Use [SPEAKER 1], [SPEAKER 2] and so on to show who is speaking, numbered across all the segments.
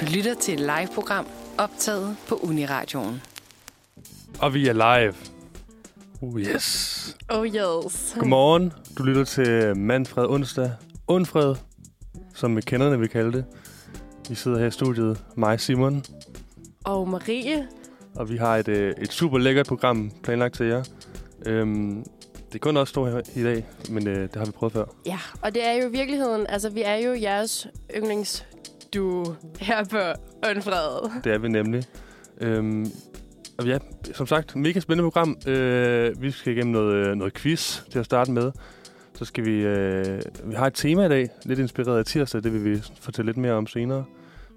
[SPEAKER 1] Du lytter til et live-program optaget på Uniradioen.
[SPEAKER 2] Og vi er live. Oh yes.
[SPEAKER 3] Oh yes.
[SPEAKER 2] Godmorgen. Du lytter til Manfred Onsdag. Undfred, som vi kenderne vil kalde det. Vi sidder her i studiet, mig Simon,
[SPEAKER 3] Og Marie,
[SPEAKER 2] og vi har et, øh, et super lækkert program planlagt til jer. Øhm, det er kun os to her i dag, men øh, det har vi prøvet før.
[SPEAKER 3] ja, og det er jo i virkeligheden, altså vi er jo jeres yndlingsduo her på Undfred.
[SPEAKER 2] Det er vi nemlig. Øhm, og ja, som sagt, mega spændende program. Øh, vi skal igennem noget, øh, noget quiz til at starte med. Så skal vi... Øh, vi har et tema i dag, lidt inspireret af tirsdag. Det vil vi fortælle lidt mere om senere.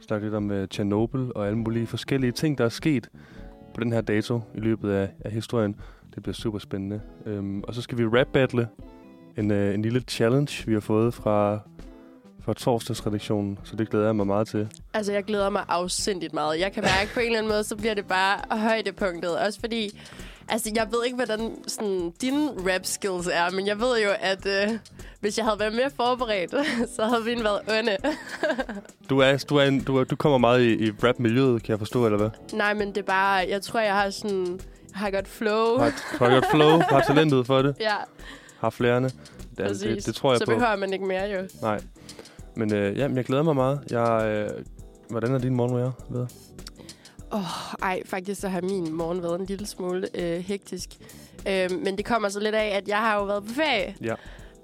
[SPEAKER 2] Snakke lidt om øh, Tjernobyl og alle mulige forskellige ting, der er sket på den her dato i løbet af, af historien. Det bliver super spændende. Øhm, og så skal vi rap battle en, øh, en lille challenge, vi har fået fra, fra torsdagsredaktionen. Så det glæder jeg mig meget til.
[SPEAKER 3] Altså jeg glæder mig afsindigt meget. Jeg kan mærke på en eller anden måde, så bliver det bare højdepunktet. Også fordi, altså jeg ved ikke, hvordan sådan, dine rap skills er, men jeg ved jo, at øh, hvis jeg havde været mere forberedt, så havde vi en været onde.
[SPEAKER 2] Du, er, du, er en, du, er, du kommer meget i, i rap-miljøet, kan jeg forstå, eller hvad?
[SPEAKER 3] Nej, men det er bare, jeg tror, jeg har sådan, har godt flow.
[SPEAKER 2] Har, har godt flow, har talentet for det,
[SPEAKER 3] Ja,
[SPEAKER 2] har flærene. Ja,
[SPEAKER 3] præcis.
[SPEAKER 2] det, det tror jeg
[SPEAKER 3] så
[SPEAKER 2] på.
[SPEAKER 3] behøver man ikke mere jo.
[SPEAKER 2] Nej. Men øh, jamen, jeg glæder mig meget. Jeg, øh, hvordan er din morgen, hvor jeg ved?
[SPEAKER 3] Ej, faktisk så har min morgen været en lille smule øh, hektisk. Øh, men det kommer så lidt af, at jeg har jo været på ferie.
[SPEAKER 2] Ja.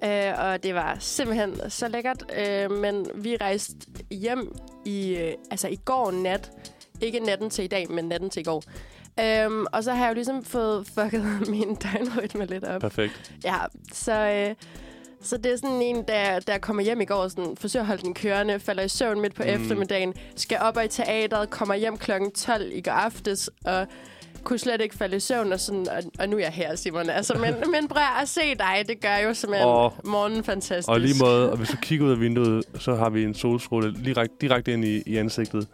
[SPEAKER 3] Øh, og det var simpelthen så lækkert. Øh, men vi rejste hjem i, øh, altså i går nat. Ikke natten til i dag, men natten til i går. Øhm, og så har jeg jo ligesom fået fucket min døgnrytme lidt op.
[SPEAKER 2] Perfekt.
[SPEAKER 3] Ja, så, øh, så det er sådan en, der, der kommer hjem i går og sådan, forsøger at holde den kørende, falder i søvn midt på
[SPEAKER 2] Mm.
[SPEAKER 3] mm. eftermiddagen, skal op og i teateret, kommer hjem kl. 12 i går aftes, og kunne slet ikke falde i søvn, og, sådan, og, og nu er jeg her, Simon. Altså, men, men prøv at se dig, det gør jo simpelthen
[SPEAKER 2] Åh.
[SPEAKER 3] oh. morgenen fantastisk.
[SPEAKER 2] Og lige måde, og hvis du kigger ud af vinduet, så har vi en solstråle direkte, direkte ind i, i ansigtet.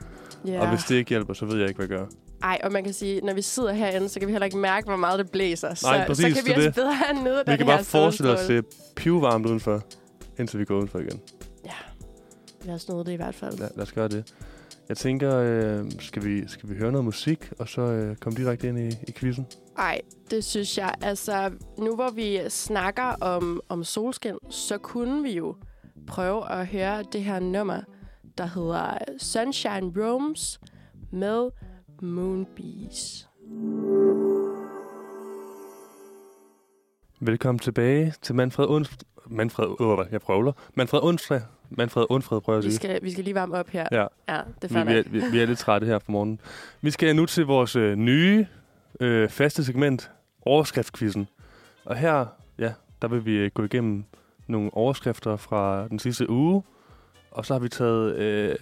[SPEAKER 2] Ja.
[SPEAKER 3] Ja.
[SPEAKER 2] Og hvis det ikke hjælper, så ved jeg ikke, hvad jeg gør.
[SPEAKER 3] Ej, og man kan sige, når vi sidder herinde, så kan vi heller ikke mærke, hvor meget det blæser. så,
[SPEAKER 2] præcis,
[SPEAKER 3] så
[SPEAKER 2] det
[SPEAKER 3] kan vi
[SPEAKER 2] er
[SPEAKER 3] også
[SPEAKER 2] det.
[SPEAKER 3] bedre have nede
[SPEAKER 2] Vi kan bare forestille os, det er pivvarmt udenfor, indtil vi går udenfor igen.
[SPEAKER 3] Lad os nåede det i hvert fald.
[SPEAKER 2] Lad, lad os gøre det. Jeg tænker, øh, skal, vi, skal vi høre noget musik, og så øh, komme direkte ind i, i quizzen?
[SPEAKER 3] Ej, det synes jeg. Altså, nu hvor vi snakker om, om solskin, så kunne vi jo prøve at høre det her nummer, der hedder Sunshine Roams med Moonbees.
[SPEAKER 2] Velkommen tilbage til Manfred Uns... Manfred... Øh, jeg prøver. Manfred Onsdag. Manfred Undfred, prøver jeg
[SPEAKER 3] Vi
[SPEAKER 2] at sige.
[SPEAKER 3] skal, vi skal lige varme op her.
[SPEAKER 2] Ja.
[SPEAKER 3] ja det er
[SPEAKER 2] Vi, vi, er,
[SPEAKER 3] vi,
[SPEAKER 2] vi, vi er lidt trætte her på morgenen. Vi skal nu til vores øh, nye øh, faste segment, overskriftskvizzen. Og her, ja, der vil vi øh, gå igennem nogle overskrifter fra den sidste uge. Og så har vi taget øh,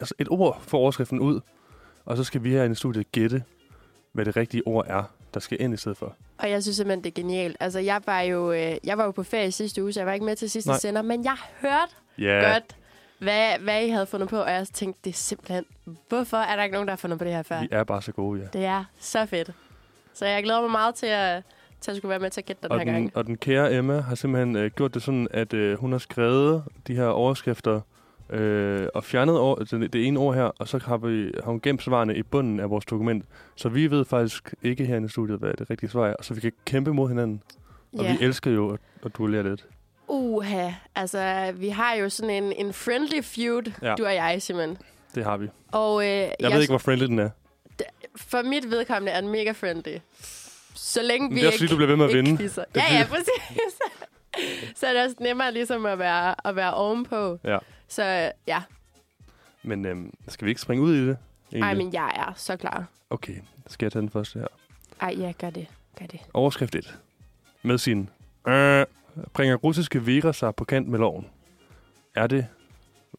[SPEAKER 2] altså et ord for overskriften ud. Og så skal vi her i studiet gætte, hvad det rigtige ord er, der skal ind i stedet for.
[SPEAKER 3] Og jeg synes simpelthen, det er genialt. Altså, jeg var jo, øh, jeg var jo på ferie sidste uge, så jeg var ikke med til sidste
[SPEAKER 2] Nej.
[SPEAKER 3] Nej. sender, men jeg hørte ja.
[SPEAKER 2] Ja,
[SPEAKER 3] godt, hvad, hvad I havde fundet på, og jeg tænkte, det er simpelthen, hvorfor er der ikke nogen, der har fundet på det her før?
[SPEAKER 2] vi er bare så gode, ja.
[SPEAKER 3] Det er så fedt. Så jeg glæder mig meget til at, til at skulle være med til at gætte den
[SPEAKER 2] og
[SPEAKER 3] her
[SPEAKER 2] den,
[SPEAKER 3] gang.
[SPEAKER 2] Og den kære Emma har simpelthen øh, gjort det sådan, at øh, hun har skrevet de her overskrifter øh, og fjernet over, det, det ene ord her, og så har, vi, har hun gemt svarene i bunden af vores dokument. Så vi ved faktisk ikke herinde i studiet, hvad det rigtige svar er, så vi kan kæmpe mod hinanden. Og vi elsker jo at, at duellere lidt.
[SPEAKER 3] Uha. Altså, vi har jo sådan en, en friendly feud,
[SPEAKER 2] Ja.
[SPEAKER 3] ja. du og jeg, Simon.
[SPEAKER 2] Det har vi. Jeg,
[SPEAKER 3] Og øh,
[SPEAKER 2] jeg ved ikke, hvor friendly den er.
[SPEAKER 3] for mit vedkommende er den mega friendly. Så længe vi
[SPEAKER 2] Det er også
[SPEAKER 3] ikke,
[SPEAKER 2] fordi, du bliver ved med at
[SPEAKER 3] ikke
[SPEAKER 2] vinde.
[SPEAKER 3] quizzer.
[SPEAKER 2] er
[SPEAKER 3] Ja, ja, præcis. så er det også nemmere ligesom at være, at være ovenpå.
[SPEAKER 2] Ja.
[SPEAKER 3] Så ja,
[SPEAKER 2] Men øhm, skal vi ikke springe ud i det? Egentlig?
[SPEAKER 3] Ej, men jeg er så klar.
[SPEAKER 2] Okay, skal jeg tage den første her?
[SPEAKER 3] Ej, ja, gør det. Gør det.
[SPEAKER 2] Overskrift 1. Med sin øh, bringer russiske virer sig på kant med loven. Er det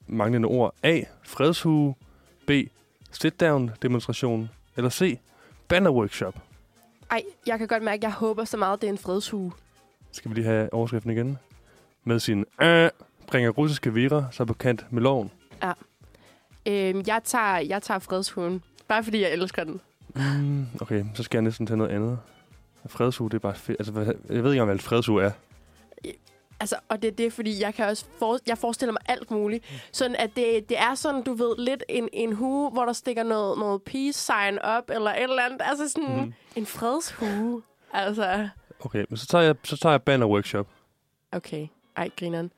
[SPEAKER 2] manglende ord A. Fredshue, B. Sit-down-demonstration, eller C. Banner-workshop?
[SPEAKER 3] Ej, jeg kan godt mærke, at jeg håber så meget, at det er en fredshue.
[SPEAKER 2] Skal vi lige have overskriften igen? Med sin øh, bringer russiske virer sig på kant med loven.
[SPEAKER 3] Øhm, jeg, tager, jeg tager fredshugen. Bare fordi jeg elsker den.
[SPEAKER 2] Mm, okay, så skal jeg næsten tage noget andet. Fredshue, det er bare fedt. Altså, hvad- jeg ved ikke, om hvad et fredshue er.
[SPEAKER 3] Altså, og det er det, fordi jeg kan også for, jeg forestiller mig alt muligt.
[SPEAKER 2] Mm.
[SPEAKER 3] Sådan at det, det er sådan, du ved, lidt en, en hue, hvor der stikker noget, noget peace sign op, eller et eller andet. Altså sådan
[SPEAKER 2] Mhm.
[SPEAKER 3] mm. en fredshue. Altså,
[SPEAKER 2] Okay, men så tager jeg, så tager jeg banner workshop.
[SPEAKER 3] okay. Ej, grineren.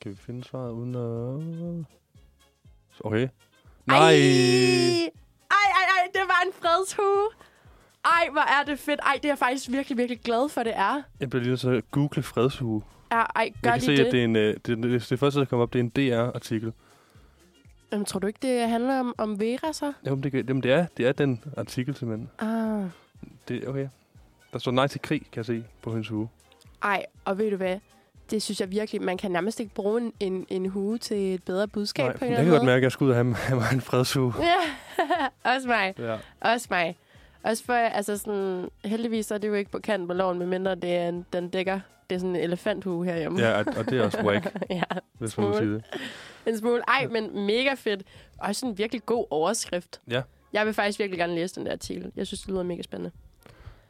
[SPEAKER 2] Kan vi finde svaret uden at... Okay.
[SPEAKER 3] Ej!
[SPEAKER 2] Nej!
[SPEAKER 3] Ej, ej, ej, det var en fredshue. Ej, hvor er det fedt. Ej, det er jeg faktisk virkelig, virkelig glad for, det er.
[SPEAKER 2] Jeg bliver lige nødt til at google fredshue.
[SPEAKER 3] Ja, ej,
[SPEAKER 2] jeg
[SPEAKER 3] gør
[SPEAKER 2] kan se,
[SPEAKER 3] lige det.
[SPEAKER 2] at det er en... øh, Det, det, det, det første, der kommer op, det er en DR-artikel.
[SPEAKER 3] Jamen, tror du ikke, det handler om, om Vera så?
[SPEAKER 2] Jamen, det, kan- jamen det, er, det er den artikel, simpelthen.
[SPEAKER 3] Ah.
[SPEAKER 2] Det, okay. Der står nej til krig, kan jeg se på hendes hue.
[SPEAKER 3] Ej, og ved du hvad? Det synes jeg virkelig, man kan nærmest ikke bruge en, en, en hue til et bedre budskab
[SPEAKER 2] Nej,
[SPEAKER 3] på en
[SPEAKER 2] jeg
[SPEAKER 3] eller
[SPEAKER 2] kan godt
[SPEAKER 3] anden
[SPEAKER 2] mærke, at jeg skal ud og have, mig- have mig en fredshue.
[SPEAKER 3] måde. Ja, også mig.
[SPEAKER 2] Ja.
[SPEAKER 3] Også mig. Også for, altså sådan, heldigvis så er det jo ikke på kant med loven, medmindre det er en, den dækker. Det er sådan en elefanthue herhjemme.
[SPEAKER 2] ja, og- og det er også whack,
[SPEAKER 3] ja,
[SPEAKER 2] hvis man må sige det.
[SPEAKER 3] en smule. Ej, men mega fedt. Også en virkelig god overskrift.
[SPEAKER 2] Ja.
[SPEAKER 3] Jeg vil faktisk virkelig gerne læse den der artikel. Jeg synes, det lyder mega spændende.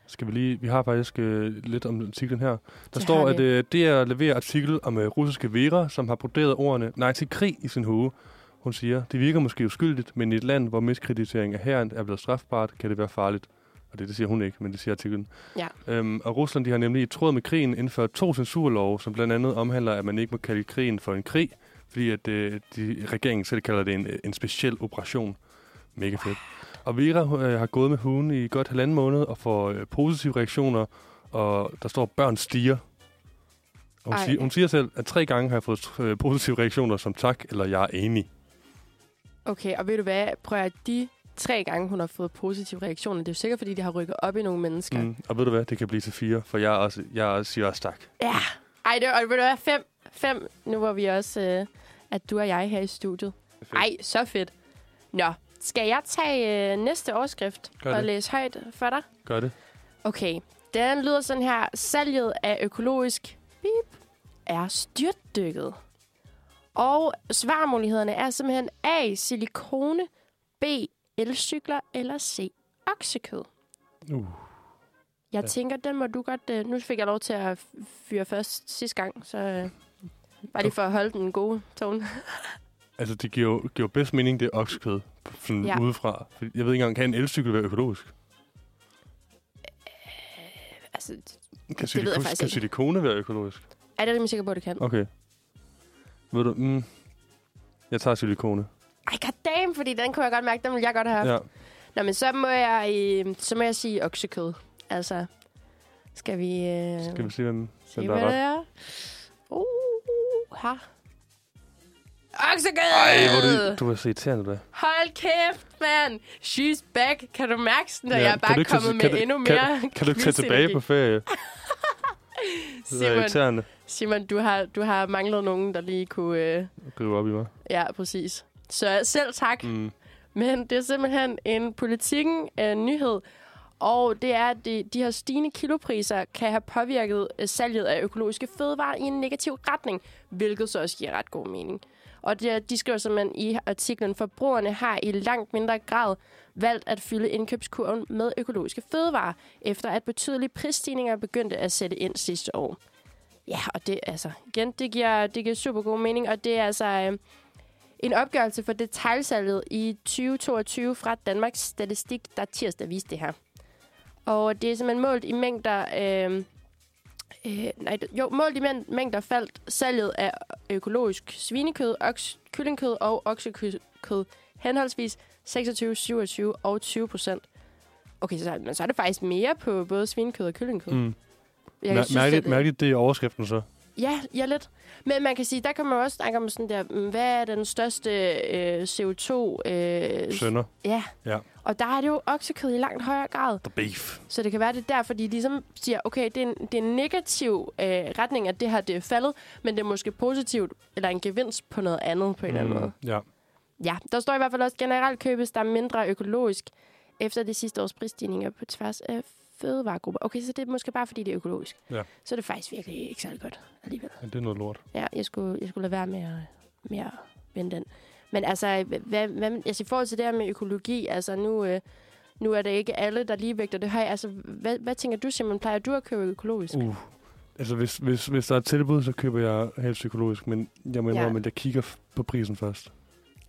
[SPEAKER 2] Skal vi lige... Vi har faktisk øh, lidt om artiklen her. Der
[SPEAKER 3] Det
[SPEAKER 2] står,
[SPEAKER 3] har
[SPEAKER 2] at
[SPEAKER 3] vi.
[SPEAKER 2] øh, DR leverer artikel om øh, russiske Vera, som har broderet ordene nej til krig i sin hue. Hun siger, det virker måske uskyldigt, men i et land, hvor miskreditering af herren er blevet strafbart, kan det være farligt. Og det, det siger hun ikke, men det siger artiklen.
[SPEAKER 3] Ja.
[SPEAKER 2] Øhm, og Rusland de har nemlig i tråd med krigen indført to censurlove, som blandt andet omhandler, at man ikke må kalde krigen for en krig, fordi at, øh, de, regeringen selv kalder det en, øh, en speciel operation. Mega fedt. Og Vera øh, har gået med hugen i godt halvanden måned og får øh, positive reaktioner, og der står, børn stiger. Og hun,
[SPEAKER 3] Ej.
[SPEAKER 2] siger, hun siger selv, at tre gange har jeg fået øh, positive reaktioner som tak, eller jeg er enig.
[SPEAKER 3] Okay, og ved du hvad? Prøv at høre, de tre gange, hun har fået positive reaktioner, det er jo sikkert, fordi de har rykket op i nogle mennesker.
[SPEAKER 2] Mm. Og ved du hvad, det kan blive til fire, for jeg, er også, jeg siger også tak.
[SPEAKER 3] Ja. Ej, det, og ved du hvad? Fem. Fem. Nu var vi også, øh, at du og jeg her i studiet.
[SPEAKER 2] Fedt.
[SPEAKER 3] Ej, så fedt. Nå, skal jeg tage øh, næste overskrift
[SPEAKER 2] Gør
[SPEAKER 3] og
[SPEAKER 2] det.
[SPEAKER 3] læse højt for dig?
[SPEAKER 2] Gør det.
[SPEAKER 3] Okay, den lyder sådan her. Salget af økologisk bip er styrtdykket. Og svarmulighederne er simpelthen A. Silikone, B. Elcykler eller C. Oksekød.
[SPEAKER 2] Uh.
[SPEAKER 3] Jeg
[SPEAKER 2] Ja.
[SPEAKER 3] ja. tænker, den må du godt... Øh, nu fik jeg lov til at f- fyre først sidste gang, så øh, bare lige for at holde den gode tone.
[SPEAKER 2] Altså, det giver jo giver jo bedst mening, det er oksekød sådan ja.
[SPEAKER 3] Ja.
[SPEAKER 2] udefra. Fordi Jeg ved ikke engang, kan en elcykel være økologisk?
[SPEAKER 3] altså,
[SPEAKER 2] Kan,
[SPEAKER 3] ved jeg
[SPEAKER 2] silikone,
[SPEAKER 3] faktisk
[SPEAKER 2] kan
[SPEAKER 3] ikke.
[SPEAKER 2] silikone være økologisk?
[SPEAKER 3] er det rimelig sikker på, at det kan?
[SPEAKER 2] Okay. Ved du, mm, jeg tager silikone.
[SPEAKER 3] Ej, goddamn, fordi den kunne jeg godt mærke, den ville jeg godt have haft.
[SPEAKER 2] Ja.
[SPEAKER 3] Nå, men så må jeg, øh, så må jeg sige oksekød. Altså, skal vi... Øh,
[SPEAKER 2] Skal vi se, hvem,
[SPEAKER 3] se,
[SPEAKER 2] hvem
[SPEAKER 3] hvad
[SPEAKER 2] der er
[SPEAKER 3] det
[SPEAKER 2] ret?
[SPEAKER 3] er? Uh, ha. Oksekød!
[SPEAKER 2] Ej, hvor er det, du er så irriterende, der.
[SPEAKER 3] Hold kæft, mand! She's back. Kan du mærke sådan, at
[SPEAKER 2] Ja,
[SPEAKER 3] ja, jeg
[SPEAKER 2] kan du
[SPEAKER 3] er bare
[SPEAKER 2] ikke tage-
[SPEAKER 3] kommet med
[SPEAKER 2] kan du-
[SPEAKER 3] endnu
[SPEAKER 2] kan-
[SPEAKER 3] mere
[SPEAKER 2] Kan du ikke tage tilbage på ferie? Det er
[SPEAKER 3] Simon,
[SPEAKER 2] irriterende.
[SPEAKER 3] Simon du, har, du har manglet nogen, der lige kunne... Øh,
[SPEAKER 2] Rive op i mig.
[SPEAKER 3] ja, præcis. Så selv tak.
[SPEAKER 2] Mm.
[SPEAKER 3] Men det er simpelthen en politikken øh, nyhed, og det er, at de, de her stigende kilopriser kan have påvirket øh, salget af økologiske fødevarer i en negativ retning, hvilket så også giver ret god mening. Og det, de skriver simpelthen i artiklen, forbrugerne har i langt mindre grad valgt at fylde indkøbskurven med økologiske fødevarer, efter at betydelige prisstigninger begyndte at sætte ind sidste år. Ja, og det altså, igen, det giver, det giver super god mening, og det er altså... Øh, en opgørelse for detailsalget i 2022 fra Danmarks Statistik, der tirsdag viste det her. Og det er simpelthen målt i mængder... Øh, øh, nej, det- jo, målt i mæng- mængder faldt salget af økologisk svinekød, oks, kyllingkød og oksekød henholdsvis 26, 27 og 20 procent. Okay, så, men så er det faktisk mere på både svinekød og kyllingkød.
[SPEAKER 2] Mm.
[SPEAKER 3] Jeg
[SPEAKER 2] Mær-
[SPEAKER 3] synes, at øh,
[SPEAKER 2] mærkeligt,
[SPEAKER 3] det-
[SPEAKER 2] mærkeligt, det er overskriften så.
[SPEAKER 3] Ja, ja lidt. Men man kan sige, der kan man jo også snakke om sådan der, mm, hvad er den største øh, CO2... Øh,
[SPEAKER 2] Sønder.
[SPEAKER 3] ja.
[SPEAKER 2] Ja.
[SPEAKER 3] Og der er det jo oksekød i langt højere grad.
[SPEAKER 2] The beef.
[SPEAKER 3] Så det kan være, det er derfor, de ligesom siger, okay, det er en, det er en negativ øh, retning, at det her det er faldet, men det er måske positivt, eller en gevinst på noget andet på en eller anden måde.
[SPEAKER 2] Mm. Ja.
[SPEAKER 3] Ja, der står i hvert fald også, generelt købes der mindre økologisk efter de sidste års prisstigninger på tværs af fødevaregrupper. Okay, så det er måske bare, fordi det er økologisk.
[SPEAKER 2] Ja.
[SPEAKER 3] Så er det faktisk virkelig ikke særlig godt alligevel.
[SPEAKER 2] Men det er noget lort.
[SPEAKER 3] Ja, jeg skulle, jeg skulle lade være med at, med at vende den. Men altså, hvad, hvad, altså, i forhold til det her med økologi, altså nu, øh, nu er det ikke alle, der lige vægter det højt. Altså, hvad, hvad tænker du, Simon? Plejer du at købe økologisk?
[SPEAKER 2] Uh. Altså, hvis, hvis, hvis der er et tilbud, så køber jeg helt psykologisk, men jeg må
[SPEAKER 3] Ja.
[SPEAKER 2] indrømme, at jeg kigger f- på prisen først.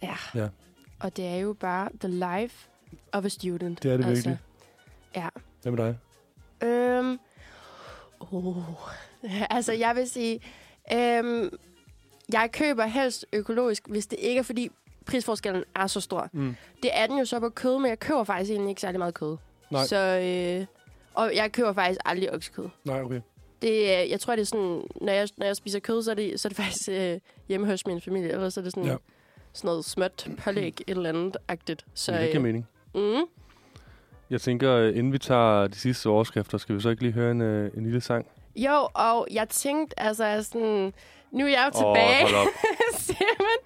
[SPEAKER 3] Ja.
[SPEAKER 2] Ja.
[SPEAKER 3] Og det er jo bare the life of a student.
[SPEAKER 2] Det er det virkelig.
[SPEAKER 3] Altså. Ja.
[SPEAKER 2] Hvad med dig?
[SPEAKER 3] Øhm, oh, altså, jeg vil sige, øhm, jeg køber helst økologisk, hvis det ikke er, fordi prisforskellen er så stor.
[SPEAKER 2] Mm.
[SPEAKER 3] Det er den jo så på kød, men jeg køber faktisk egentlig ikke særlig meget kød.
[SPEAKER 2] Nej.
[SPEAKER 3] Så, øh, og jeg køber faktisk aldrig oksekød.
[SPEAKER 2] Nej, okay.
[SPEAKER 3] Det, øh, jeg tror, det er sådan, når jeg, når jeg spiser kød, så er det, så er det faktisk øh, hjemme hos min familie. Eller så er det sådan,
[SPEAKER 2] Ja.
[SPEAKER 3] ja. sådan noget småt pålæg, et eller andet-agtigt. Så,
[SPEAKER 2] Men det giver mening.
[SPEAKER 3] øh, mm,
[SPEAKER 2] Jeg tænker, øh, inden vi tager de sidste overskrifter, skal vi så ikke lige høre en, øh, en lille sang?
[SPEAKER 3] Jo, og jeg tænkte, altså sådan... Nu er jeg jo
[SPEAKER 2] Åh,
[SPEAKER 3] tilbage,
[SPEAKER 2] hold op.
[SPEAKER 3] Simon.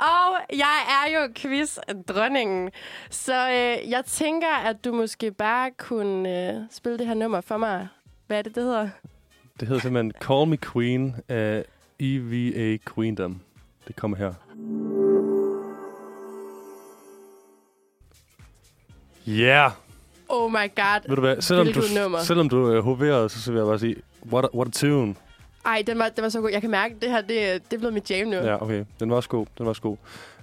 [SPEAKER 3] Og jeg er jo quiz-dronningen. Så øh, jeg tænker, at du måske bare kunne øh, spille det her nummer for mig. Hvad er det, det hedder?
[SPEAKER 2] Det hedder simpelthen Call Me Queen af E EVA Queendom. Det kommer her. Ja! Yeah.
[SPEAKER 3] Oh my god.
[SPEAKER 2] Ved du hvad? Selvom
[SPEAKER 3] Hvilket
[SPEAKER 2] du,
[SPEAKER 3] nummer?
[SPEAKER 2] selvom du øh, hoverede, så vil jeg bare sige, what a, what a tune.
[SPEAKER 3] Ej, den var, den var så god. Jeg kan mærke, at det her det, det er blevet mit jam nu.
[SPEAKER 2] Ja, okay. Den var også god. Den var også god.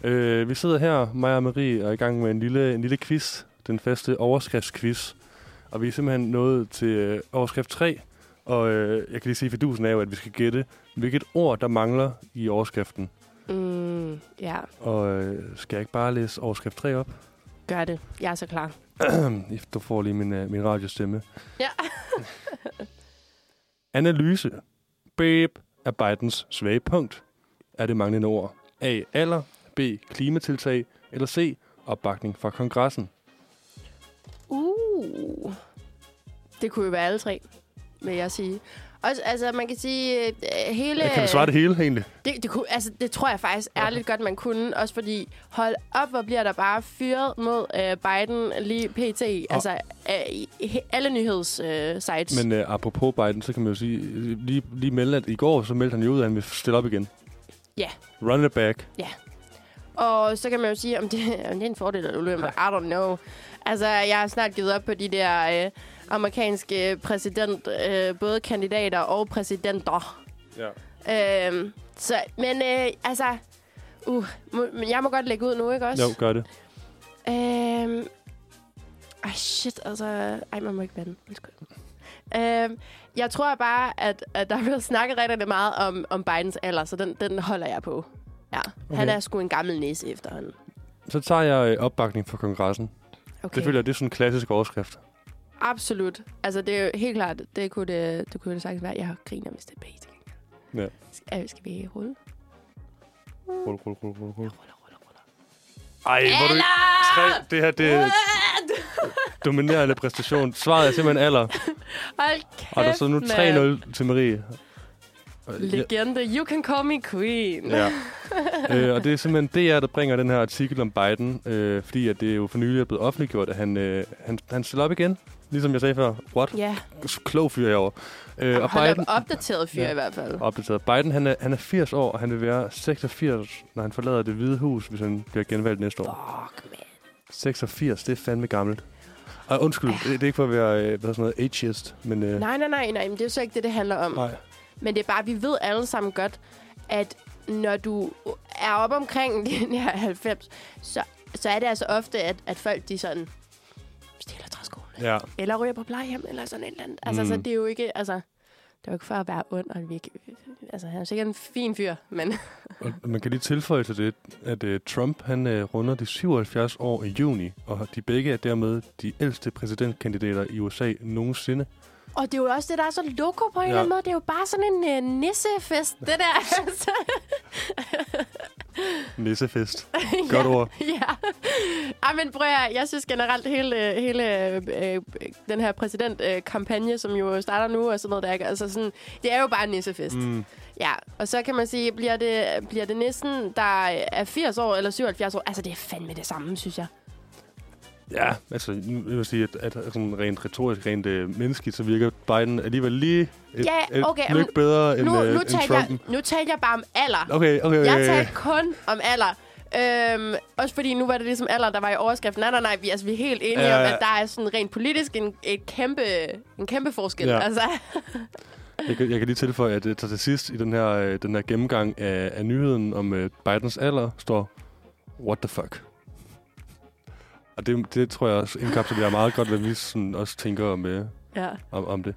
[SPEAKER 2] Øh, vi sidder her, mig og Marie, og er i gang med en lille, en lille quiz. Den faste overskriftsquiz. Og vi er simpelthen nået til øh, overskrift 3. Og øh, jeg kan lige sige, fidusen er jo, at vi skal gætte, hvilket ord, der mangler i overskriften.
[SPEAKER 3] Mm, ja,
[SPEAKER 2] Og øh, skal jeg ikke bare læse overskrift 3 op?
[SPEAKER 3] gør det. Jeg er så klar.
[SPEAKER 2] du får lige min, øh, min radiostemme.
[SPEAKER 3] Ja.
[SPEAKER 2] Analyse. Beep er Bidens svage punkt. Er det manglende ord? A. Alder. B. Klimatiltag. Eller C. Opbakning fra kongressen.
[SPEAKER 3] Uh. Det kunne jo være alle tre, vil jeg sige. Også, altså, man kan sige, øh, hele...
[SPEAKER 2] Jeg kan svare det hele, egentlig.
[SPEAKER 3] Det, det, kunne, altså, det tror jeg faktisk ærligt godt, man kunne. Også fordi, hold op, hvor bliver der bare fyret mod øh, Biden lige pt. Altså, øh, i he- alle nyhedssites. Øh, sites.
[SPEAKER 2] Men øh, apropos Biden, så kan man jo sige, øh, lige, lige melde, at i går, så meldte han jo ud, at han vil stille op igen.
[SPEAKER 3] Ja.
[SPEAKER 2] Run it back.
[SPEAKER 3] Og så kan man jo sige, om det, om det er en fordel eller ulempe. I don't know. Altså, jeg har snart givet op på de der øh, amerikanske præsident, øh, både kandidater og præsidenter.
[SPEAKER 2] Ja.
[SPEAKER 3] Øh, så, men øh, altså, uh, må, men jeg må godt lægge ud nu, ikke også?
[SPEAKER 2] Jo, gør det.
[SPEAKER 3] Øhm... Ej, shit, altså... Ej, man må ikke vande. Undskyld. Øhm, jeg tror bare, at, at der er blevet snakket rigtig meget om, om Bidens alder, så den, den holder jeg på. Ja, okay. han
[SPEAKER 2] Okay.
[SPEAKER 3] er sgu en gammel næse efterhånden.
[SPEAKER 2] Så tager jeg øh, opbakning fra kongressen. Okay.
[SPEAKER 3] Okay.
[SPEAKER 2] Det føler jeg, det er sådan en klassisk overskrift.
[SPEAKER 3] Absolut. Altså, det er jo helt klart, det kunne det, det, kunne det sagtens være. Jeg griner, hvis det er pæt.
[SPEAKER 2] Ja.
[SPEAKER 3] Skal, øh, skal vi rulle?
[SPEAKER 2] Rulle, rulle, rulle, rulle, rulle.
[SPEAKER 3] Ruller, ruller, ruller.
[SPEAKER 2] Ej, hvor er du... Tre, øh. det her, det er
[SPEAKER 3] What?
[SPEAKER 2] dominerende præstation. Svaret er simpelthen alder.
[SPEAKER 3] Hold kæft,
[SPEAKER 2] Og der sidder nu
[SPEAKER 3] mand.
[SPEAKER 2] 3-0 til Marie. Og- Ja,
[SPEAKER 3] Legende, you can call me queen.
[SPEAKER 2] ja. øh, og det er simpelthen DR, der bringer den her artikel om Biden, øh, fordi at det jo for nylig er blevet offentliggjort, at han, øh, han, han stiller op igen. Ligesom jeg sagde før, what?
[SPEAKER 3] Ja,
[SPEAKER 2] Klog fyr herovre. Øh, og
[SPEAKER 3] hold
[SPEAKER 2] Biden,
[SPEAKER 3] op, opdateret fyr
[SPEAKER 2] Ja.
[SPEAKER 3] ja. i hvert fald.
[SPEAKER 2] opdateret. Biden, han er, han er 80 år, og han vil være 86, når han forlader det hvide hus, hvis han bliver genvalgt næste år.
[SPEAKER 3] Fuck, man.
[SPEAKER 2] 86, det er fandme gammelt. Og undskyld, det, det er ikke for at være øh, hvad sådan noget ageist, men... Øh,
[SPEAKER 3] Nej, nej, nej, nej, men det er jo så ikke det, det handler om. Nej.
[SPEAKER 2] nej.
[SPEAKER 3] Men det er bare, vi ved alle sammen godt, at når du er oppe omkring den her 90, så, så er det altså ofte, at, at folk de sådan stiller træskoene. Ja.
[SPEAKER 2] Ja.
[SPEAKER 3] Eller ryger på plejehjem, eller sådan et eller andet. Altså,
[SPEAKER 2] Mm.
[SPEAKER 3] mm. så det er jo ikke, altså, det er jo ikke for at være ond, og vi ikke, altså, han er sikkert en fin fyr, men
[SPEAKER 2] Og man kan lige tilføje til det, at uh, Trump han uh, runder de 77 år i juni, og de begge er dermed de ældste præsidentkandidater i USA nogensinde.
[SPEAKER 3] Og det er jo også det, der er så loko på en
[SPEAKER 2] Ja.
[SPEAKER 3] eller anden måde. Det er jo bare sådan en øh, nissefest, det der. Altså.
[SPEAKER 2] Nissefest. Godt ord.
[SPEAKER 3] ja. Ej, men prøv at, høre, jeg synes generelt, hele, øh, hele øh, øh, den her præsidentkampagne, som jo starter nu og sådan noget, der, ikke? altså sådan, det er jo bare en nissefest. Mm.
[SPEAKER 2] Mm,
[SPEAKER 3] Ja, og så kan man sige, bliver det, bliver det næsten, der er 80 år eller 77 år, altså det er fandme det samme, synes jeg.
[SPEAKER 2] ja, altså nu vil jeg sige, at, at sådan rent retorisk, rent uh, menneskeligt, så virker Biden alligevel lige et,
[SPEAKER 3] Ja, okay,
[SPEAKER 2] et lykke
[SPEAKER 3] men
[SPEAKER 2] bedre end,
[SPEAKER 3] Nu,
[SPEAKER 2] uh,
[SPEAKER 3] nu,
[SPEAKER 2] end
[SPEAKER 3] taler jeg,
[SPEAKER 2] Trumpen.
[SPEAKER 3] nu taler jeg bare om alder.
[SPEAKER 2] Okay, okay, okay.
[SPEAKER 3] Jeg talte kun om alder. Øhm, også fordi nu var det ligesom alder, der var i overskriften. Nej, nej, nej, vi, altså, vi er helt enige
[SPEAKER 2] Ja,
[SPEAKER 3] ja, om,
[SPEAKER 2] ja.
[SPEAKER 3] at der er sådan rent politisk en, et kæmpe, en kæmpe forskel.
[SPEAKER 2] Ja.
[SPEAKER 3] Ja. Altså,
[SPEAKER 2] Jeg kan, jeg kan lige tilføje, at øh, til til sidst i den her, øh, den her gennemgang af, af nyheden om øh, Bidens alder, står what the fuck. Og det, det tror jeg også indkapsulerer meget godt, hvad vi sådan også tænker om, øh,
[SPEAKER 3] Ja.
[SPEAKER 2] om, om det.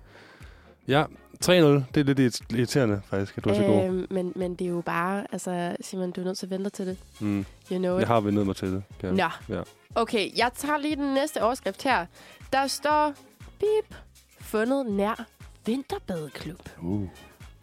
[SPEAKER 2] Ja, 3-0. Det er lidt irrit- irriterende, faktisk, at du er så god.
[SPEAKER 3] Øhm, men, men det er jo bare, altså Simon, du er nødt til at vente til det.
[SPEAKER 2] Mm.
[SPEAKER 3] You know it.
[SPEAKER 2] Jeg har vendet mig til det. Kan jeg.
[SPEAKER 3] Nå.
[SPEAKER 2] Ja.
[SPEAKER 3] Okay, jeg tager lige den næste overskrift her. Der står, bip, fundet nær vinterbadklub.
[SPEAKER 2] Uh.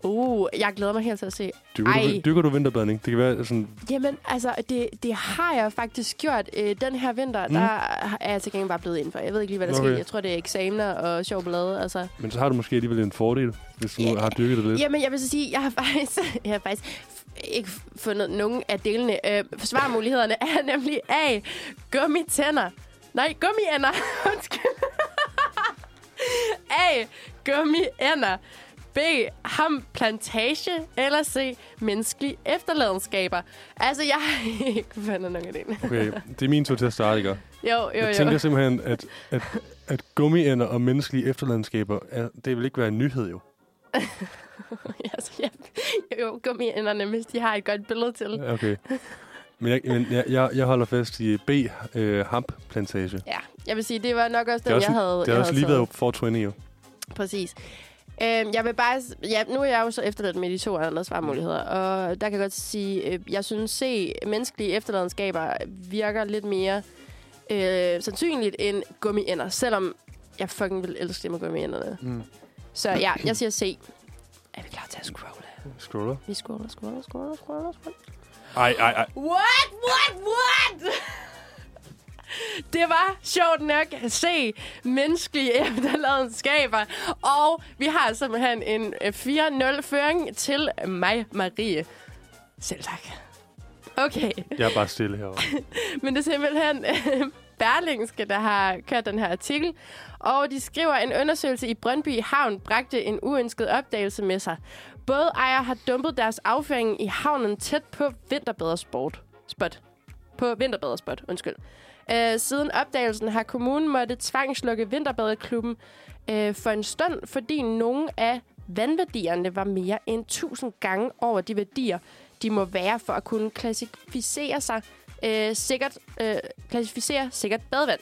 [SPEAKER 3] Uh, jeg glæder mig helt til at se.
[SPEAKER 2] Dyrker,
[SPEAKER 3] Ej.
[SPEAKER 2] du, dyrker du vinterbadning? Det kan være sådan...
[SPEAKER 3] Jamen, altså, det, det har jeg faktisk gjort øh, den her vinter.
[SPEAKER 2] Mm.
[SPEAKER 3] Mm. Der er jeg til gengæld bare blevet indenfor. Jeg ved ikke lige, hvad der okay.
[SPEAKER 2] Okay.
[SPEAKER 3] sker. Jeg tror, det er eksamener og sjov ballade. Altså.
[SPEAKER 2] Men så har du måske alligevel en fordel, hvis du
[SPEAKER 3] Ja.
[SPEAKER 2] yeah. har dyrket det lidt.
[SPEAKER 3] Jamen, jeg vil så sige, jeg har faktisk, jeg har faktisk f- ikke fundet nogen af delene. Øh, svarmulighederne er nemlig A. Gummitænder. Nej, gummiænder. Undskyld. A. Gummiænder. B. Ham plantage. Eller C. Menneskelige efterladenskaber. Altså, jeg har ikke fundet nogen af delene.
[SPEAKER 2] Okay, det er min tur til at starte, ikke?
[SPEAKER 3] Jo, jo,
[SPEAKER 2] Jeg
[SPEAKER 3] jo.
[SPEAKER 2] tænker simpelthen, at, at, at gummiænder og menneskelige efterladenskaber, er, det vil ikke være en nyhed jo.
[SPEAKER 3] altså, jeg, jo, gummiænderne, hvis de har et godt billede til.
[SPEAKER 2] Okay. Men jeg, men jeg, jeg, jeg holder fast i B, øh, Hamp Plantage. Det
[SPEAKER 3] Ja, jeg vil sige, det var nok også den,
[SPEAKER 2] er også,
[SPEAKER 3] jeg havde.
[SPEAKER 2] det har
[SPEAKER 3] jeg havde
[SPEAKER 2] også lige
[SPEAKER 3] taget.
[SPEAKER 2] været 420 jo.
[SPEAKER 3] Præcis. Øhm, jeg vil bare... s- Ja, nu er jeg jo så efterladt med de to andre svarmuligheder, og der kan jeg godt sige, øh, jeg synes, se menneskelige efterladenskaber virker lidt mere øh, sandsynligt end gummiænder, selvom jeg fucking vil elske det med gummiænderne.
[SPEAKER 2] Mm.
[SPEAKER 3] Så ja, jeg siger se. Er vi klar til at scrolle?
[SPEAKER 2] Scroller.
[SPEAKER 3] Vi scroller, scroller, scroller, scroller, scroller.
[SPEAKER 2] Ej, ej, ej.
[SPEAKER 3] What? What? What? Det var sjovt nok at se menneskelige efterladenskaber. Og vi har simpelthen en øh, 4-0-føring til mig, Marie. Selv tak. Okay,
[SPEAKER 2] Jeg er bare stille herovre.
[SPEAKER 3] men det er simpelthen øh, Berlingske, der har kørt den her artikel. Og de skriver, at en undersøgelse i Brøndby Havn bragte en uønsket opdagelse med sig. Bådejere har dumpet deres afføring i havnen tæt på vinterbadersport. Spot. På vinterbaderspot, undskyld. Øh, siden opdagelsen har kommunen måtte tvangslukke vinterbadeklubben øh, for en stund, fordi nogle af vandværdierne var mere end 1000 gange over de værdier, de må være for at kunne klassificere sig øh, sikkert, øh, klassificere sikkert badevand.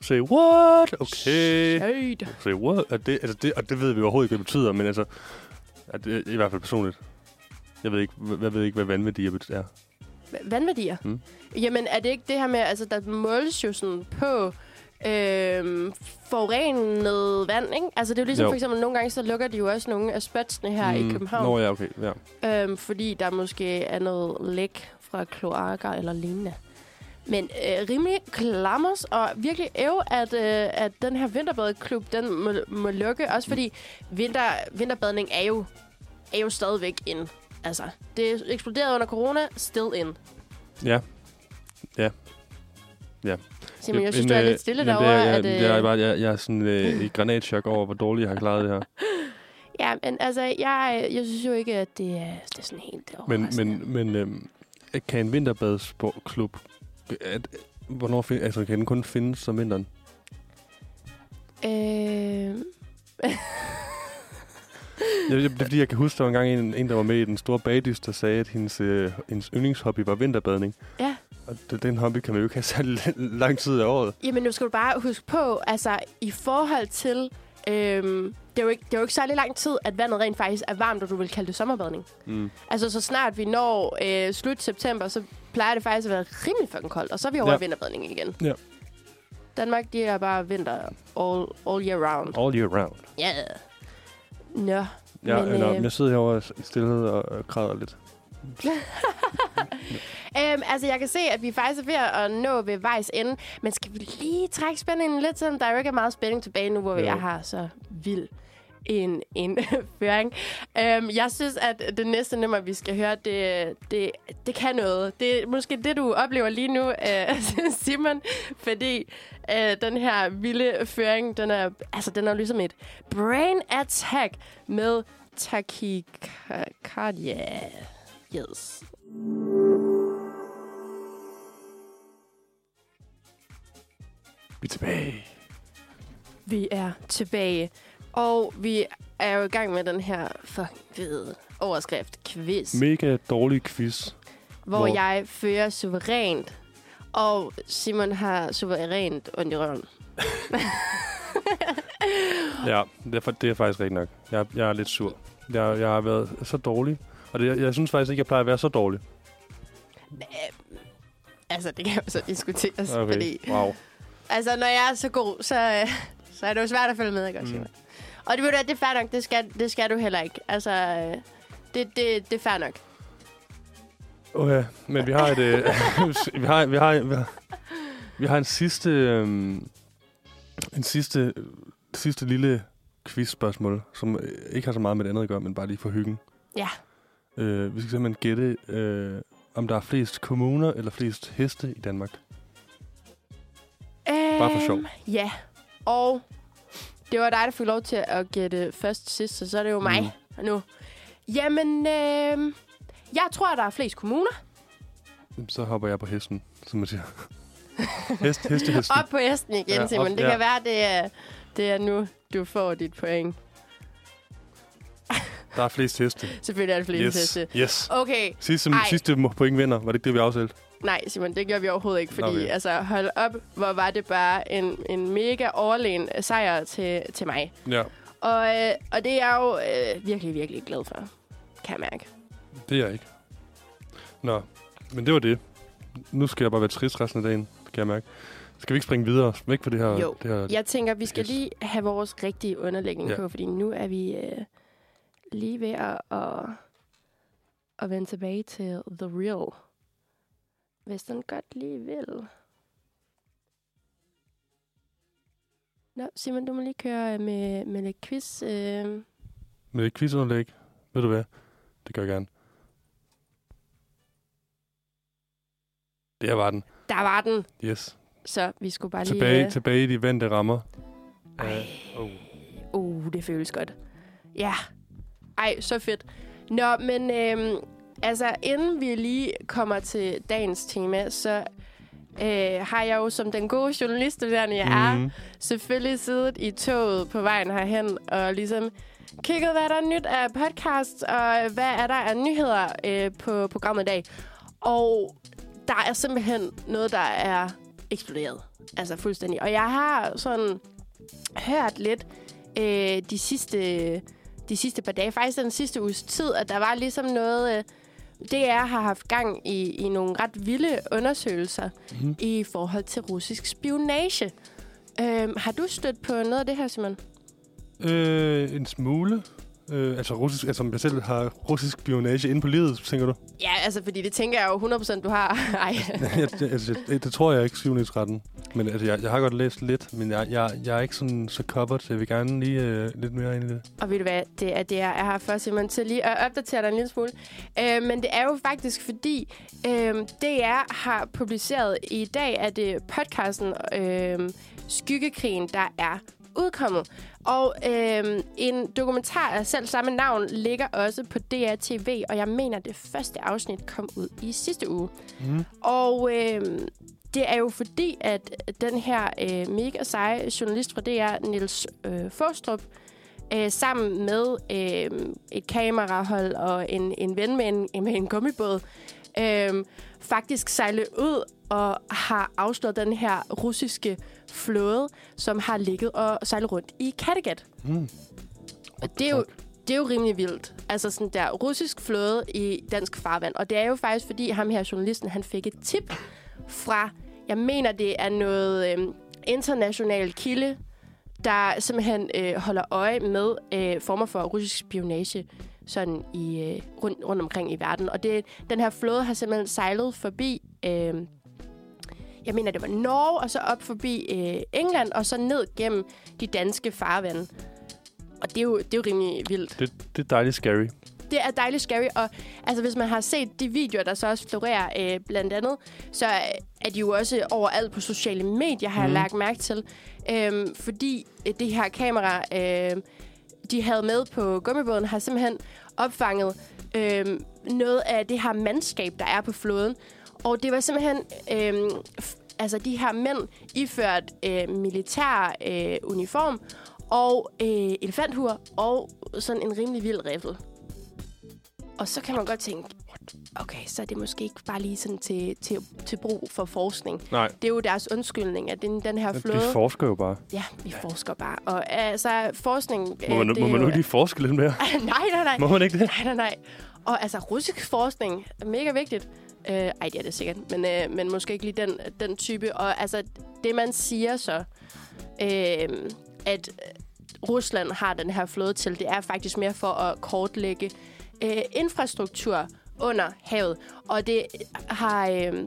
[SPEAKER 2] Say what? Okay.
[SPEAKER 3] Shit.
[SPEAKER 2] Say what? Og det, altså det, og det ved vi overhovedet ikke, hvad det betyder, men altså... At det, I hvert fald personligt. Jeg ved ikke, hvad- jeg ved ikke hvad vanvittige er.
[SPEAKER 3] Hva- Vandværdier?
[SPEAKER 2] Mm.
[SPEAKER 3] Jamen, er det ikke det her med, altså, der måles jo sådan på øh, forurenet vand, ikke? Altså, det er jo ligesom
[SPEAKER 2] Jo.
[SPEAKER 3] jo. for eksempel, nogle gange, så lukker de jo også nogle af spotsene her mm. i København.
[SPEAKER 2] Hmm. Nå ja, okay. Ja.
[SPEAKER 3] Øhm, fordi der måske er noget læk fra kloakker eller lignende. Men øh, rimelig klammers, og virkelig æv, at, øh, at den her vinterbadeklub, den må, må lukke. Også fordi vinter, vinterbadning er jo, er jo stadigvæk in. Altså, det eksploderede under corona, still in.
[SPEAKER 2] ja.
[SPEAKER 3] Simon, jeg synes,
[SPEAKER 2] Men,
[SPEAKER 3] du er
[SPEAKER 2] øh,
[SPEAKER 3] lidt stille
[SPEAKER 2] men det er-
[SPEAKER 3] derovre.
[SPEAKER 2] Jeg,
[SPEAKER 3] at, øh,
[SPEAKER 2] det er bare, jeg, jeg er sådan øh, i granatchok over, hvor dårligt jeg har klaret det her.
[SPEAKER 3] Ja, men altså, jeg, jeg synes jo ikke, at det er, det er sådan helt
[SPEAKER 2] Men,
[SPEAKER 3] overraskende.
[SPEAKER 2] men, men øh, kan en vinterbadsklub... At, hvornår find, altså, kan den kun findes om vinteren?
[SPEAKER 3] Øh...
[SPEAKER 2] Jeg, jeg, det er fordi, jeg kan huske, der var engang en, en, der var med i den store bagdys, der sagde, at hendes, øh, hendes yndlingshobby var vinterbadning.
[SPEAKER 3] Ja.
[SPEAKER 2] Og den, den hobby kan man jo ikke have særlig lang tid af året.
[SPEAKER 3] Jamen, nu skal du bare huske på, altså i forhold til... Øhm, det, er jo ikke, det er jo ikke særlig lang tid, at vandet rent faktisk er varmt, og du vil kalde det sommerbadning.
[SPEAKER 2] Mm.
[SPEAKER 3] Altså, så snart vi når øh, slut september, så plejer det faktisk at være rimelig fucking koldt, og så er vi over
[SPEAKER 2] Ja.
[SPEAKER 3] ja. i vinterbadning igen.
[SPEAKER 2] Ja.
[SPEAKER 3] Danmark, de er bare vinter all, all year round.
[SPEAKER 2] All year round.
[SPEAKER 3] Ja. Yeah. Nå.
[SPEAKER 2] Ja,
[SPEAKER 3] Men,
[SPEAKER 2] men, øh,
[SPEAKER 3] øh,
[SPEAKER 2] jeg sidder herovre og s- stillhed og, og græder lidt.
[SPEAKER 3] Øhm, altså, jeg kan se, at vi faktisk er ved at nå ved vejs ende. Men skal vi lige trække spændingen lidt, selvom der jo ikke er meget spænding tilbage nu, hvor
[SPEAKER 2] Jo.
[SPEAKER 3] jo. jeg har så vild en, en føring. Øhm, jeg synes, at det næste nummer, vi skal høre, det, det, det kan noget. Det er måske det, du oplever lige nu, øh, Simon, fordi øh, den her vilde føring, den er, altså, den er jo ligesom et brain attack med tachycardia. Yes.
[SPEAKER 2] Vi er tilbage.
[SPEAKER 3] Vi er tilbage, og vi er jeg jo i gang med den her fucking fede overskrift, quiz,
[SPEAKER 2] Mega dårlig quiz.
[SPEAKER 3] hvor,
[SPEAKER 2] hvor-
[SPEAKER 3] hvor jeg fører suverænt, og Simon har suverænt ondt i røven.
[SPEAKER 2] Ja, det er, fa- det er faktisk rigtigt nok. Jeg, jeg er lidt sur. Jeg, jeg har været så dårlig. Og det, jeg, jeg synes faktisk ikke, jeg plejer at være så dårlig.
[SPEAKER 3] Altså, det kan jo så diskuteres, okay. fordi...
[SPEAKER 2] Wow.
[SPEAKER 3] Altså, når jeg er så god, så, øh, så er det jo svært at følge med, ikke også?
[SPEAKER 2] Mm.
[SPEAKER 3] Mm. Og det ved du, hvad, det er fair nok. Det skal, det skal du heller ikke. Altså, øh, det, det, det er fair nok.
[SPEAKER 2] Okay, men vi har et... Øh, vi, har, vi, har, vi, har, vi har en sidste... Øh, en sidste, sidste lille quiz-spørgsmål, som øh, ikke har så meget med det andet at gøre, men bare lige for hyggen.
[SPEAKER 3] Ja.
[SPEAKER 2] Øh, vi skal simpelthen gætte, øh, om der er flest kommuner eller flest heste i Danmark. Bare for sjov.
[SPEAKER 3] Øhm, Ja. Og det var dig, der fik lov til at gætte først sidst, så, så er det jo mig nu. Jamen, øh, jeg tror, der er flest kommuner.
[SPEAKER 2] Jamen, Så hopper jeg på hesten, som man siger. Hest, heste, hesten.
[SPEAKER 3] Op på hesten igen,
[SPEAKER 2] Ja,
[SPEAKER 3] ja,
[SPEAKER 2] op-
[SPEAKER 3] Simon. Det
[SPEAKER 2] ja.
[SPEAKER 3] kan være, det er, det er nu, du får dit point.
[SPEAKER 2] Der er flest heste.
[SPEAKER 3] Selvfølgelig er det flest yes. heste.
[SPEAKER 2] yes. yes.
[SPEAKER 3] Okay,
[SPEAKER 2] Sidste,
[SPEAKER 3] Ej.
[SPEAKER 2] sidste point vinder. Var det ikke det, vi aftalte?
[SPEAKER 3] nej Simon, det gjorde vi overhovedet ikke, fordi
[SPEAKER 2] Okay.
[SPEAKER 3] okay. altså, hold op, hvor var det bare en, en mega overlegen sejr til, til mig.
[SPEAKER 2] Ja,
[SPEAKER 3] Og, øh, og det er jeg jo øh, virkelig, virkelig glad for, kan jeg mærke.
[SPEAKER 2] det er jeg ikke. Nå, men det var det. Nu skal jeg bare være trist resten af dagen, kan jeg mærke. Skal vi ikke springe videre væk fra det her?
[SPEAKER 3] Jo.
[SPEAKER 2] Det her?
[SPEAKER 3] Jeg tænker, vi skal
[SPEAKER 2] Yes.
[SPEAKER 3] lige have vores rigtige underlægning
[SPEAKER 2] Ja.
[SPEAKER 3] ja. på, fordi nu er vi øh, lige ved at, at, at vende tilbage til The Real. Hvis den godt lige vil. Nå, Simon, du må lige køre øh, med, med lidt quiz. Øh.
[SPEAKER 2] Med et quizunderlæg. Ved du hvad? Det gør jeg gerne. Der var den.
[SPEAKER 3] Der var den. Yes.
[SPEAKER 2] Yes.
[SPEAKER 3] Så vi skulle bare
[SPEAKER 2] Tilbage,
[SPEAKER 3] lige... øh,
[SPEAKER 2] tilbage i de vante rammer.
[SPEAKER 3] Ej.
[SPEAKER 2] Uh, oh.
[SPEAKER 3] Uh, det føles godt. Ja. Ej, så fedt. Nå, men øhm, altså, inden vi lige kommer til dagens tema, så øh, har jeg jo som den gode journaliststuderende, jeg mm. er,
[SPEAKER 2] Mhm.
[SPEAKER 3] selvfølgelig siddet i toget på vejen herhen og ligesom kigget, hvad der er nyt af podcasts, og hvad er der af nyheder øh, på programmet i dag. Og der er simpelthen noget, der er eksploderet. Altså fuldstændig. Og jeg har sådan hørt lidt øh, de, sidste, de sidste par dage, faktisk den sidste uges tid, at der var ligesom noget... Øh, DR har haft gang i, i nogle ret vilde undersøgelser
[SPEAKER 2] Mhm.
[SPEAKER 3] mm. i forhold til russisk spionage. Øhm, har du stødt på noget af det her, Simon?
[SPEAKER 2] Øh, en smule. Øh, altså, russisk, altså, jeg selv har russisk spionage inde på livet, tænker du?
[SPEAKER 3] Ja, altså, fordi det tænker jeg jo 100% du har. Ej.
[SPEAKER 2] jeg, jeg- altså, jeg, det tror jeg ikke, 713. Men altså, jeg, jeg har godt læst lidt, men jeg, jeg, jeg er ikke sådan så covered, så jeg vil gerne lige øh, lidt mere ind i det.
[SPEAKER 3] Og ved du hvad, det er det, jeg er her for, Simon, til lige at opdatere dig en lille smule. Øh, men det er jo faktisk fordi, øh, DR har publiceret i dag, at det podcasten øh, Skyggekrigen, der er udkommet. Og øh, en dokumentar af selv samme navn ligger også på DR TV, og jeg mener, det første afsnit kom ud i sidste uge.
[SPEAKER 2] Mm.
[SPEAKER 3] Og øh, det er jo fordi, at den her øh, mega seje journalist fra DR, Niels øh, Forstrup, øh, sammen med øh, et kamerahold og en, en ven med en, med en gummibåd, øh, faktisk sejle ud og har afsløret den her russiske flåde, som har ligget og sejlet rundt i Kattegat.
[SPEAKER 2] Mm.
[SPEAKER 3] Og det er jo, det er jo rimelig vildt. Altså sådan der russisk flåde i dansk farvand. Og det er jo faktisk, fordi ham her journalisten, han fik et tip fra, jeg mener, det er noget øh, international kilde, der simpelthen øh, holder øje med øh, former for russisk spionage sådan i, øh, rundt, rundt omkring i verden. Og det, den her flåde har simpelthen sejlet forbi, øh, jeg mener, det var Norge, og så op forbi øh, England, og så ned gennem de danske farvande. Og det er jo, det er jo rimelig vildt.
[SPEAKER 2] Det, det er dejligt scary.
[SPEAKER 3] Det er dejligt scary, og altså, hvis man har set de videoer, der så også florerer øh, blandt andet, så øh, er de jo også overalt på sociale medier, har mm.
[SPEAKER 2] Mhm.
[SPEAKER 3] jeg lagt mærke til. Øhm, fordi øh, det her kamera, øh, de havde med på gummibåden, har simpelthen opfanget øh, noget af det her mandskab, der er på floden. Og det var simpelthen... Øh, f- altså de her mænd iført øh, militær øh, uniform og øh, elefanthuer og sådan en rimelig vild riffel. Og så kan man godt tænke, okay, så er det måske ikke bare lige sådan til, til, til brug for forskning.
[SPEAKER 2] Nej,
[SPEAKER 3] Det er jo deres undskyldning, at den, den her
[SPEAKER 2] de
[SPEAKER 3] flåde...
[SPEAKER 2] forsker jo bare.
[SPEAKER 3] ja, vi forsker bare. Og altså, forskning... øh,
[SPEAKER 2] Må man, må man nu ikke lige forske lidt mere?
[SPEAKER 3] nej, nej, nej.
[SPEAKER 2] Må man ikke det?
[SPEAKER 3] Nej, nej, nej. Og altså, russisk forskning er mega vigtigt. Øh, ej, det er det sikkert, men, øh, men måske ikke lige den, den type. Og altså, det man siger så, øh, at Rusland har den her flåde til, det er faktisk mere for at kortlægge øh, infrastruktur under havet. Og det har... Øh,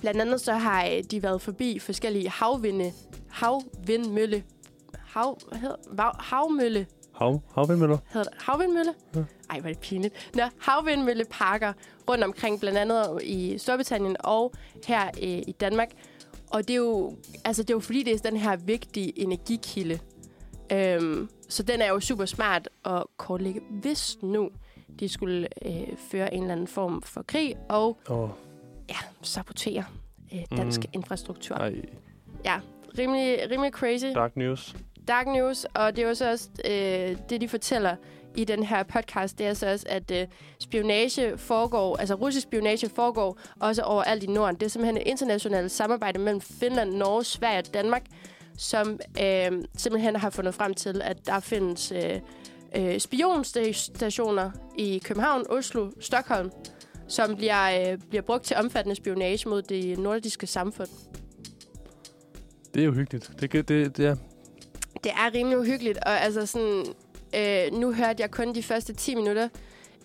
[SPEAKER 3] blandt andet så har øh, de været forbi forskellige havvinde, havvindmølle, hav, hvad hedder, Vav- havmølle
[SPEAKER 2] Hav, havvindmøller?
[SPEAKER 3] hedder det havvindmølle? Ja. Ej, hvor er det pinligt. Nå, havvindmølleparker rundt omkring, blandt andet i Storbritannien og her øh, i Danmark. Og det er, jo, altså, det er jo fordi, det er den her vigtige energikilde. Øhm, så den er jo super smart at kortlægge, hvis nu de skulle øh, føre en eller anden form for krig og
[SPEAKER 2] Åh,
[SPEAKER 3] ja, sabotere øh, dansk mm. infrastruktur.
[SPEAKER 2] nej.
[SPEAKER 3] Ja, rimelig, rimelig crazy.
[SPEAKER 2] Dark news.
[SPEAKER 3] Dark News, og det er jo så også øh, det, de fortæller i den her podcast, det er så også, at øh, spionage foregår, altså russisk spionage foregår også overalt i Norden. Det er simpelthen et internationalt samarbejde mellem Finland, Norge, Sverige og Danmark, som øh, simpelthen har fundet frem til, at der findes øh, øh, spionstationer i København, Oslo, Stockholm, som bliver, øh, bliver brugt til omfattende spionage mod det nordiske samfund.
[SPEAKER 2] Det er jo hyggeligt. Det, det, det, det er.
[SPEAKER 3] det er rimelig uhyggeligt, og altså sådan, øh, nu hørte jeg kun de første 10 minutter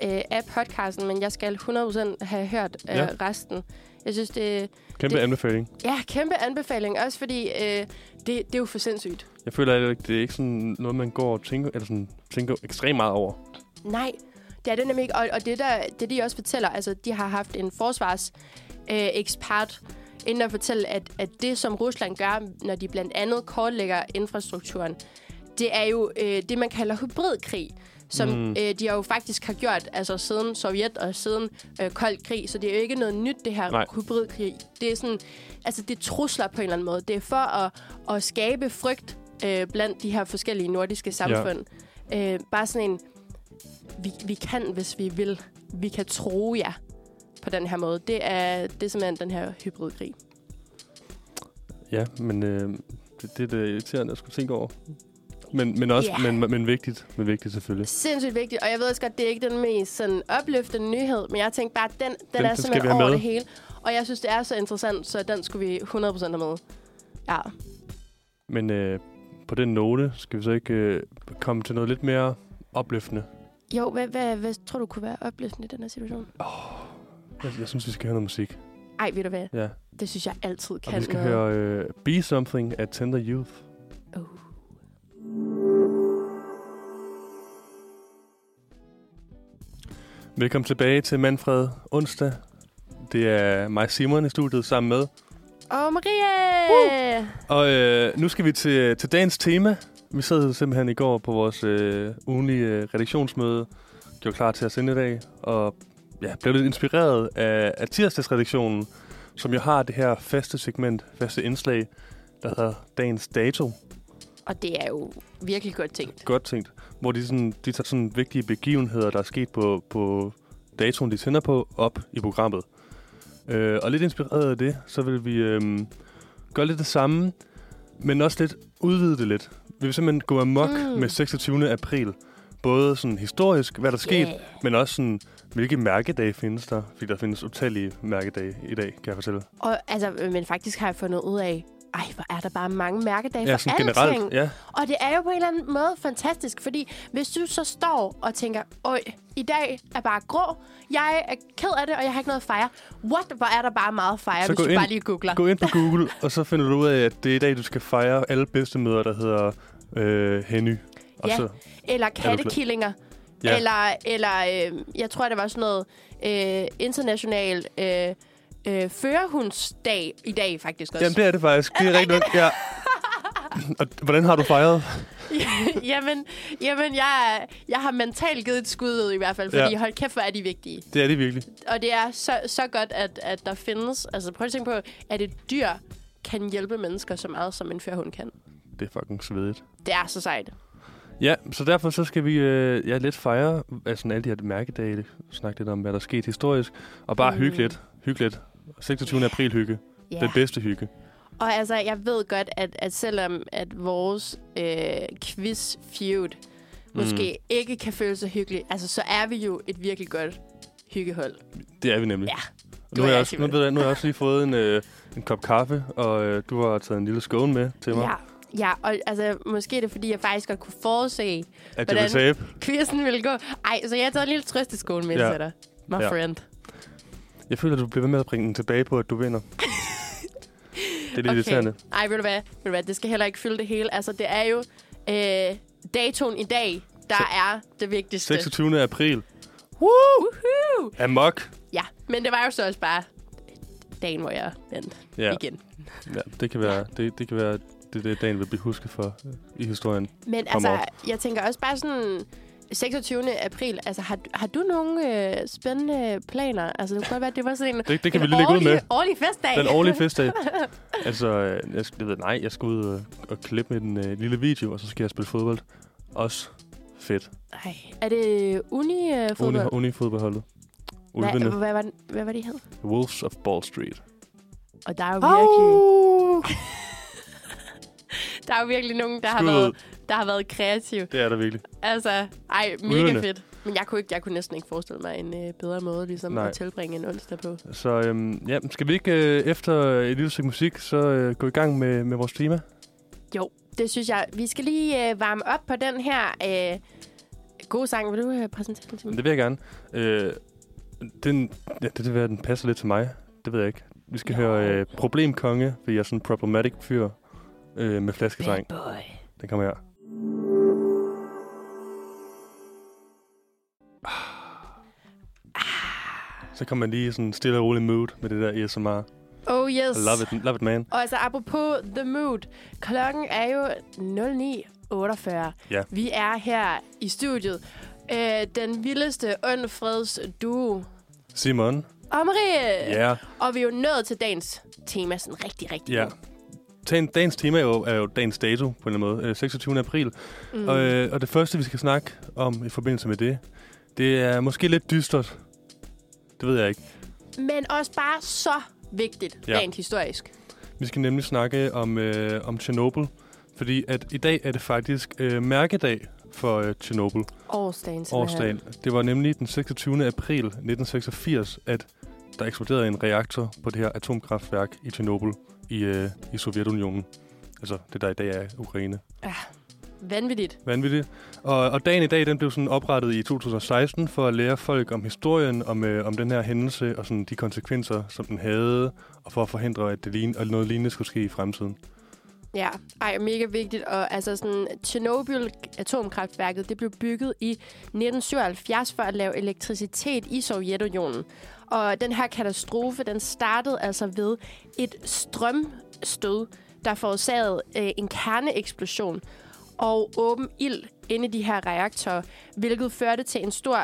[SPEAKER 3] øh, af podcasten, men jeg skal 100% have hørt øh,
[SPEAKER 2] Ja.
[SPEAKER 3] ja. resten. Jeg synes, det
[SPEAKER 2] Kæmpe
[SPEAKER 3] Det-
[SPEAKER 2] det... anbefaling.
[SPEAKER 3] ja, kæmpe anbefaling, også fordi øh, det, det er jo for sindssygt.
[SPEAKER 2] Jeg føler, at det er ikke sådan noget, man går og tænker, eller sådan, tænker ekstremt meget over.
[SPEAKER 3] Nej, det er det nemlig ikke. Og, og det, der, det, de også fortæller, altså de har haft en forsvars øh, ekspert inden at fortælle, at, at det, som Rusland gør, når de blandt andet kortlægger infrastrukturen, det er jo øh, det, man kalder hybridkrig, som mm. øh, de jo faktisk har gjort altså siden Sovjet og siden øh, Kold Krig. Så det er jo ikke noget nyt, det her
[SPEAKER 2] Nej.
[SPEAKER 3] hybridkrig. Det er sådan, altså det er trusler på en eller anden måde. Det er for at, at skabe frygt øh, blandt de her forskellige nordiske samfund. Ja. Øh, bare sådan en, vi, vi kan, hvis vi vil. Vi kan tro jer på den her måde. Det er, det er simpelthen den her hybridkrig.
[SPEAKER 2] Ja, men øh, det, det er da irriterende at skulle tænke over. Men, men også,
[SPEAKER 3] Ja.
[SPEAKER 2] yeah. men, men vigtigt. Men vigtigt selvfølgelig.
[SPEAKER 3] Sindssygt vigtigt, og jeg ved også godt, det er ikke den mest sådan, opløftende nyhed, men jeg tænkte bare, at den, den, den er
[SPEAKER 2] den skal vi
[SPEAKER 3] simpelthen
[SPEAKER 2] have
[SPEAKER 3] over
[SPEAKER 2] med.
[SPEAKER 3] det hele. Og jeg synes, det er så interessant, så den skulle vi 100% have med. Ja,
[SPEAKER 2] Men øh, på den note skal vi så ikke øh, komme til noget lidt mere opløftende.
[SPEAKER 3] Jo, hvad, hvad, hvad tror du kunne være opløftende i den her situation?
[SPEAKER 2] Jeg, jeg synes, vi skal høre noget musik.
[SPEAKER 3] Ej, ved du hvad?
[SPEAKER 2] Ja.
[SPEAKER 3] Det synes jeg altid kan
[SPEAKER 2] Og vi skal
[SPEAKER 3] noget.
[SPEAKER 2] høre øh, Be Something af Tender Youth.
[SPEAKER 3] Oh.
[SPEAKER 2] Velkommen tilbage til Manfred onsdag. Det er mig Simon i studiet sammen med.
[SPEAKER 3] Åh, oh, Maria! Uh!
[SPEAKER 2] Og øh, nu skal vi til, til dagens tema. Vi sad simpelthen i går på vores øh, ugenlige øh, redaktionsmøde. Det var klar til at sende i dag. Og ja, blev lidt inspireret af, af tirsdagsredaktionen, som jo har det her faste segment, faste indslag, der hedder Dagens Dato.
[SPEAKER 3] Og det er jo virkelig godt tænkt.
[SPEAKER 2] godt tænkt. Hvor de, sådan, de tager sådan vigtige begivenheder, der er sket på, på datoen, de sender på, op i programmet. Øh, og lidt inspireret af det, så vil vi øh, gøre lidt det samme, men også lidt udvide det lidt. Vi vil simpelthen gå amok
[SPEAKER 3] Mm.
[SPEAKER 2] mm. med 26. april. Både sådan historisk, hvad der er sket,
[SPEAKER 3] Yeah.
[SPEAKER 2] men også sådan, hvilke mærkedage findes der? Fordi der findes utallige mærkedage i dag, kan jeg fortælle.
[SPEAKER 3] Og, altså, men faktisk har jeg fundet ud af, ej, hvor er der bare mange mærkedage for
[SPEAKER 2] sådan
[SPEAKER 3] alle
[SPEAKER 2] generelt.
[SPEAKER 3] ting.
[SPEAKER 2] Ja,
[SPEAKER 3] Og det er jo på en eller anden måde fantastisk, fordi hvis du så står og tænker, øj, i dag er bare grå, jeg er ked af det, og jeg har ikke noget at fejre. What? Hvor er der bare meget at fejre,
[SPEAKER 2] Så
[SPEAKER 3] hvis
[SPEAKER 2] gå
[SPEAKER 3] du
[SPEAKER 2] ind-
[SPEAKER 3] bare lige googler.
[SPEAKER 2] Gå ind på Google, og så finder du ud af, at det er i dag, du skal fejre alle bedstemøder, der hedder øh, Henny. Og
[SPEAKER 3] Ja.
[SPEAKER 2] så,
[SPEAKER 3] Eller kattekillinger.
[SPEAKER 2] Ja.
[SPEAKER 3] Ja. Eller, eller øh, jeg tror, det var sådan noget øh, international øh, øh, førerhundsdag i dag faktisk også.
[SPEAKER 2] jamen, det er det faktisk. Det er rigtig nok. Ja. Og hvordan har du fejret?
[SPEAKER 3] jamen, jamen jeg, er- jeg har mentalt givet et skud ud i hvert fald, fordi
[SPEAKER 2] Ja.
[SPEAKER 3] ja. hold kæft, hvor er de vigtige.
[SPEAKER 2] Det er det virkelig.
[SPEAKER 3] Og det er så, så godt, at, at der findes... Altså prøv at tænke på, at et dyr kan hjælpe mennesker så meget, som en førhund kan.
[SPEAKER 2] Det er fucking svedigt.
[SPEAKER 3] Det er så sejt.
[SPEAKER 2] Ja, så derfor så skal vi øh, ja, lidt fejre altså, alle de her mærkedage, snakke lidt om, hvad der er sket historisk, og bare mm. hygge
[SPEAKER 3] Mm.
[SPEAKER 2] lidt. Hygge lidt. 26. april hygge.
[SPEAKER 3] Ja.
[SPEAKER 2] Den bedste hygge.
[SPEAKER 3] Og altså, jeg ved godt, at, at selvom at vores øh, quiz feud måske mm. ikke kan føles så hyggeligt, altså, så er vi jo et virkelig godt hyggehold.
[SPEAKER 2] Det er vi nemlig.
[SPEAKER 3] Ja.
[SPEAKER 2] Og nu,
[SPEAKER 3] Du
[SPEAKER 2] har
[SPEAKER 3] er
[SPEAKER 2] jeg også, nu,
[SPEAKER 3] simpelthen.
[SPEAKER 2] ved jeg, nu har jeg også lige fået en, øh, en kop kaffe, og øh, du har taget en lille skåne med til mig,
[SPEAKER 3] Ja, ja og altså, måske er det, fordi jeg faktisk godt kunne forudse,
[SPEAKER 2] at jeg
[SPEAKER 3] hvordan-
[SPEAKER 2] vil tabe.
[SPEAKER 3] quizzen ville gå. Ej, så jeg har taget en lille trøsteskål med
[SPEAKER 2] Ja.
[SPEAKER 3] ja. til dig. My
[SPEAKER 2] Ja.
[SPEAKER 3] ja. friend.
[SPEAKER 2] Jeg føler, at du bliver ved med at bringe den tilbage på, at du vinder. det er lidt okay. irriterende.
[SPEAKER 3] Ej, ved du, hvad? ved du hvad? Det skal heller ikke fylde det hele. Altså, det er jo øh, datoen i dag, der
[SPEAKER 2] Så-
[SPEAKER 3] er det vigtigste.
[SPEAKER 2] 26. april.
[SPEAKER 3] Woohoo!
[SPEAKER 2] Amok.
[SPEAKER 3] Ja, men det var jo så også bare dagen, hvor jeg vandt
[SPEAKER 2] Ja,
[SPEAKER 3] ja. igen.
[SPEAKER 2] ja det kan være, det, det kan være det, det dagen vil blive husket for øh, i historien.
[SPEAKER 3] Men
[SPEAKER 2] Kom
[SPEAKER 3] altså, jeg tænker også bare sådan... 26. april, altså har, har du nogle øh, spændende planer? Altså, det kunne godt være, at det var sådan en,
[SPEAKER 2] Det, det kan
[SPEAKER 3] en
[SPEAKER 2] vi lige lægge ud
[SPEAKER 3] årlig,
[SPEAKER 2] med.
[SPEAKER 3] årlig festdag.
[SPEAKER 2] Den årlige festdag. Altså, øh, jeg, skal, jeg ved, nej, jeg skal ud og, og klippe en øh, lille video, og så skal jeg spille fodbold. Også fedt.
[SPEAKER 3] Ej, er det uni-fodbold?
[SPEAKER 2] Uni, unifodboldholdet. Ulvene.
[SPEAKER 3] Hvad, hvad, var, den- hvad var det, I hed?
[SPEAKER 2] Wolves of Ball Street.
[SPEAKER 3] Og der er jo virkelig,
[SPEAKER 2] Oh!
[SPEAKER 3] der er jo virkelig nogen, der har,
[SPEAKER 2] Skud ud.
[SPEAKER 3] været, der har været kreative.
[SPEAKER 2] Det er der virkelig.
[SPEAKER 3] Altså, ej, mega
[SPEAKER 2] Ulvene.
[SPEAKER 3] fedt. Men jeg kunne, ikke, jeg kunne næsten ikke forestille mig en øh, bedre måde ligesom
[SPEAKER 2] Nej.
[SPEAKER 3] at tilbringe en onsdag på.
[SPEAKER 2] Så øhm, ja, skal vi ikke øh, efter et lille stykke musik, så øh, gå i gang med, med vores tema?
[SPEAKER 3] Det synes jeg. Vi skal lige øh, varme op på den her øh, gode sang. Vil du øh, præsentere den til mig?
[SPEAKER 2] Det vil jeg gerne. Øh, den, ja, det, det, den passer lidt til mig. Det ved jeg ikke. Vi skal
[SPEAKER 3] Nå.
[SPEAKER 2] høre øh, Problemkonge, fordi jeg er sådan en problematic fyr øh, med flaskedreng.
[SPEAKER 3] boy.
[SPEAKER 2] Den kommer her. Så kommer man lige i sådan en stille og rolig mood med det der ASMR.
[SPEAKER 3] Oh yes.
[SPEAKER 2] I love it, love it man.
[SPEAKER 3] Og altså, apropos The Mood. Klokken er jo 09.48.
[SPEAKER 2] Ja.
[SPEAKER 3] Vi er her i studiet. Øh, den vildeste åndfreds duo.
[SPEAKER 2] Simon.
[SPEAKER 3] Og Marie!
[SPEAKER 2] Ja. Yeah.
[SPEAKER 3] Og vi er jo nået til dagens tema sådan rigtig, rigtig
[SPEAKER 2] Ja.
[SPEAKER 3] godt.
[SPEAKER 2] Dagen- Dagens tema er jo, er jo dagens dato på en eller anden måde, øh, 26. april. Mm. Og, øh, og det første, vi skal snakke om i forbindelse med det, det er måske lidt dystert. Det ved jeg ikke.
[SPEAKER 3] Men også bare så vigtigt
[SPEAKER 2] Ja.
[SPEAKER 3] ja. rent historisk.
[SPEAKER 2] Vi skal nemlig snakke om, øh, om Tjernobyl, fordi at i dag er det faktisk øh, mærkedag for øh, Tjernobyl.
[SPEAKER 3] Årsdagen simpelthen.
[SPEAKER 2] årsdagen. Det var nemlig den 26. april 1986, at der eksploderede en reaktor på det her atomkraftværk i Tjernobyl i, øh, i Sovjetunionen. Altså det, der i dag er Ukraine.
[SPEAKER 3] Vanvittigt.
[SPEAKER 2] Vanvittigt. Og, og dagen i dag, den blev sådan oprettet i 2016 for at lære folk om historien, om, øh, om den her hændelse og sådan de konsekvenser, som den havde, og for at forhindre, at det lign- at noget lignende skulle ske i fremtiden.
[SPEAKER 3] Ja, ej, mega vigtigt. Og altså sådan, Tjernobyl atomkraftværket, det blev bygget i 1977 for at lave elektricitet i Sovjetunionen. Og den her katastrofe, den startede altså ved et strømstød, der forårsagede øh, en kerneeksplosion og åben ild inde i de her reaktorer, hvilket førte til en stor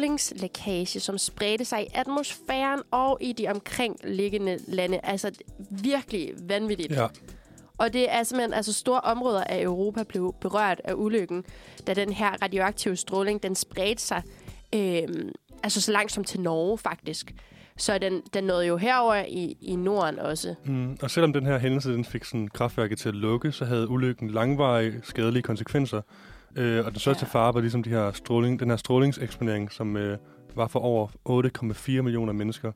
[SPEAKER 3] strålingslækage, som spredte sig i atmosfæren og i de omkringliggende lande. Altså virkelig vanvittigt.
[SPEAKER 2] Ja.
[SPEAKER 3] Og det er simpelthen, altså store områder af Europa blev berørt af ulykken, da den her radioaktive stråling, den spredte sig, øhm, altså så langt som til Norge faktisk. Så den, den nåede jo herover i, i Norden også.
[SPEAKER 2] Mm, og selvom den her hændelse den fik sådan kraftværket til at lukke, så havde ulykken langvarige skadelige konsekvenser. Øh, og den største
[SPEAKER 3] Ja.
[SPEAKER 2] fare var ligesom de her stråling, den her strålingseksponering, som øh, var for over 8,4 millioner mennesker.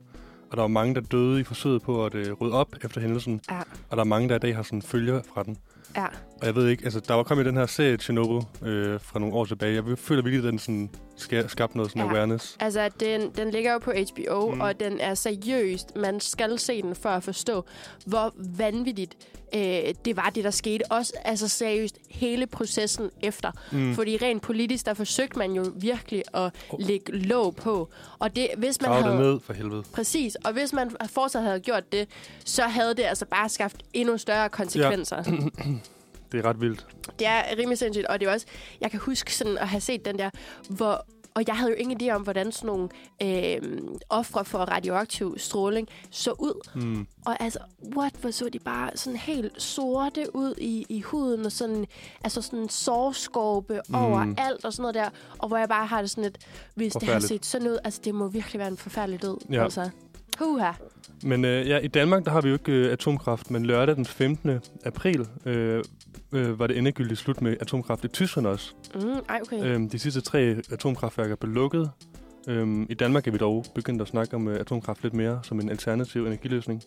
[SPEAKER 2] Og der var mange, der døde i forsøget på at øh, rydde op efter hændelsen.
[SPEAKER 3] Ja.
[SPEAKER 2] Og der er mange, der i dag har sådan følger fra den.
[SPEAKER 3] Ja.
[SPEAKER 2] Og jeg ved ikke, altså der var kommet den her serie Chernobyl øh, fra nogle år tilbage. Jeg føler virkelig, at den sådan ska- skabte noget sådan
[SPEAKER 3] Ja.
[SPEAKER 2] awareness.
[SPEAKER 3] Altså, den, den ligger jo på HBO,
[SPEAKER 2] Mm.
[SPEAKER 3] mm. og den er seriøst. Man skal se den for at forstå, hvor vanvittigt øh, det var, det der skete. Også altså seriøst hele processen efter.
[SPEAKER 2] Mm.
[SPEAKER 3] Mm. Fordi rent politisk, der forsøgte man jo virkelig at
[SPEAKER 2] Oh.
[SPEAKER 3] lægge låg på. Og det, hvis man
[SPEAKER 2] Grav
[SPEAKER 3] havde...
[SPEAKER 2] det ned for helvede.
[SPEAKER 3] Præcis, og hvis man fortsat havde gjort det, så havde det altså bare skabt endnu større konsekvenser. Ja.
[SPEAKER 2] Det er ret vildt.
[SPEAKER 3] Det er rimelig sindssygt, og det er også, jeg kan huske sådan at have set den der, hvor Og jeg havde jo ingen idé om, hvordan sådan nogle øh, ofre for radioaktiv stråling så ud.
[SPEAKER 2] Mm.
[SPEAKER 3] Og altså, what, hvor så de bare sådan helt sorte ud i, i huden, og sådan, altså sådan sårskorpe mm. overalt og sådan noget der. Og hvor jeg bare har det sådan lidt, hvis det har
[SPEAKER 2] Forfærdeligt.
[SPEAKER 3] set sådan ud, altså det må virkelig være en forfærdelig død.
[SPEAKER 2] Ja.
[SPEAKER 3] Altså. Huha.
[SPEAKER 2] Men øh, ja, i Danmark, der har vi jo ikke øh, atomkraft, men lørdag den 15. april øh, øh, var det endegyldigt slut med atomkraft i Tyskland også.
[SPEAKER 3] Mm, ej, okay.
[SPEAKER 2] Øhm, de sidste tre atomkraftværker blev lukket. Øhm, I Danmark er vi dog begyndt at snakke om øh, atomkraft lidt mere som en alternativ energiløsning.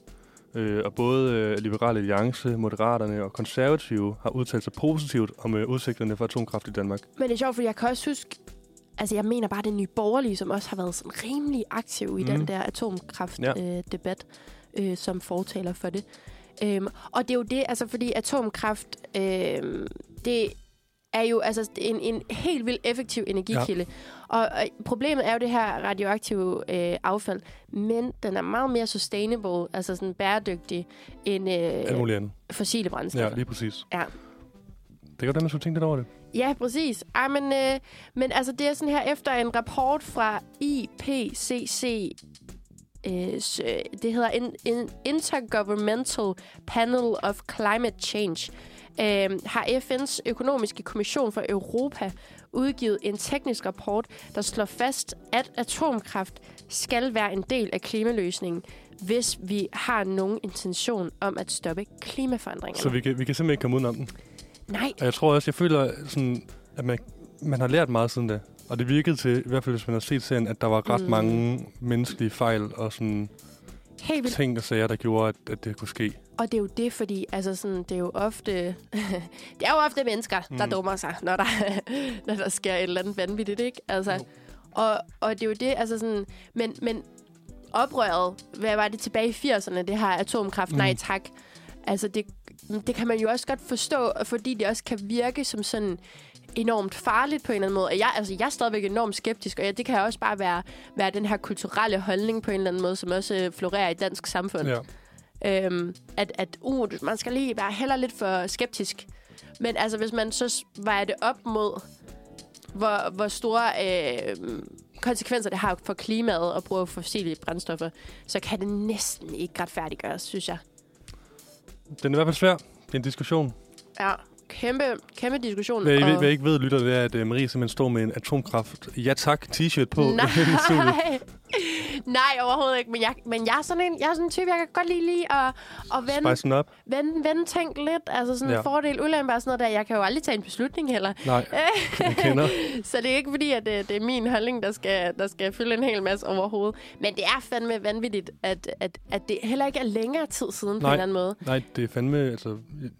[SPEAKER 2] Øh, og både øh, Liberale Alliance, Moderaterne og Konservative har udtalt sig positivt om øh, udsigterne for atomkraft i Danmark.
[SPEAKER 3] Men det er sjovt, fordi jeg kan også huske, altså jeg mener bare, at den nye borgerlige, som også har været sådan rimelig aktiv i mm.
[SPEAKER 2] Mm.
[SPEAKER 3] den der atomkraftdebat,
[SPEAKER 2] Ja.
[SPEAKER 3] ja. øh, debat, øh, som fortaler for det. Øhm, og det er jo det, altså fordi atomkraft, øhm, det er jo altså en, en helt vildt effektiv energikilde. Ja. Og, og problemet er jo det her radioaktive øh, affald, men den er meget mere sustainable, altså sådan bæredygtig, end
[SPEAKER 2] Alt
[SPEAKER 3] øh,
[SPEAKER 2] muligt andet.
[SPEAKER 3] fossile
[SPEAKER 2] Ja,
[SPEAKER 3] brændstoffer.
[SPEAKER 2] lige præcis.
[SPEAKER 3] Ja.
[SPEAKER 2] Det kan godt være, man skulle tænke lidt over det.
[SPEAKER 3] Ja, præcis. Ej, men, øh, men altså, det er sådan her efter en rapport fra IPCC, øh, s- øh, det hedder In- In- Intergovernmental Panel of Climate Change, øh, har FN's økonomiske kommission for Europa udgivet en teknisk rapport, der slår fast, at atomkraft skal være en del af klimaløsningen, hvis vi har nogen intention om at stoppe klimaforandringerne.
[SPEAKER 2] Så vi kan, vi kan simpelthen ikke komme udenom den.
[SPEAKER 3] Nej,
[SPEAKER 2] Og jeg tror også, jeg føler, øh, sådan, at man, man har lært meget siden da. Og det virkede til, i hvert fald hvis man har set serien, at der var ret
[SPEAKER 3] Mm.
[SPEAKER 2] mm. mange menneskelige fejl og sådan
[SPEAKER 3] helt vildt.
[SPEAKER 2] ting og sager, der gjorde, at, at det kunne ske.
[SPEAKER 3] Og det er jo det, fordi altså sådan, det er jo ofte, det er jo ofte mennesker, der
[SPEAKER 2] Mm.
[SPEAKER 3] dummer sig, når der, når der sker et eller andet vanvittigt, ikke? Altså,
[SPEAKER 2] Jo.
[SPEAKER 3] og, og det er jo det, altså sådan, men, men oprøret, hvad var det tilbage i 80'erne, det her atomkraft, mm. nej
[SPEAKER 2] Mm.
[SPEAKER 3] tak. Altså, det, det kan man jo også godt forstå, og fordi det også kan virke som sådan enormt farligt på en eller anden måde. Og jeg, altså, jeg er stadigvæk enormt skeptisk, og jeg, det kan også bare være, være den her kulturelle holdning på en eller anden måde, som også øh, florerer i dansk samfund.
[SPEAKER 2] Ja.
[SPEAKER 3] Øhm, at, at uh, man skal lige være heller lidt for skeptisk. Men altså, hvis man så s- vejer det op mod, hvor, hvor store øh, konsekvenser det har for klimaet at bruge fossile brændstoffer, så kan det næsten ikke retfærdiggøres, synes jeg.
[SPEAKER 2] Den er i hvert fald svær. Det er en diskussion.
[SPEAKER 3] Ja, kæmpe, kæmpe diskussion.
[SPEAKER 2] Hvad I,
[SPEAKER 3] og-
[SPEAKER 2] ved- hvad I ikke ved, lytter, det er, at øh, Marie simpelthen står med en atomkraft ja tak t-shirt på. i studiet.
[SPEAKER 3] Nej. Nej, overhovedet ikke. Men jeg, men jeg er sådan en, jeg er sådan en type, jeg kan godt lige lide at, at vende,
[SPEAKER 2] Spice den op.
[SPEAKER 3] vende, vende ting lidt. Altså sådan ja.
[SPEAKER 2] Ja.
[SPEAKER 3] fordel, ulempe og sådan noget der. Jeg kan jo aldrig tage en beslutning heller.
[SPEAKER 2] Nej, jeg kender.
[SPEAKER 3] Så det er ikke fordi, at øh, det, det er min holdning, der skal, der skal fylde en hel masse overhovedet. Men det er fandme vanvittigt, at, at, at det heller ikke er længere tid siden på en
[SPEAKER 2] Nej.
[SPEAKER 3] eller anden måde.
[SPEAKER 2] Nej, det er fandme, altså,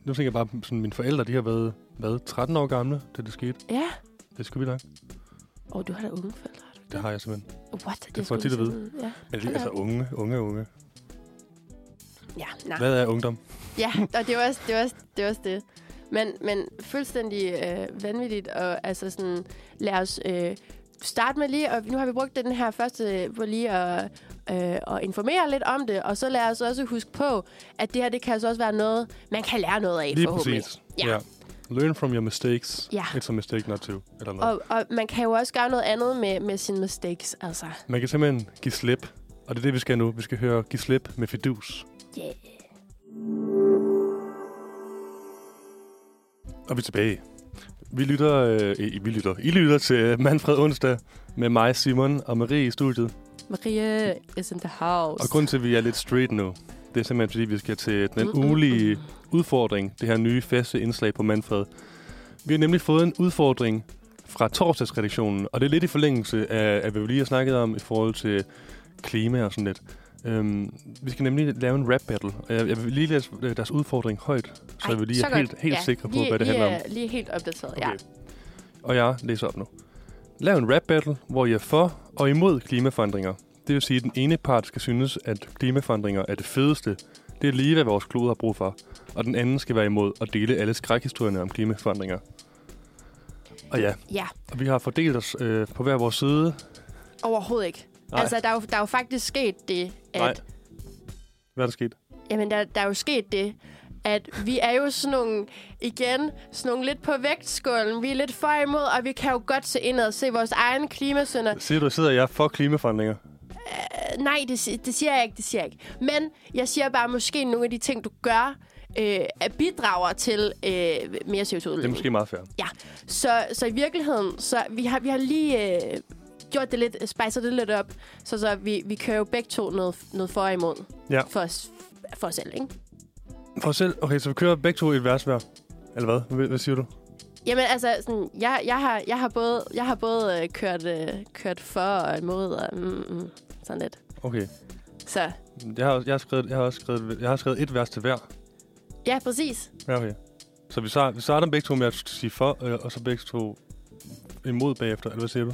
[SPEAKER 2] nu tænker jeg bare, sådan, mine forældre, de har været, hvad, 13 år gamle, da det skete.
[SPEAKER 3] Ja.
[SPEAKER 2] Det er sgu vildt nok.
[SPEAKER 3] Åh, oh, du har da unge forældre. har du ikke
[SPEAKER 2] Det har jeg simpelthen.
[SPEAKER 3] Oh, What? Det,
[SPEAKER 2] får jeg
[SPEAKER 3] sgu
[SPEAKER 2] tit at
[SPEAKER 3] sådan- Ja,
[SPEAKER 2] Men det,
[SPEAKER 3] Hold da
[SPEAKER 2] altså,
[SPEAKER 3] op.
[SPEAKER 2] unge, unge, unge.
[SPEAKER 3] ja nej.
[SPEAKER 2] Hvad er ungdom?
[SPEAKER 3] Ja, og det er også det. Er også, det, er også det. Men, men fuldstændig øh, vanvittigt, og altså sådan, lad os øh, starte med lige, og nu har vi brugt den her første på lige at, øh, at informere lidt om det, og så lad os også huske på, at det her, det kan altså også være noget, man kan lære noget af,
[SPEAKER 2] Lige
[SPEAKER 3] forhåbentlig.
[SPEAKER 2] præcis.
[SPEAKER 3] Ja.
[SPEAKER 2] Learn from your mistakes.
[SPEAKER 3] Ja.
[SPEAKER 2] It's a mistake not to. Eller noget.
[SPEAKER 3] Og, og man kan jo også gøre noget andet med, med sine mistakes, altså.
[SPEAKER 2] Man kan simpelthen give slip. Og det er det, vi skal nu. Vi skal høre Give slip med Fidus.
[SPEAKER 3] Yeah.
[SPEAKER 2] Og vi er tilbage. Vi lytter, øh, I, vi lytter. I lytter til øh, Manfred Onsdag med mig, Simon og Marie i studiet.
[SPEAKER 3] Maria is in the house.
[SPEAKER 2] Og grunden til, at vi er lidt straight nu, det er simpelthen, fordi vi skal til den
[SPEAKER 3] Mm, mm,
[SPEAKER 2] ugelige udfordring, det her nye faste indslag på Manfred. Vi har nemlig fået en udfordring fra torsdagsredaktionen, og det er lidt i forlængelse af, af hvad vi lige har snakket om i forhold til klima og sådan lidt. Øhm, vi skal nemlig lave en rap battle, og jeg, jeg vil lige læse øh, deres udfordring højt, så
[SPEAKER 3] Ej,
[SPEAKER 2] vi lige er
[SPEAKER 3] godt.
[SPEAKER 2] helt, helt
[SPEAKER 3] ja.
[SPEAKER 2] sikre på,
[SPEAKER 3] lige,
[SPEAKER 2] hvad det
[SPEAKER 3] lige,
[SPEAKER 2] handler om.
[SPEAKER 3] er- Lige helt opdateret, okay. ja.
[SPEAKER 2] Okay. Og jeg læser op nu. Lav en rap battle, hvor I er for og imod klimaforandringer. Det vil sige, at den ene part skal synes, at klimaforandringer er det fedeste. Det er lige, hvad vores klode har brug for. Og den anden skal være imod og dele alle skrækhistorierne om klimaforandringer. Og ja,
[SPEAKER 3] Ja,
[SPEAKER 2] og vi har fordelt os øh, på hver vores side.
[SPEAKER 3] overhovedet ikke.
[SPEAKER 2] Nej,
[SPEAKER 3] Altså, der er, jo, der er jo faktisk sket det, at...
[SPEAKER 2] Nej. Hvad er der sket?
[SPEAKER 3] Jamen, der, der er jo sket det, at vi er jo sådan nogle, igen, sådan nogle lidt på vægtskålen. Vi er lidt for imod, og vi kan jo godt se indad og se vores egen klimasønder.
[SPEAKER 2] Siger du, sidder jeg for klimaforandringer?
[SPEAKER 3] Øh, nej, det, si- det siger jeg ikke, det siger jeg ikke. Men jeg siger bare, at måske nogle af de ting, du gør, øh, bidrager til øh, mere CO2-udledning.
[SPEAKER 2] Det er måske meget fair.
[SPEAKER 3] Ja, så, så i virkeligheden, så vi har, vi har lige øh, gjort det lidt, øh, spejset det lidt op, så, så vi, vi kører jo begge to noget, noget for og imod
[SPEAKER 2] Ja.
[SPEAKER 3] for, os, for os selv, ikke?
[SPEAKER 2] For os selv, okay, så vi kører begge to i et vers hver. Eller hvad? Hvad, hvad siger du?
[SPEAKER 3] Jamen altså, sådan, jeg, jeg, har, jeg har både, jeg har både øh, kørt, øh, kørt for og imod og mm, mm, sådan lidt.
[SPEAKER 2] Okay.
[SPEAKER 3] Så
[SPEAKER 2] Jeg har, også- jeg har, skrevet, jeg har, også skrevet, jeg har skrevet et vers til hver.
[SPEAKER 3] ja, præcis.
[SPEAKER 2] Ja, okay. Så vi starter, vi starter begge to med at sige for, øh, og så begge to imod bagefter. Eller hvad siger du?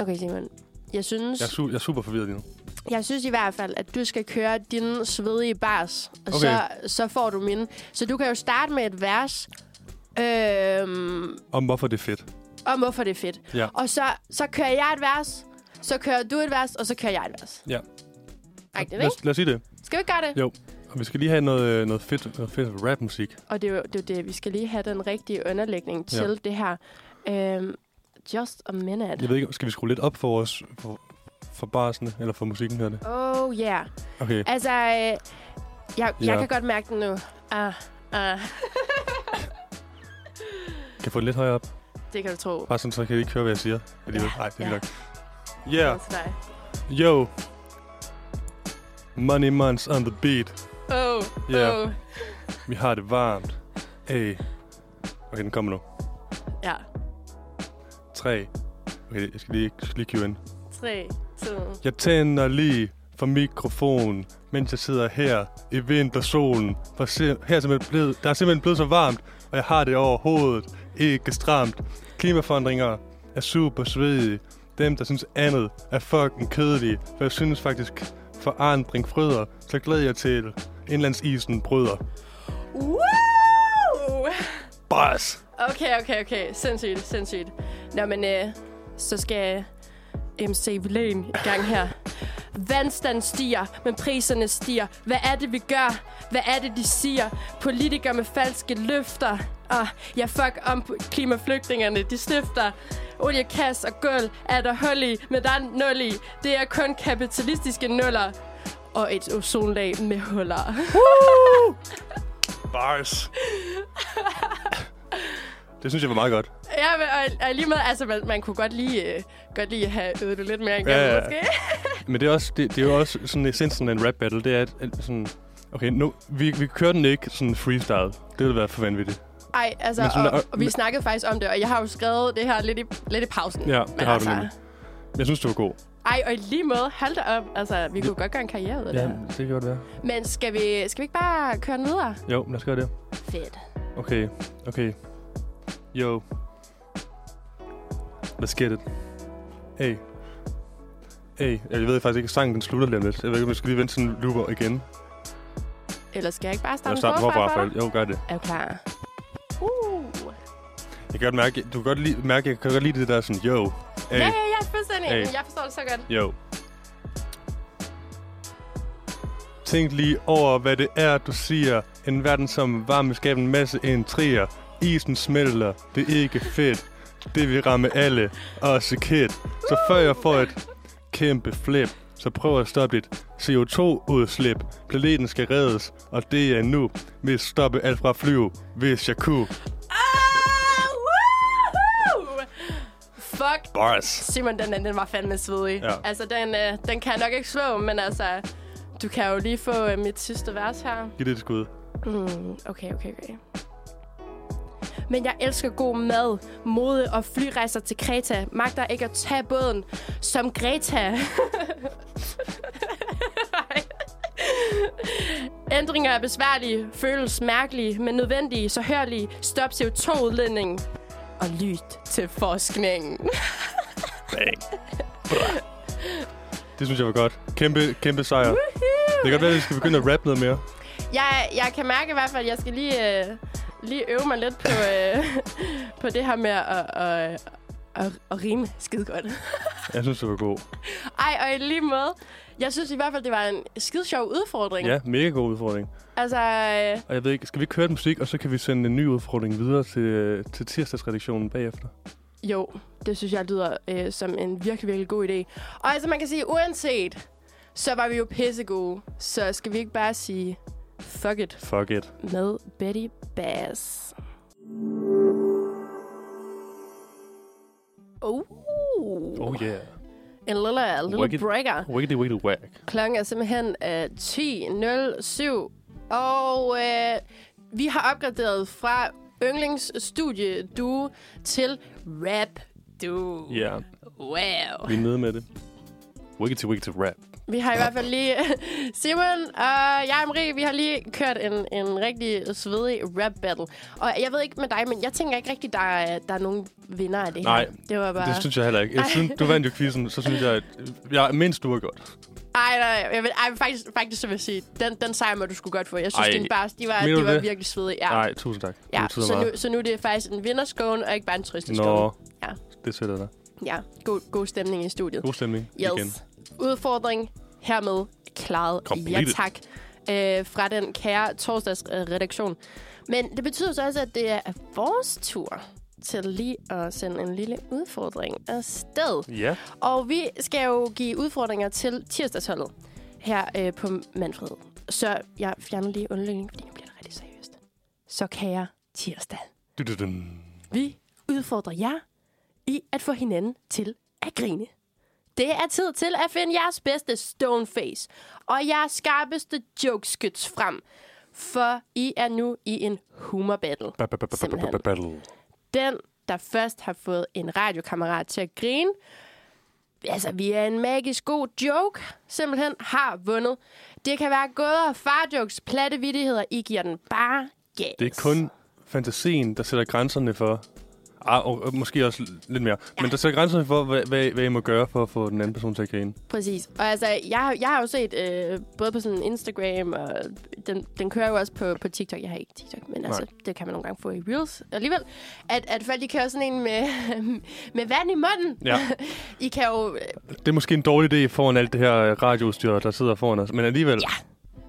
[SPEAKER 3] Okay, Simon. Jeg synes,
[SPEAKER 2] Jeg er, su- jeg er super forvirret lige nu.
[SPEAKER 3] jeg synes i hvert fald, at du skal køre din svedige bars, og
[SPEAKER 2] Okay.
[SPEAKER 3] okay. så, så får du min. Så du kan jo starte med et vers. Øhm,
[SPEAKER 2] Om hvorfor det er fedt.
[SPEAKER 3] om hvorfor det er fedt.
[SPEAKER 2] Ja.
[SPEAKER 3] Og så, så kører jeg et vers, så kører du et vers, og så kører jeg et vers.
[SPEAKER 2] Ja.
[SPEAKER 3] Ej, det er
[SPEAKER 2] Lad,
[SPEAKER 3] ikke?
[SPEAKER 2] os, lad os sige det.
[SPEAKER 3] Skal vi ikke gøre det?
[SPEAKER 2] Jo. Og vi skal lige have noget, øh, noget fedt, noget fedt rapmusik.
[SPEAKER 3] Og det er, jo, det er jo det, vi skal lige have den rigtige underlægning
[SPEAKER 2] Ja.
[SPEAKER 3] til det her. Øhm, just a minute.
[SPEAKER 2] Jeg ved ikke, skal vi skrue lidt op for vores... For, for barsene, eller for musikken her det.
[SPEAKER 3] Oh yeah.
[SPEAKER 2] Okay.
[SPEAKER 3] Altså, øh, jeg, jeg
[SPEAKER 2] Ja.
[SPEAKER 3] kan godt mærke den nu. Ah, ah,
[SPEAKER 2] Kan jeg få den lidt højere op?
[SPEAKER 3] det kan du tro.
[SPEAKER 2] Bare sådan, så kan jeg ikke høre, hvad jeg siger. Alligevel.
[SPEAKER 3] Ja,
[SPEAKER 2] Nej, det er
[SPEAKER 3] ja.
[SPEAKER 2] ja. nok. Yeah,
[SPEAKER 3] Det er til dig.
[SPEAKER 2] yo. Money Mons on the beat.
[SPEAKER 3] Oh,
[SPEAKER 2] Ja.
[SPEAKER 3] oh.
[SPEAKER 2] Vi har det varmt. Hey. Okay, den kommer nu.
[SPEAKER 3] Ja.
[SPEAKER 2] 3. Okay, jeg skal lige, jeg skal lige cue ind.
[SPEAKER 3] 3, 2,
[SPEAKER 2] Jeg tænder lige for mikrofonen, mens jeg sidder her i vintersolen. For se, her er simpelthen blevet, der er simpelthen blevet så varmt, og jeg har det overhovedet ikke stramt. Klimaforandringer er super svedige. Dem, der synes andet, er fucking kedelige. For jeg synes faktisk, forandring fryder, så glæder jeg til indlandsisen bryder.
[SPEAKER 3] Woo!
[SPEAKER 2] Boss!
[SPEAKER 3] Okay, okay, okay. Sindssygt, sindssygt. Nå, men øh, så skal øh, MC Vilén i gang her. Vandstand stiger, men priserne stiger. Hvad er det, vi gør? Hvad er det, de siger? Politikere med falske løfter. Og ja, fuck om på- klimaflygtningerne, de stifter. Oliekasse og gulv er der hul i, men der er nul i. Det er kun kapitalistiske nuller. Og et ozonlag med huller.
[SPEAKER 2] Bars! det synes jeg var meget godt.
[SPEAKER 3] Ja, men, og, og lige med, altså, man, man kunne godt lige, øh, godt lige have øvet det lidt mere igennem,
[SPEAKER 2] Ja, ja.
[SPEAKER 3] ja, ja. måske.
[SPEAKER 2] Men det er, også, det, det er jo også sådan essensen af en rap battle, det er at, at sådan... Okay, nu, vi, vi kører den ikke sådan freestyle. Det ville være for vanvittigt.
[SPEAKER 3] Ej, altså,
[SPEAKER 2] Men sådan,
[SPEAKER 3] og,
[SPEAKER 2] og-
[SPEAKER 3] og vi
[SPEAKER 2] men-
[SPEAKER 3] snakkede faktisk om det, og jeg har jo skrevet det her lidt i, lidt i pausen.
[SPEAKER 2] Ja, det
[SPEAKER 3] Men altså,
[SPEAKER 2] har du nemlig. Men Jeg synes, det var god.
[SPEAKER 3] Ej, og i lige måde, hold da op. Altså, vi kunne godt gøre en karriere ud af ja. det. her.
[SPEAKER 2] det kan godt være.
[SPEAKER 3] Men skal vi, skal vi ikke bare køre den videre?
[SPEAKER 2] Jo, lad os gøre det.
[SPEAKER 3] Fedt.
[SPEAKER 2] Okay, okay. Yo. Let's get it. Hey. Hey, jeg ved faktisk ikke, sangen den slutter lige om lidt. Jeg ved ikke, om jeg skal lige vente sådan en looper igen.
[SPEAKER 3] Eller skal jeg ikke bare
[SPEAKER 2] Eller
[SPEAKER 3] starte
[SPEAKER 2] starte forfra, i
[SPEAKER 3] for
[SPEAKER 2] hvert
[SPEAKER 3] dig?
[SPEAKER 2] fald. Jo, gør det.
[SPEAKER 3] Er du klar? Uh.
[SPEAKER 2] Jeg kan godt mærke, du kan godt lide, mærke, jeg kan godt lide det der sådan, yo. Hey.
[SPEAKER 3] Ja, ja, ja, fuldstændig.
[SPEAKER 2] Hey.
[SPEAKER 3] Jeg forstår det så godt.
[SPEAKER 2] Jo. Tænk lige over, hvad det er, du siger. En verden som varme skaber en masse intriger. Isen smelter, det er ikke fedt. Det vil ramme alle, også kid. Så før jeg får et kæmpe flip, så prøv at stoppe dit CO2-udslip. Planeten skal reddes, og det er nu. Vil stoppe alt fra at flyve, hvis jeg kunne.
[SPEAKER 3] Ah, woohoo! Fuck,
[SPEAKER 2] Bars.
[SPEAKER 3] Simon, den, den, den var fandme svedig.
[SPEAKER 2] Ja.
[SPEAKER 3] Altså, den, øh, den kan jeg nok ikke slå, men altså, du kan jo lige få øh, mit sidste vers her.
[SPEAKER 2] Giv det et skud.
[SPEAKER 3] Mm, okay, okay, okay. Men jeg elsker god mad, mode og flyrejser til Kreta. Magter ikke at tage båden som Greta. Ændringer er besværlige, føles mærkelige, men nødvendige, så hørlige. Stop CO2-udledningen og lyt til forskningen.
[SPEAKER 2] Bang. Bra. Det synes jeg var godt. Kæmpe, kæmpe sejr. Det kan godt være, at vi skal begynde at rappe noget mere.
[SPEAKER 3] Jeg, jeg kan mærke i hvert fald, at jeg skal lige, øh, lige øve mig lidt på, øh, på det her med at, at, at, at rime skide godt.
[SPEAKER 2] Jeg synes, det var god.
[SPEAKER 3] Ej, og i lige måde, Jeg synes i hvert fald, det var en skide sjov udfordring.
[SPEAKER 2] Ja, mega god udfordring.
[SPEAKER 3] Altså, øh,
[SPEAKER 2] Og jeg ved ikke, skal vi ikke høre et musik, og så kan vi sende en ny udfordring videre til, øh, til tirsdagsredaktionen bagefter?
[SPEAKER 3] Jo, det synes jeg lyder øh, som en virkelig, virkelig god idé. Og altså, man kan sige, uanset, så var vi jo pissegode. Så skal vi ikke bare sige, fuck it,
[SPEAKER 2] Fuck it.
[SPEAKER 3] med Betty Bass. Oh,
[SPEAKER 2] Oh yeah.
[SPEAKER 3] en lille, en lille
[SPEAKER 2] Wicked.
[SPEAKER 3] breaker.
[SPEAKER 2] Wiggity wiggity whack.
[SPEAKER 3] Klokken er simpelthen øh, 10.07, og øh, vi har opgraderet fra yndlingsstudiedue til rap du.
[SPEAKER 2] Ja, yeah,
[SPEAKER 3] Wow.
[SPEAKER 2] vi er nede med det. Wiggity wiggity rap.
[SPEAKER 3] Vi har i hvert fald lige... Simon og jeg og Marie, vi har lige kørt en, en rigtig svedig rap battle. Og jeg ved ikke med dig, men jeg tænker ikke rigtig, der er, der er nogen vinder af det
[SPEAKER 2] Nej,
[SPEAKER 3] her. Det var bare...
[SPEAKER 2] Det synes jeg heller ikke. Jeg
[SPEAKER 3] Ej.
[SPEAKER 2] synes, du vandt jo quizzen, så synes jeg, at jeg er mindst du er godt.
[SPEAKER 3] Ej, nej, jeg vil, ej, faktisk, faktisk så vil jeg sige, den, den sejr må du skulle godt få. Jeg synes,
[SPEAKER 2] Ej.
[SPEAKER 3] din bars, de var,
[SPEAKER 2] Mener
[SPEAKER 3] de
[SPEAKER 2] du
[SPEAKER 3] var
[SPEAKER 2] det?
[SPEAKER 3] virkelig svedige. Ja.
[SPEAKER 2] Nej, tusind tak. Det
[SPEAKER 3] ja.
[SPEAKER 2] betyder
[SPEAKER 3] Så,
[SPEAKER 2] meget.
[SPEAKER 3] nu, så nu er det faktisk en vinderskåne, og ikke bare en trøsteskåne.
[SPEAKER 2] Nå,
[SPEAKER 3] Ja.
[SPEAKER 2] det sætter der.
[SPEAKER 3] Ja, god, god stemning i studiet.
[SPEAKER 2] God stemning igen.
[SPEAKER 3] Yes. Udfordring hermed klaret.
[SPEAKER 2] Completed.
[SPEAKER 3] Ja tak. Øh, fra den kære torsdagsredaktion. Men det betyder så også, at det er vores tur til lige at sende en lille udfordring afsted.
[SPEAKER 2] Ja,
[SPEAKER 3] Og vi skal jo give udfordringer til tirsdagsholdet her øh, på Manfred. Så jeg fjerner lige underlægningen, fordi jeg bliver det rigtig seriøst. Så kære tirsdag,
[SPEAKER 2] du, du, du.
[SPEAKER 3] vi udfordrer jer i at få hinanden til at grine. Det er tid til at finde jeres bedste stone face og jeres skarpeste jokeskyts frem. For I er nu i en humor battle.
[SPEAKER 2] Ba- ba- ba- ba- ba- ba- ba- Battle.
[SPEAKER 3] Den, der først har fået en radiokammerat til at grine, altså via en magisk god joke, simpelthen har vundet. Det kan være gåder, farjokes, platte vittigheder. I giver den bare gas.
[SPEAKER 2] Det er kun fantasien, der sætter grænserne for... Ah, og, og måske også l- lidt mere. Ja. Men der sætter grænserne for, hvad, hvad, hvad I må gøre for at få den anden person til at grine.
[SPEAKER 3] Præcis. Og altså, jeg, har- jeg har jo set, øh, både på sådan Instagram, og den, den kører jo også på, på TikTok. Jeg har ikke TikTok, men altså, det kan man nogle gange få i Reels alligevel. At, at folk, de kører sådan en med, med vand i munden.
[SPEAKER 2] Ja.
[SPEAKER 3] I kan jo...
[SPEAKER 2] Det er måske en dårlig idé foran alt det her øh, radioudstyr, der sidder foran os. Men alligevel, ja.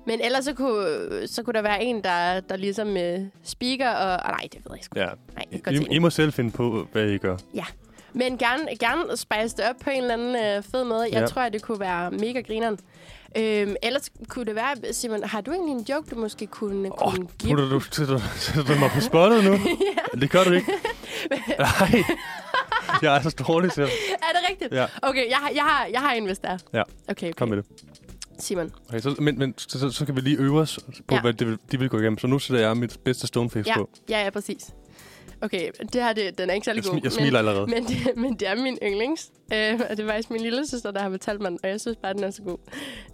[SPEAKER 3] Men ellers så kunne, så kunne der være en, der, der ligesom øh, speaker og... Oh, nej, det ved jeg sgu
[SPEAKER 2] Ja.
[SPEAKER 3] Nej, det kan godt
[SPEAKER 2] I, I
[SPEAKER 3] se.
[SPEAKER 2] må selv finde på, hvad I gør.
[SPEAKER 3] Ja. Men gerne, gerne spice det op på en eller anden øh, fed måde. Jeg
[SPEAKER 2] Ja.
[SPEAKER 3] tror, at det kunne være mega grineren. Øhm, ellers kunne det være, Simon, har du egentlig en joke, du måske kunne,
[SPEAKER 2] Åh, oh,
[SPEAKER 3] kunne give?
[SPEAKER 2] putter du, sætter, du- sætter du mig på spottet nu? ja. Det gør du ikke. Nej. Jeg er så dårlig til at...
[SPEAKER 3] Er det rigtigt?
[SPEAKER 2] Ja.
[SPEAKER 3] Okay, jeg har, jeg, har, jeg har en, hvis der er.
[SPEAKER 2] Ja.
[SPEAKER 3] Okay, okay.
[SPEAKER 2] Kom med det.
[SPEAKER 3] Simon.
[SPEAKER 2] Okay, så, men, men så, så, så kan vi lige øve os på,
[SPEAKER 3] Ja.
[SPEAKER 2] ja. hvad det, vil- de vil gå igennem. Så nu sætter jeg mit bedste stoneface
[SPEAKER 3] Ja,
[SPEAKER 2] på.
[SPEAKER 3] ja, ja, præcis. Okay, det her, det, den er ikke særlig
[SPEAKER 2] Jeg,
[SPEAKER 3] god.
[SPEAKER 2] smi, jeg
[SPEAKER 3] men-
[SPEAKER 2] smiler allerede.
[SPEAKER 3] Men det, men det er min yndlings. Øh, og det er faktisk min lille søster, der har fortalt mig den, og jeg synes bare, den er så god.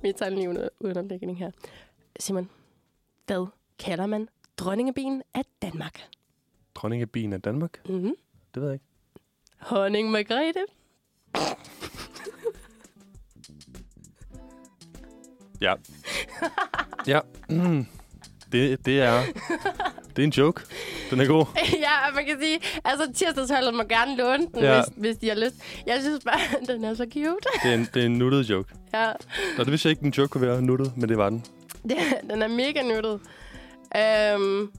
[SPEAKER 3] Vi tager den lige under, uden omlægning her. Simon, hvad kalder man dronningebien af Danmark?
[SPEAKER 2] Dronning af bien af Danmark?
[SPEAKER 3] Mm-hmm.
[SPEAKER 2] Det ved jeg ikke.
[SPEAKER 3] Honning Margrethe.
[SPEAKER 2] Ja. ja. Mm. Det, det er... Det er en joke. Den er god.
[SPEAKER 3] ja, og man kan sige, altså tirsdagsholdet må gerne låne den, ja.
[SPEAKER 2] Ja.
[SPEAKER 3] hvis, hvis de har lyst. Jeg synes bare, den er så cute.
[SPEAKER 2] Det er en, det er en nuttet joke.
[SPEAKER 3] ja.
[SPEAKER 2] Nå, det vidste jeg ikke, en joke kunne være nuttet, men det var den.
[SPEAKER 3] Det- den er mega nyttet. Øhm,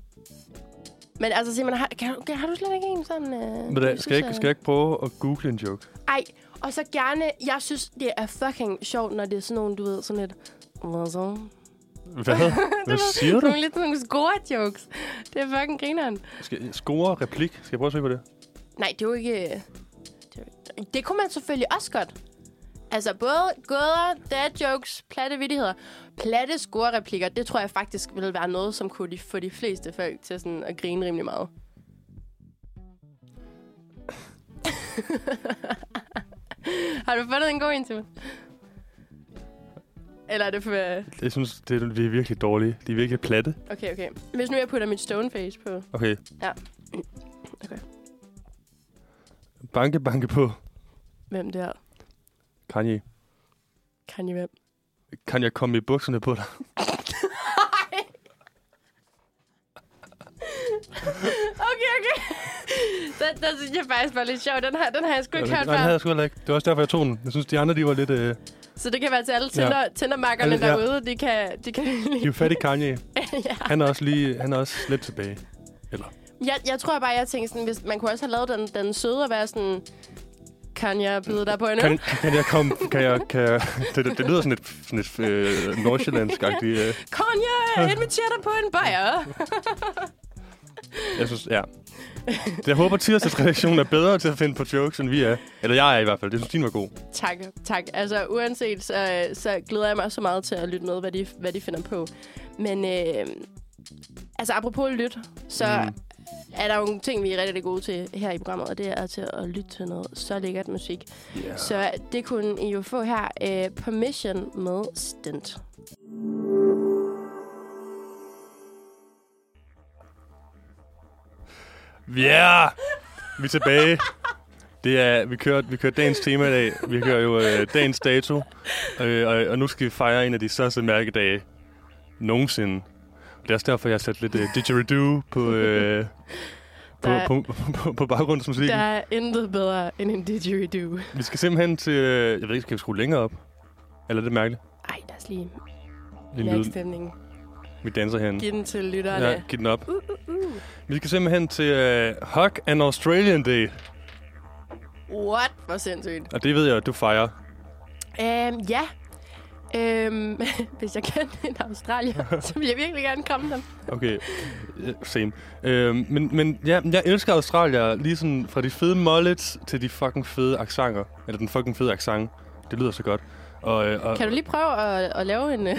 [SPEAKER 3] men altså, Simon, har, kan, du- kan, har du slet ikke en sådan... Øh,
[SPEAKER 2] Men
[SPEAKER 3] du
[SPEAKER 2] da, skal, jeg,
[SPEAKER 3] synes,
[SPEAKER 2] ikke-
[SPEAKER 3] øh,
[SPEAKER 2] skal jeg ikke prøve at google en joke?
[SPEAKER 3] Ej, og så gerne... Jeg synes, det er fucking sjovt, når det er sådan nogle, du ved, sådan lidt... Hvad så?
[SPEAKER 2] Hvad? Hvad siger du?
[SPEAKER 3] Nogle lidt sådan nogle score-jokes. Det er fucking grineren.
[SPEAKER 2] Skal jeg score replik? Skal jeg prøve at søge på det?
[SPEAKER 3] Nej, det er jo ikke... det er jo ikke- Det kunne man selvfølgelig også godt. Altså både gåder, dad jokes, platte vittigheder, platte score-replikker, det tror jeg faktisk ville være noget, som kunne de- få de fleste folk til sådan at grine rimelig meget. Har du fundet en god en til mig? Eller er det for...
[SPEAKER 2] Jeg synes, det er, vi er virkelig dårlige. De er virkelig platte.
[SPEAKER 3] Okay, okay. Hvis nu jeg putter mit stone face på...
[SPEAKER 2] Okay.
[SPEAKER 3] Ja. Okay.
[SPEAKER 2] Banke, banke på.
[SPEAKER 3] Hvem der?
[SPEAKER 2] Kanye.
[SPEAKER 3] Kan I hvem?
[SPEAKER 2] Kan jeg komme i bukserne på dig?
[SPEAKER 3] Okay, okay. Den, den synes jeg faktisk var lidt sjov. Den har, den har jeg sgu ikke hørt
[SPEAKER 2] Nej, det havde
[SPEAKER 3] før.
[SPEAKER 2] jeg sgu heller ikke. Det var også derfor, jeg tog den. Jeg synes, de andre, de var lidt... Øh...
[SPEAKER 3] Så det kan være til alle
[SPEAKER 2] Ja.
[SPEAKER 3] tinder, tindermakkerne
[SPEAKER 2] Alle- ja.
[SPEAKER 3] derude. De kan, de kan
[SPEAKER 2] Giv fat i Kanye.
[SPEAKER 3] ja.
[SPEAKER 2] Han er også, lige, han er også lidt tilbage.
[SPEAKER 3] jeg, jeg tror bare, jeg tænkte sådan, hvis man kunne også have lavet den, den søde og være sådan... Kan jeg byde dig på en
[SPEAKER 2] Kan,
[SPEAKER 3] øl?
[SPEAKER 2] kan jeg komme... Kan jeg, kan jeg, det, det, det lyder sådan lidt, sådan lidt øh, nordsjællandsk-agtigt. Øh.
[SPEAKER 3] Konja, inviterer dig på en bajer.
[SPEAKER 2] Jeg synes, ja. Jeg håber, tirsdagsredaktionen er bedre til at finde på jokes, end vi er. Eller jeg er i hvert fald. Det synes, din var god.
[SPEAKER 3] Tak, tak. Altså uanset, så, så glæder jeg mig så meget til at lytte med, hvad de, hvad de finder på. Men øh, altså apropos lyt, så
[SPEAKER 2] Mm.
[SPEAKER 3] mm. er der jo nogle ting, vi er rigtig gode til her i programmet, og det er til at lytte til noget så lækkert musik.
[SPEAKER 2] Yeah.
[SPEAKER 3] Så det kunne I jo få her, øh, Permission med Stint.
[SPEAKER 2] Ja! Yeah! Vi er tilbage. Det er, vi kører, vi kører dagens tema i dag. Vi kører jo øh, dagens dato. Øh, og, og, nu skal vi fejre en af de største mærkedage nogensinde. Det er også derfor, jeg har sat lidt øh, didgeridoo på, øh, på,
[SPEAKER 3] Der-
[SPEAKER 2] på, på, på baggrundsmusikken.
[SPEAKER 3] Der er intet bedre end en didgeridoo.
[SPEAKER 2] Vi skal simpelthen til... Øh, jeg ved ikke, skal vi skrue længere op? Eller er det mærkeligt?
[SPEAKER 3] Ej, lad os lige
[SPEAKER 2] Det er en
[SPEAKER 3] mærke
[SPEAKER 2] lyd,
[SPEAKER 3] stemningen.
[SPEAKER 2] vi danser herinde.
[SPEAKER 3] Giv den til lytterne.
[SPEAKER 2] Ja, giv den op. Uh, Vi skal simpelthen til uh, Hug and Australian Day.
[SPEAKER 3] What? Hvor sindssygt.
[SPEAKER 2] Og det ved jeg, at du fejrer.
[SPEAKER 3] Øhm, ja. Øhm, hvis jeg kendte en australier, så ville jeg virkelig gerne komme dem.
[SPEAKER 2] Okay, øh, same. Øh, men men ja, jeg elsker Australier. Lige sådan fra de fede mullets til de fucking fede accenter. Eller den fucking fede accent. Det lyder så godt. Og, øh, og
[SPEAKER 3] Kan du lige prøve at, at lave en, øh,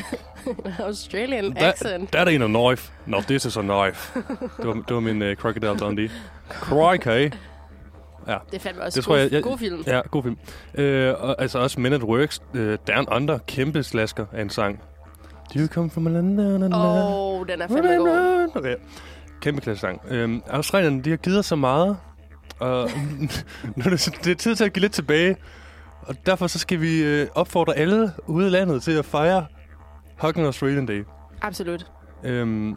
[SPEAKER 3] en Australian
[SPEAKER 2] That-
[SPEAKER 3] accent?
[SPEAKER 2] That ain't a knife. No, this is a knife. det, var, det var min uh, Crocodile Dundee. Crikey.
[SPEAKER 3] Det er fandme også
[SPEAKER 2] Det
[SPEAKER 3] det
[SPEAKER 2] tror
[SPEAKER 3] god,
[SPEAKER 2] jeg- jeg-
[SPEAKER 3] god film.
[SPEAKER 2] Ja, god film. Øh, og, altså også Men at Works, øh, Down Under, kæmpe slasker af en sang. Do you come from a land down under?
[SPEAKER 3] Åh, oh, den er fandme god.
[SPEAKER 2] Okay. Kæmpe klasse sang. Øhm, Australierne, de har givet os så meget, og nu er det, så- det er tid til at give lidt tilbage. Og derfor så skal vi øh, opfordre alle ude i landet til at fejre Hugging Australian Day.
[SPEAKER 3] Absolut.
[SPEAKER 2] Øhm,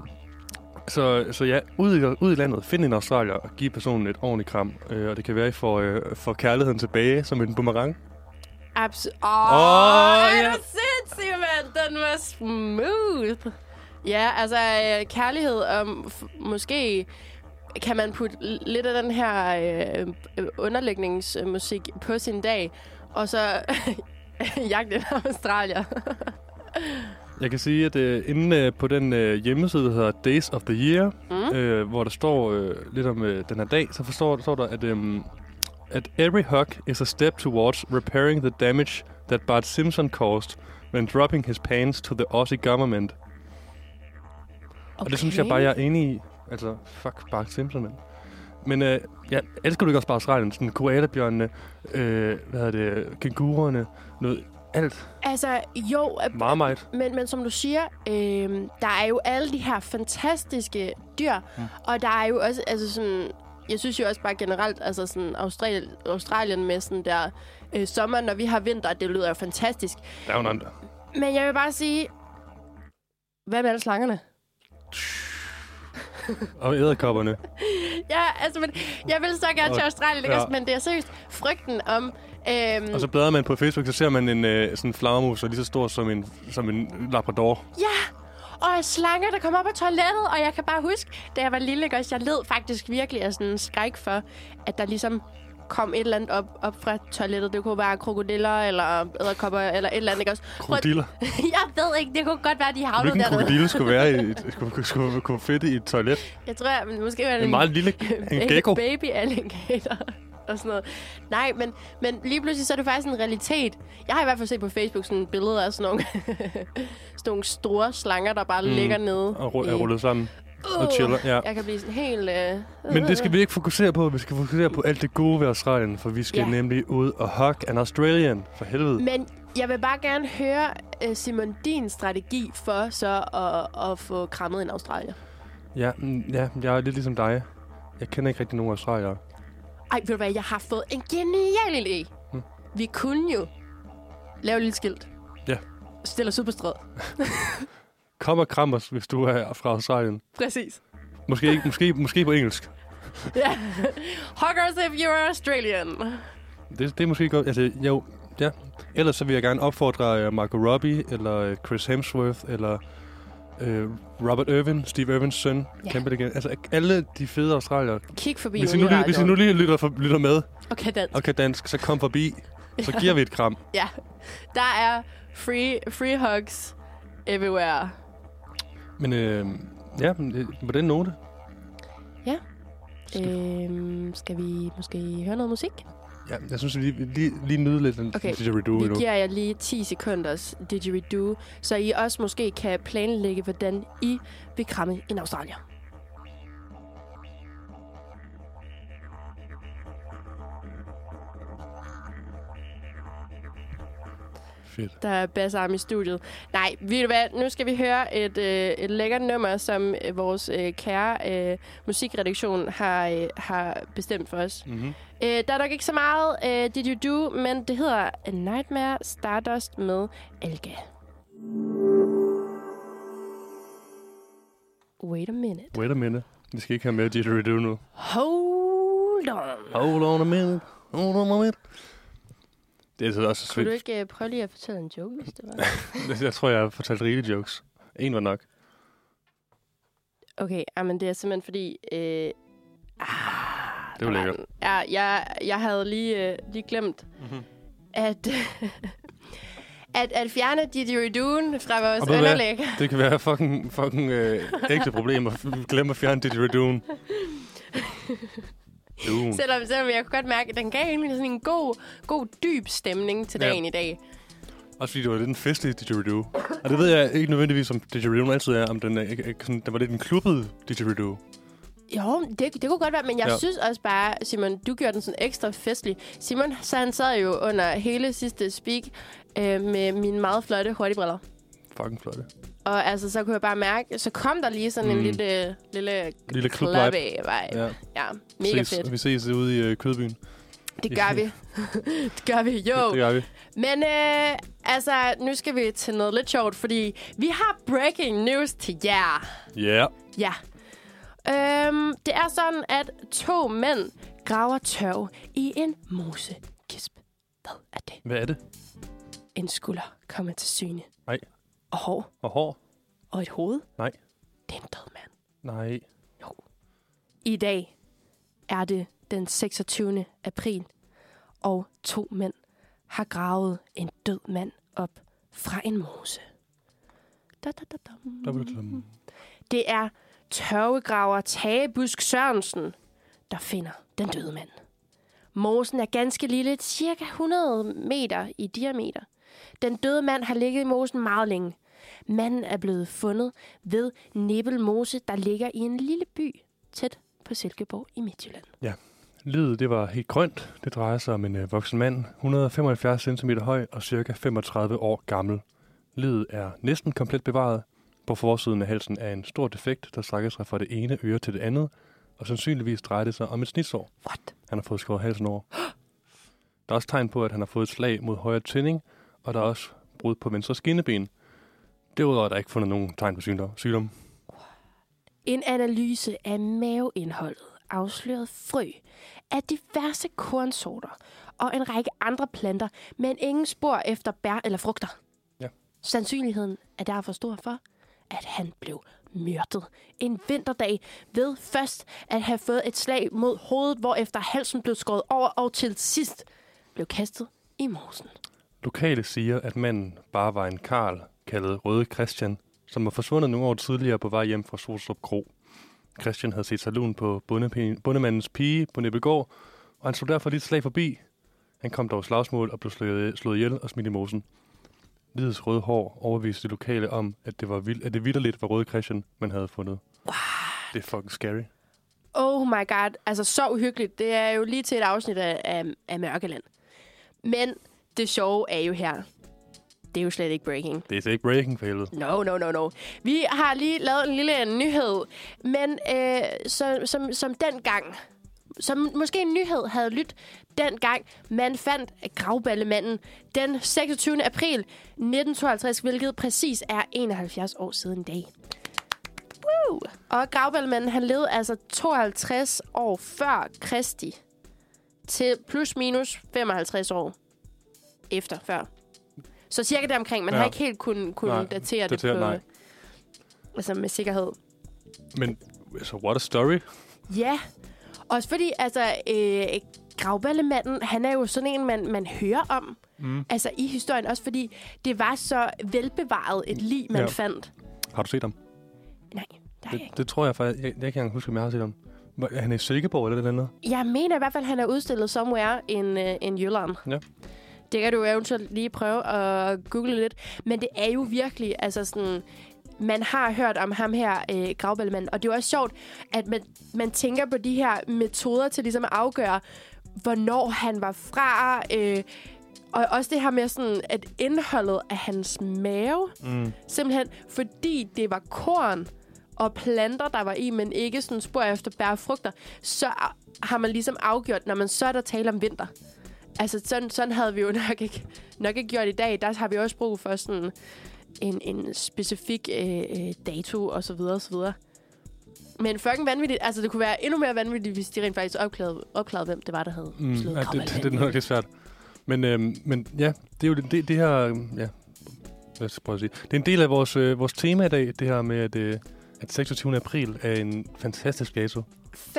[SPEAKER 2] så, så ja, ud i, ud i landet, find en australier og giv personen et ordentligt kram. Øh, og det kan være, at I får, øh, får kærligheden tilbage som en boomerang.
[SPEAKER 3] Absolut.
[SPEAKER 2] Åh,
[SPEAKER 3] Åh, oh, er
[SPEAKER 2] ja.
[SPEAKER 3] du sindssyg, mand? Den var smooth. Ja, altså øh, kærlighed og f- måske kan man putte l- lidt af den her øh, øh, underlægningsmusik på sin dag, og så jagte en australier.
[SPEAKER 2] Jeg kan sige, at øh, inde øh, på den øh, hjemmeside, der hedder Days of the Year, mm. øh, hvor der står øh, lidt om øh, den her dag, så forstår, står der, at, øh, at every hug is a step towards repairing the damage that Bart Simpson caused when dropping his pants to the Aussie government. Okay. Og det synes jeg bare, jeg er enig i. Altså, fuck Bart Simpson, mand. Men øh, jeg elsker du ikke også bare Australien? Sådan koalabjørnene, øh, hvad hedder det, kængurerne, noget alt.
[SPEAKER 3] Altså, jo, øh,
[SPEAKER 2] Marmite.
[SPEAKER 3] Men, men som du siger, øh, der er jo alle de her fantastiske dyr, mm. og der er jo også, altså sådan, jeg synes jo også bare generelt, altså sådan Australien, Australien med sådan der øh, sommer, når vi har vinter, det lyder jo fantastisk.
[SPEAKER 2] Down under.
[SPEAKER 3] Men jeg vil bare sige, hvad med alle slangerne?
[SPEAKER 2] Og æderkopperne.
[SPEAKER 3] Ja, altså, men jeg vil så gerne til
[SPEAKER 2] Og-
[SPEAKER 3] Australien,
[SPEAKER 2] ja.
[SPEAKER 3] ja. men det er seriøst frygten om... Øhm,
[SPEAKER 2] Og så bladrer man på Facebook, så ser man en øh, sådan en flagermus, der er lige så stor som en, som en labrador.
[SPEAKER 3] Ja, og slanger, der kom op af toilettet, og jeg kan bare huske, da jeg var lille, ikke også, jeg led faktisk virkelig af sådan en skræk for, at der ligesom kom et eller andet op, op fra toilettet. Det kunne være krokodiller, eller æderkopper, eller et eller andet, ikke også? Prøv at-
[SPEAKER 2] Krokodiller.
[SPEAKER 3] jeg ved ikke, det kunne godt være, de havlede
[SPEAKER 2] Hvilken
[SPEAKER 3] dernede.
[SPEAKER 2] krokodille skulle være i, et- skulle, skulle, skulle fedt i et toilet?
[SPEAKER 3] Jeg tror, jeg, måske var det
[SPEAKER 2] En meget lille en gecko.
[SPEAKER 3] baby alligator og sådan noget. Nej, men, men lige pludselig så er det faktisk en realitet. Jeg har i hvert fald set på Facebook sådan billeder af sådan nogle, sådan nogle store slanger, der bare mm. ligger nede.
[SPEAKER 2] Og ru- er
[SPEAKER 3] i-
[SPEAKER 2] rullet sammen. Og
[SPEAKER 3] Uh,
[SPEAKER 2] chiller, ja.
[SPEAKER 3] Jeg kan blive sådan helt... Øh,
[SPEAKER 2] Men det skal vi ikke fokusere på. Vi skal fokusere på alt det gode ved Australien, for vi skal
[SPEAKER 3] Ja.
[SPEAKER 2] nemlig ud og hug an Australian. For helvede.
[SPEAKER 3] Men jeg vil bare gerne høre, øh, Simon, din strategi for så at, at få krammet en australier.
[SPEAKER 2] Ja, mm, ja, jeg er lidt ligesom dig. Jeg kender ikke rigtig nogen australier.
[SPEAKER 3] Ej, ved du hvad, jeg har fået en genial idé.
[SPEAKER 2] Hmm.
[SPEAKER 3] Vi kunne jo lave et lille skilt.
[SPEAKER 2] Ja.
[SPEAKER 3] Stille os ud på strædet.
[SPEAKER 2] Kom og kram os, hvis du er fra Australien.
[SPEAKER 3] Præcis.
[SPEAKER 2] Måske, ikke, måske, måske på engelsk.
[SPEAKER 3] Ja. Huggers if you're Australian.
[SPEAKER 2] Det, det er måske godt. Altså, jo, ja. Ellers så vil jeg gerne opfordre uh, Marco Robbie, eller uh, Chris Hemsworth, eller uh, Robert Irvin, Steve Irvins søn,
[SPEAKER 3] Ja.
[SPEAKER 2] ja. kæmpe legende. Altså alle de fede australier.
[SPEAKER 3] Kig forbi
[SPEAKER 2] Hvis I, nu lige, hvis I nu
[SPEAKER 3] Uniradion.
[SPEAKER 2] lige lytter, for, lytter med
[SPEAKER 3] Og kan dansk.
[SPEAKER 2] og kan dansk, så kom forbi. Så giver vi et kram.
[SPEAKER 3] Ja. Der er free, free hugs everywhere.
[SPEAKER 2] Men øh, ja, men, øh, på den note. Skal-
[SPEAKER 3] Øhm, skal vi måske høre noget musik?
[SPEAKER 2] Ja, jeg synes, vi lige, lige, lige nyder lidt den
[SPEAKER 3] Okay,
[SPEAKER 2] okay. didgeridoo
[SPEAKER 3] Vi
[SPEAKER 2] endnu.
[SPEAKER 3] giver jer lige 10 sekunders didgeridoo, så I også måske kan planlægge, hvordan I vil kramme en australier.
[SPEAKER 2] Fedt.
[SPEAKER 3] Der er bassarm i studiet. Nej, ved du hvad? Nu skal vi høre et, øh, et lækkert nummer, som øh, vores øh, kære øh, musikredaktion har, øh, har bestemt for os.
[SPEAKER 2] Mm-hmm.
[SPEAKER 3] Øh, der er nok ikke så meget øh, Did You Do, men det hedder A Nightmare Stardust med Alga. Wait a minute.
[SPEAKER 2] Wait a minute. Vi skal ikke have mere didgeridoo nu.
[SPEAKER 3] Hold on.
[SPEAKER 2] Hold on a minute. Hold on a minute. Det er altså også
[SPEAKER 3] Kunne du
[SPEAKER 2] svært.
[SPEAKER 3] ikke øh, prøve lige at fortælle en joke, hvis det var?
[SPEAKER 2] Jeg tror, jeg har fortalt rigelige jokes. En var nok.
[SPEAKER 3] okay, men det er simpelthen fordi... Øh, ah,
[SPEAKER 2] Det var
[SPEAKER 3] der
[SPEAKER 2] lækkert.
[SPEAKER 3] en- Ja, jeg, jeg havde lige, øh, lige glemt,
[SPEAKER 2] Mhm.
[SPEAKER 3] at... at, at fjerne didgeridooen fra vores
[SPEAKER 2] Og ved du hvad?
[SPEAKER 3] underlæg.
[SPEAKER 2] Det kan være fucking, fucking øh, ægte problemer. Glem at fjerne didgeridooen. Duen.
[SPEAKER 3] Selvom, selvom jeg kunne godt mærke, at den gav egentlig sådan en god, god dyb stemning til
[SPEAKER 2] Ja.
[SPEAKER 3] dagen ja. i dag.
[SPEAKER 2] Også fordi det var lidt en festlig didgeridoo. Og det ved jeg ikke nødvendigvis, om didgeridooen altid er, om den, er, ikke- ikke sådan, den var lidt en klubbet didgeridoo.
[SPEAKER 3] Jo, det, det kunne godt være, men jeg ja.
[SPEAKER 2] Ja.
[SPEAKER 3] synes også bare, Simon, du gjorde den sådan ekstra festlig. Simon, så han sad jo under hele sidste speak øh, med mine meget flotte hurtigbriller.
[SPEAKER 2] Fucking flotte.
[SPEAKER 3] Og altså, så kunne jeg bare mærke, så kom der lige sådan mm. en
[SPEAKER 2] Mm.
[SPEAKER 3] lille, lille,
[SPEAKER 2] Lille klub
[SPEAKER 3] klap
[SPEAKER 2] vibe.
[SPEAKER 3] af vej. Ja.
[SPEAKER 2] Ja.
[SPEAKER 3] ja, eh. mega
[SPEAKER 2] ses,
[SPEAKER 3] fedt.
[SPEAKER 2] Vi ses ude i øh, Kødbyen.
[SPEAKER 3] Det gør vi. det gør vi, jo.
[SPEAKER 2] Det gør vi.
[SPEAKER 3] Men øh, altså, nu skal vi til noget lidt sjovt, fordi vi har breaking news til jer.
[SPEAKER 2] Ja. Yeah.
[SPEAKER 3] Ja. Øhm, det er sådan, at to mænd graver tørv i en mosekisp. Hvad er det?
[SPEAKER 2] Hvad er det?
[SPEAKER 3] En skulder kommer til syne.
[SPEAKER 2] Nej.
[SPEAKER 3] Og hår.
[SPEAKER 2] Og hår?
[SPEAKER 3] Og et hoved.
[SPEAKER 2] Nej.
[SPEAKER 3] Det er en død mand.
[SPEAKER 2] Nej.
[SPEAKER 3] I dag er det den 26. april, og to mænd har gravet en død mand op fra en mose. Da, da, da, dum.
[SPEAKER 2] Dobbeltklum.
[SPEAKER 3] Det er tørvegraver Tage Busk Sørensen, der finder den døde mand. Mosen er ganske lille, cirka 100 meter i diameter. Den døde mand har ligget i mosen meget længe. Manden er blevet fundet ved Nebel Mose, der ligger i en lille by tæt på Silkeborg i Midtjylland.
[SPEAKER 2] Livet det var helt grønt. Det drejer sig om en øh, voksen mand, 175 cm høj og ca. 35 år gammel. Livet er næsten komplet bevaret. På forsiden af halsen er en stor defekt, der strækker sig fra det ene øre til det andet, og sandsynligvis drejer det sig om et snitsår.
[SPEAKER 3] What?
[SPEAKER 2] Han har fået skåret halsen over. Der er også tegn på, at han har fået et slag mod højre tænding, og der er også brud på venstre skinneben. Derudover er der ikke fundet nogen tegn på sygdom. sygdom.
[SPEAKER 3] En analyse af maveindholdet afslørede frø af diverse kornsorter og en række andre planter, men ingen spor efter bær eller frugter.
[SPEAKER 2] Ja.
[SPEAKER 3] Sandsynligheden er derfor stor for, at han blev myrdet en vinterdag ved først at have fået et slag mod hovedet, hvorefter halsen blev skåret over og til sidst blev kastet i mosen.
[SPEAKER 2] Lokale siger, at manden bare var en Karl, kaldet Røde Christian, som var forsvundet nogle år tidligere på vej hjem fra Solstrup Kro. Christian havde set sig lun på bondepi- bondemandens pige på Nibbelgård, og han slog derfor lige et slag forbi. Han kom dog i slagsmål og blev slået, slået ihjel og smidt i mosen. Lidets røde hår overviste de lokale om, at det, var vild, at det vidderligt var Røde Christian, man havde fundet. Wow. Det er fucking scary.
[SPEAKER 3] Oh my god, altså så uhyggeligt. Det er jo lige til et afsnit af, af, af Mørkeland. Men det sjove er jo her. Det er jo slet ikke breaking.
[SPEAKER 2] Det er ikke breaking for helvede.
[SPEAKER 3] No, no, no, no. Vi har lige lavet en lille nyhed, men øh, som, som, som dengang, som måske en nyhed havde lyttet dengang, man fandt gravballemanden den 26. april 1952, hvilket præcis er 71 år siden i dag. Woo! Og gravballemanden, han levede altså 52 år før Kristi til plus minus 55 år. efter, før. Så cirka deromkring. Man
[SPEAKER 2] Ja.
[SPEAKER 3] har ikke helt kun, kun
[SPEAKER 2] Nej,
[SPEAKER 3] datere det
[SPEAKER 2] datere,
[SPEAKER 3] på,
[SPEAKER 2] nej.
[SPEAKER 3] altså med sikkerhed.
[SPEAKER 2] Men altså, what a story.
[SPEAKER 3] Ja, også fordi altså, øh, gravballemanden, han er jo sådan en, man, man hører om. Mm. Altså i historien, også fordi det var så velbevaret et lig, man
[SPEAKER 2] Ja.
[SPEAKER 3] ja. fandt.
[SPEAKER 2] Har du set ham?
[SPEAKER 3] Nej, der er
[SPEAKER 2] Det,
[SPEAKER 3] jeg ikke.
[SPEAKER 2] det tror jeg faktisk. Jeg, jeg kan ikke engang huske, om jeg har set ham. Var- Er han i Silkeborg eller et eller andet?
[SPEAKER 3] Jeg mener i hvert fald, at han er udstillet somewhere in, uh, in Jylland.
[SPEAKER 2] Ja.
[SPEAKER 3] Det kan du eventuelt lige prøve at google lidt. Men det er jo virkelig, altså sådan... Man har hørt om ham her, øh, gravballemanden. Og det er jo også sjovt, at man, man tænker på de her metoder til ligesom at afgøre, hvornår han var fra. Øh, og også det her med, sådan, at indholdet af hans mave,
[SPEAKER 2] Mm.
[SPEAKER 3] simpelthen fordi det var korn og planter, der var i, men ikke sådan spor efter bær og frugter, så har man ligesom afgjort, når man så er der tale om vinter. Altså, sådan, sådan havde vi jo nok ikke, nok ikke gjort i dag. Der har vi også brug for sådan en, en specifik øh, øh, dato og så videre og så videre. Men fucking vanvittigt. Altså, det kunne være endnu mere vanvittigt, hvis de rent faktisk opklarede, opklarede hvem det var, der havde
[SPEAKER 2] Mm.
[SPEAKER 3] mm,
[SPEAKER 2] Ja,
[SPEAKER 3] slået
[SPEAKER 2] det, det, det, er
[SPEAKER 3] Grauvalmanden.
[SPEAKER 2] nok lidt svært. Men, øhm, men ja, det er jo det, det, det her... øhm, Ja, lad os prøve at sige. Det er en del af vores, øh, vores tema i dag, det her med, at, øh, at 26. april er en fantastisk dato.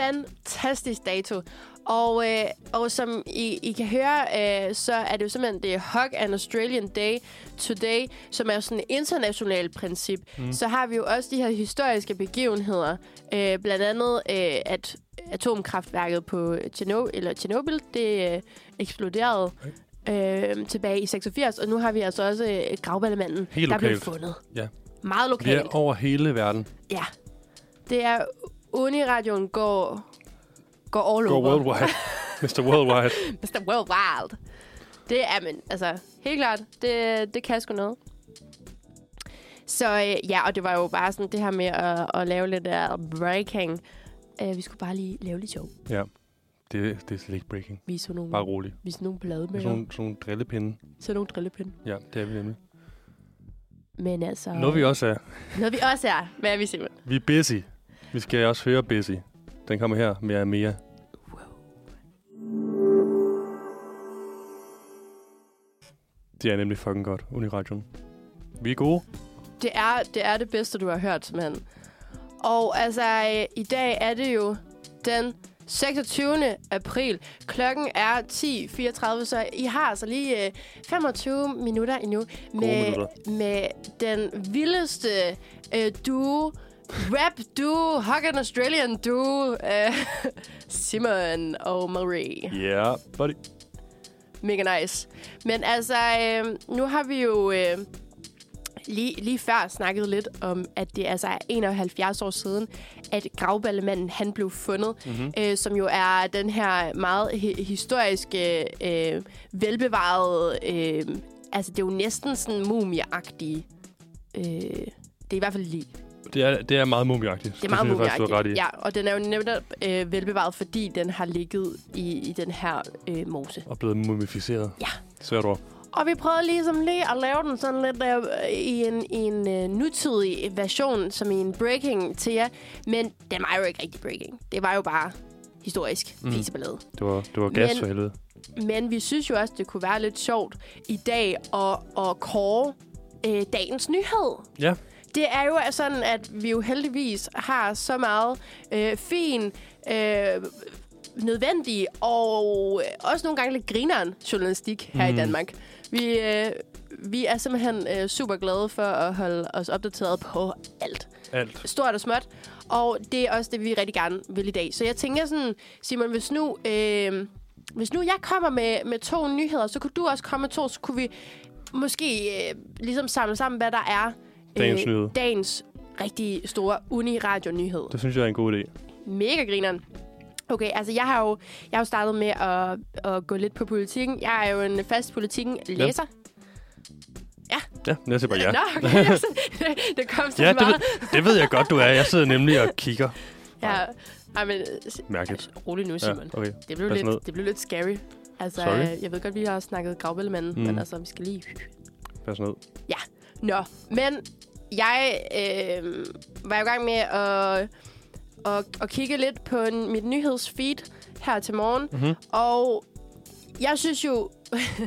[SPEAKER 3] fantastisk dato. Og, øh, og som I, I kan høre, øh, så er det jo simpelthen det er Hug and Australian Day Today, som er sådan et internationalt princip. Mm. Så har vi jo også de her historiske begivenheder. Øh, blandt andet, øh, at atomkraftværket på Tjerno, eller Tjernobyl, det øh, eksploderede øh, tilbage i 86, og nu har vi altså også øh, gravballemanden,
[SPEAKER 2] Helt
[SPEAKER 3] der blev
[SPEAKER 2] lokalt.
[SPEAKER 3] fundet.
[SPEAKER 2] Ja.
[SPEAKER 3] Meget
[SPEAKER 2] Vi
[SPEAKER 3] lokalt.
[SPEAKER 2] er over hele verden.
[SPEAKER 3] Ja. Det er, Uniradioen går, går all
[SPEAKER 2] Go
[SPEAKER 3] over.
[SPEAKER 2] worldwide. Mr. Worldwide.
[SPEAKER 3] Mr. Worldwide. Det er, men altså, helt klart, det, det kan sgu noget. Så øh, ja, og det var jo bare sådan det her med at, at lave lidt af breaking. Øh, vi skulle bare lige lave lidt sjov.
[SPEAKER 2] Ja, det, det er slet ikke breaking.
[SPEAKER 3] Vi så nogle,
[SPEAKER 2] Bare rolig.
[SPEAKER 3] vi så nogle
[SPEAKER 2] Det er
[SPEAKER 3] bladmøller,
[SPEAKER 2] sådan, nogle- sådan nogle drillepinde.
[SPEAKER 3] så nogle drillepinde.
[SPEAKER 2] Ja, det er vi nemlig.
[SPEAKER 3] Men altså...
[SPEAKER 2] Noget vi også er.
[SPEAKER 3] noget vi også er. Hvad er vi simpelthen?
[SPEAKER 2] Vi er busy. Vi skal også høre busy. Den kommer her med Amia. Det er nemlig fucking godt, Uniradioen. Vi er gode.
[SPEAKER 3] Det er, det er det bedste, du har hørt, mand. Og altså, øh, i dag er det jo den 26. april. Klokken er 10.34, så I har altså lige øh, 25 minutter endnu med,
[SPEAKER 2] minutter.
[SPEAKER 3] med den vildeste øh, duo, rap duo, Hogan Australian duo, øh, Simon og Marie.
[SPEAKER 2] Yeah, buddy.
[SPEAKER 3] Mega nice. Men altså, øh, nu har vi jo øh, lige, lige før snakket lidt om, at det altså er 71 år siden, at gravballemanden han blev fundet,
[SPEAKER 2] Mhm.
[SPEAKER 3] mm-hmm. øh, som jo er den her meget hi- historiske, øh, velbevarede, øh, altså det er jo næsten sådan mumieagtige, øh, det er i hvert fald lige.
[SPEAKER 2] Det er, det er meget mumiagtigt.
[SPEAKER 3] Det er meget
[SPEAKER 2] Det synes jeg faktisk, du har ret i.
[SPEAKER 3] mumieagtigt. Ja, og den er jo netop øh, velbevaret, fordi den har ligget i, i den her øh, mose.
[SPEAKER 2] Og blevet mumificeret.
[SPEAKER 3] Ja.
[SPEAKER 2] Svært ord.
[SPEAKER 3] Og vi prøvede ligesom lige at lave den sådan lidt øh, i en, i en øh, nutidig version, som i en breaking til jer. Men den var jo ikke rigtig breaking. Det var jo bare historisk mm. fiseballade.
[SPEAKER 2] Det var, det var gas
[SPEAKER 3] Men-
[SPEAKER 2] for helvede.
[SPEAKER 3] Men vi synes jo også, det kunne være lidt sjovt i dag at, at kåre øh, dagens nyhed.
[SPEAKER 2] Ja,
[SPEAKER 3] Det er jo altså sådan, at vi jo heldigvis har så meget øh, fin, øh, nødvendig og øh, også nogle gange lidt grineren journalistik her mm. i Danmark. Vi, øh, vi er simpelthen øh, super glade for at holde os opdateret på alt.
[SPEAKER 2] alt.
[SPEAKER 3] Stort og småt. Og det er også det, vi rigtig gerne vil i dag. Så jeg tænker sådan, Simon, hvis nu, øh, hvis nu jeg kommer med, med to nyheder, så kunne du også komme med to, så kunne vi måske øh, ligesom samle sammen, hvad der er øh,
[SPEAKER 2] Dagens nyhed.
[SPEAKER 3] dagens rigtig store uni-radio-nyhed.
[SPEAKER 2] Det synes jeg er en god idé.
[SPEAKER 3] Mega grineren. Okay, altså jeg har jo, jeg har jo startet med at, at gå lidt på politikken. Jeg er jo en fast politikken-læser.
[SPEAKER 2] Ja, jeg siger bare ja.
[SPEAKER 3] Nå, okay. det kom så
[SPEAKER 2] Ja, det ved,
[SPEAKER 3] meget.
[SPEAKER 2] det ved jeg godt, du er. Jeg sidder nemlig og kigger.
[SPEAKER 3] Ja, Ej, men s-
[SPEAKER 2] Mærkeligt.
[SPEAKER 3] rolig nu,
[SPEAKER 2] Ja,
[SPEAKER 3] Simon.
[SPEAKER 2] okay.
[SPEAKER 3] Det blev,
[SPEAKER 2] Pas ned.
[SPEAKER 3] lidt, det blev lidt scary. Altså,
[SPEAKER 2] Sorry.
[SPEAKER 3] øh, jeg ved godt, vi har snakket gravbællemanden,
[SPEAKER 2] Mm.
[SPEAKER 3] mm. men altså, vi skal lige...
[SPEAKER 2] Pas ned.
[SPEAKER 3] Nå, men jeg øh, var jo i gang med at, at, at kigge lidt på n- mit nyhedsfeed her til morgen,
[SPEAKER 2] Mhm.
[SPEAKER 3] og jeg synes jo,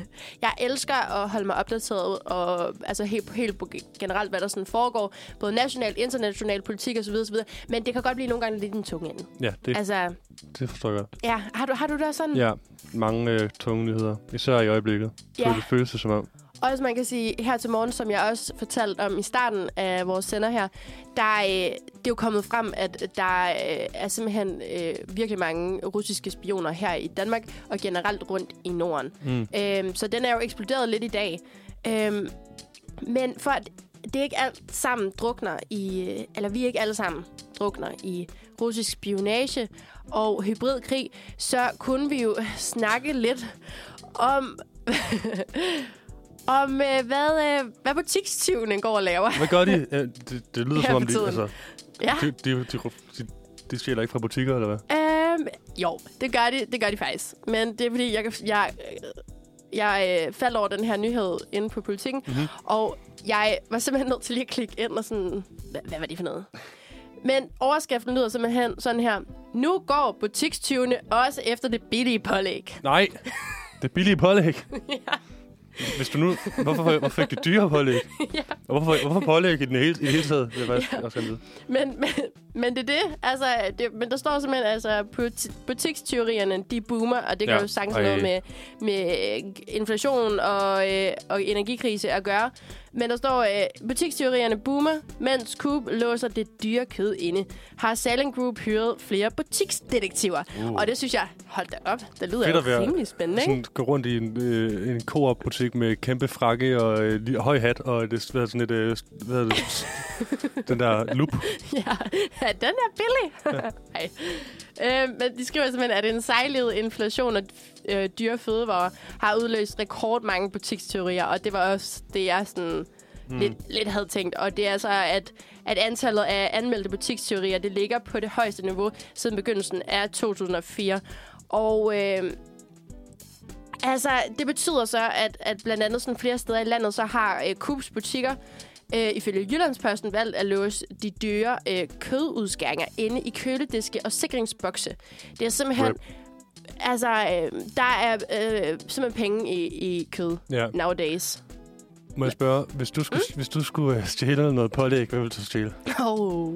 [SPEAKER 3] jeg elsker at holde mig opdateret og altså helt, helt på- generelt, hvad der sådan foregår. Både national, international politik osv. osv. Men det kan godt blive nogle gange lidt en tunge ende.
[SPEAKER 2] Ja, det,
[SPEAKER 3] Altså,
[SPEAKER 2] det forstår jeg godt.
[SPEAKER 3] ja, har du, har du det også sådan?
[SPEAKER 2] Ja, mange øh, tunge nyheder. Især i øjeblikket. Så
[SPEAKER 3] Ja.
[SPEAKER 2] det føles det som om.
[SPEAKER 3] Og som man kan sige, her til morgen, som jeg også fortalte om i starten af vores sender her, der er, øh, det er jo kommet frem, at der øh, er simpelthen øh, virkelig mange russiske spioner her i Danmark, og generelt rundt i Norden.
[SPEAKER 2] Mm.
[SPEAKER 3] Øhm, så den er jo eksploderet lidt i dag. Øhm, men for at det ikke alt sammen drukner i, øh, eller vi ikke alle sammen drukner i russisk spionage og hybridkrig, så kunne vi jo snakke lidt om, om øh, hvad, øh, hvad butikstyvene går og laver.
[SPEAKER 2] Hvad gør de? Øh, det, det lyder
[SPEAKER 3] Her
[SPEAKER 2] som om,
[SPEAKER 3] for
[SPEAKER 2] de,
[SPEAKER 3] tiden.
[SPEAKER 2] altså,
[SPEAKER 3] Ja.
[SPEAKER 2] de, de, de, de, de stjæler ikke fra butikker, eller hvad?
[SPEAKER 3] Øhm, jo, det gør de, det gør de faktisk. Men det er fordi, jeg, kan- jeg, øh, jeg øh, faldt over den her nyhed inde på politikken, mm-hmm. og jeg var simpelthen nødt til lige at klikke ind og sådan, hvad, hvad var det for noget? Men overskriften lyder simpelthen sådan her. Nu går butikstyvene også efter det billige pålæg.
[SPEAKER 2] Nej, det billige pålæg. Hvis du nu... Hvorfor, hvorfor fik det dyre pålæg?
[SPEAKER 3] Ja.
[SPEAKER 2] Og hvorfor, hvorfor pålæg i, den hele, i det hele taget? Det er faktisk, jeg også gerne vide.
[SPEAKER 3] Men, men, men det er det. Altså, det, men der står simpelthen, altså, buti- butikstyverierne, de boomer, og det ja.
[SPEAKER 2] Ja. øh,
[SPEAKER 3] kan jo sagtens
[SPEAKER 2] Ej.
[SPEAKER 3] noget med, med øh, inflation og, øh, og energikrise at gøre. Men der står, øh, butikstyverierne boomer, mens Coop låser det dyre kød inde. Har Salling Group hyret flere butiksdetektiver? Uh.
[SPEAKER 2] Uh.
[SPEAKER 3] Og det synes jeg, hold da op, det lyder
[SPEAKER 2] Fedt
[SPEAKER 3] jo
[SPEAKER 2] at være
[SPEAKER 3] rimelig spændende, ikke?
[SPEAKER 2] Sådan gå rundt i en, øh, en Coop-butik med kæmpe frakke og øh, lige- høj hat, og det hvad er det, sådan et... Øh, hvad er det, s- den der loop.
[SPEAKER 3] Ja, ja den er billig. Nej. Øh, men de skriver simpelthen, at en sejlede inflation og øh, dyre fødevarer har udløst rekordmange butiksteorier, og det var også det, jeg sådan mm. lidt, lidt havde tænkt. Og det er altså, at, at antallet af anmeldte butiksteorier, det ligger på det højeste niveau siden begyndelsen af 2004. Og øh, altså, det betyder så, at, at blandt andet sådan flere steder i landet, så har øh, Coops butikker øh, ifølge Jyllandsposten valgt at låse de dyre øh, kødudskæringer inde i kølediske og sikringsbokse. Det er simpelthen...
[SPEAKER 2] Rip.
[SPEAKER 3] Altså, øh, der er øh, simpelthen penge i, i kød
[SPEAKER 2] Ja.
[SPEAKER 3] nowadays.
[SPEAKER 2] Må jeg spørge, hvis du
[SPEAKER 3] Mm.
[SPEAKER 2] skulle, hvis du skulle øh, stjæle noget pålæg, hvad ville du stjæle?
[SPEAKER 3] Oh,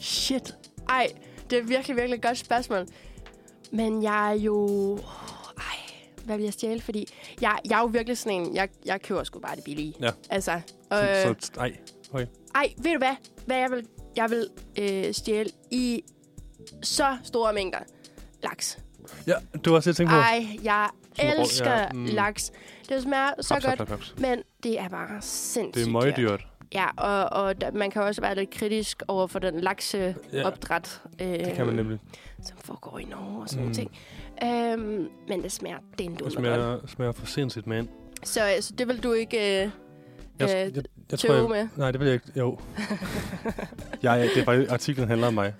[SPEAKER 3] shit. Ej, det er virkelig, virkelig et godt spørgsmål. Men jeg er jo... Ej, hvad vil jeg stjæle? Fordi jeg, jeg er jo virkelig sådan en... Jeg, jeg køber sgu bare det billige.
[SPEAKER 2] Ja.
[SPEAKER 3] Altså,
[SPEAKER 2] Øh.
[SPEAKER 3] øh,
[SPEAKER 2] Så, nej.
[SPEAKER 3] ej, ved du hvad? Hvad jeg vil, jeg vil øh, stjæle i så store mængder laks.
[SPEAKER 2] Ja, du har også tænkt på...
[SPEAKER 3] Ej, jeg
[SPEAKER 2] Sådan rå-
[SPEAKER 3] elsker
[SPEAKER 2] ja,
[SPEAKER 3] ja,
[SPEAKER 2] mm.
[SPEAKER 3] mm. laks. Det smager så
[SPEAKER 2] Haps,
[SPEAKER 3] godt,
[SPEAKER 2] haps, haps.
[SPEAKER 3] men det er bare
[SPEAKER 2] Det
[SPEAKER 3] sindssygt
[SPEAKER 2] er
[SPEAKER 3] dyrt.
[SPEAKER 2] meget dyrt.
[SPEAKER 3] Ja, og, og der, man kan også være lidt kritisk over for den lakseopdræt, ja, øh,
[SPEAKER 2] Det kan man nemlig.
[SPEAKER 3] som foregår i Norge og sådan mm.
[SPEAKER 2] Mm.
[SPEAKER 3] nogle ting. Øhm, men det smager den
[SPEAKER 2] Det
[SPEAKER 3] godt.
[SPEAKER 2] smager, smager for sindssygt, mand.
[SPEAKER 3] Så, øh, så det vil du ikke... Øh,
[SPEAKER 2] Jeg,
[SPEAKER 3] øh,
[SPEAKER 2] jeg, jeg tror,
[SPEAKER 3] tøve
[SPEAKER 2] jeg,
[SPEAKER 3] med.
[SPEAKER 2] Nej, det vil jeg ikke. Jo. jeg, det er faktisk, artiklen handler om mig.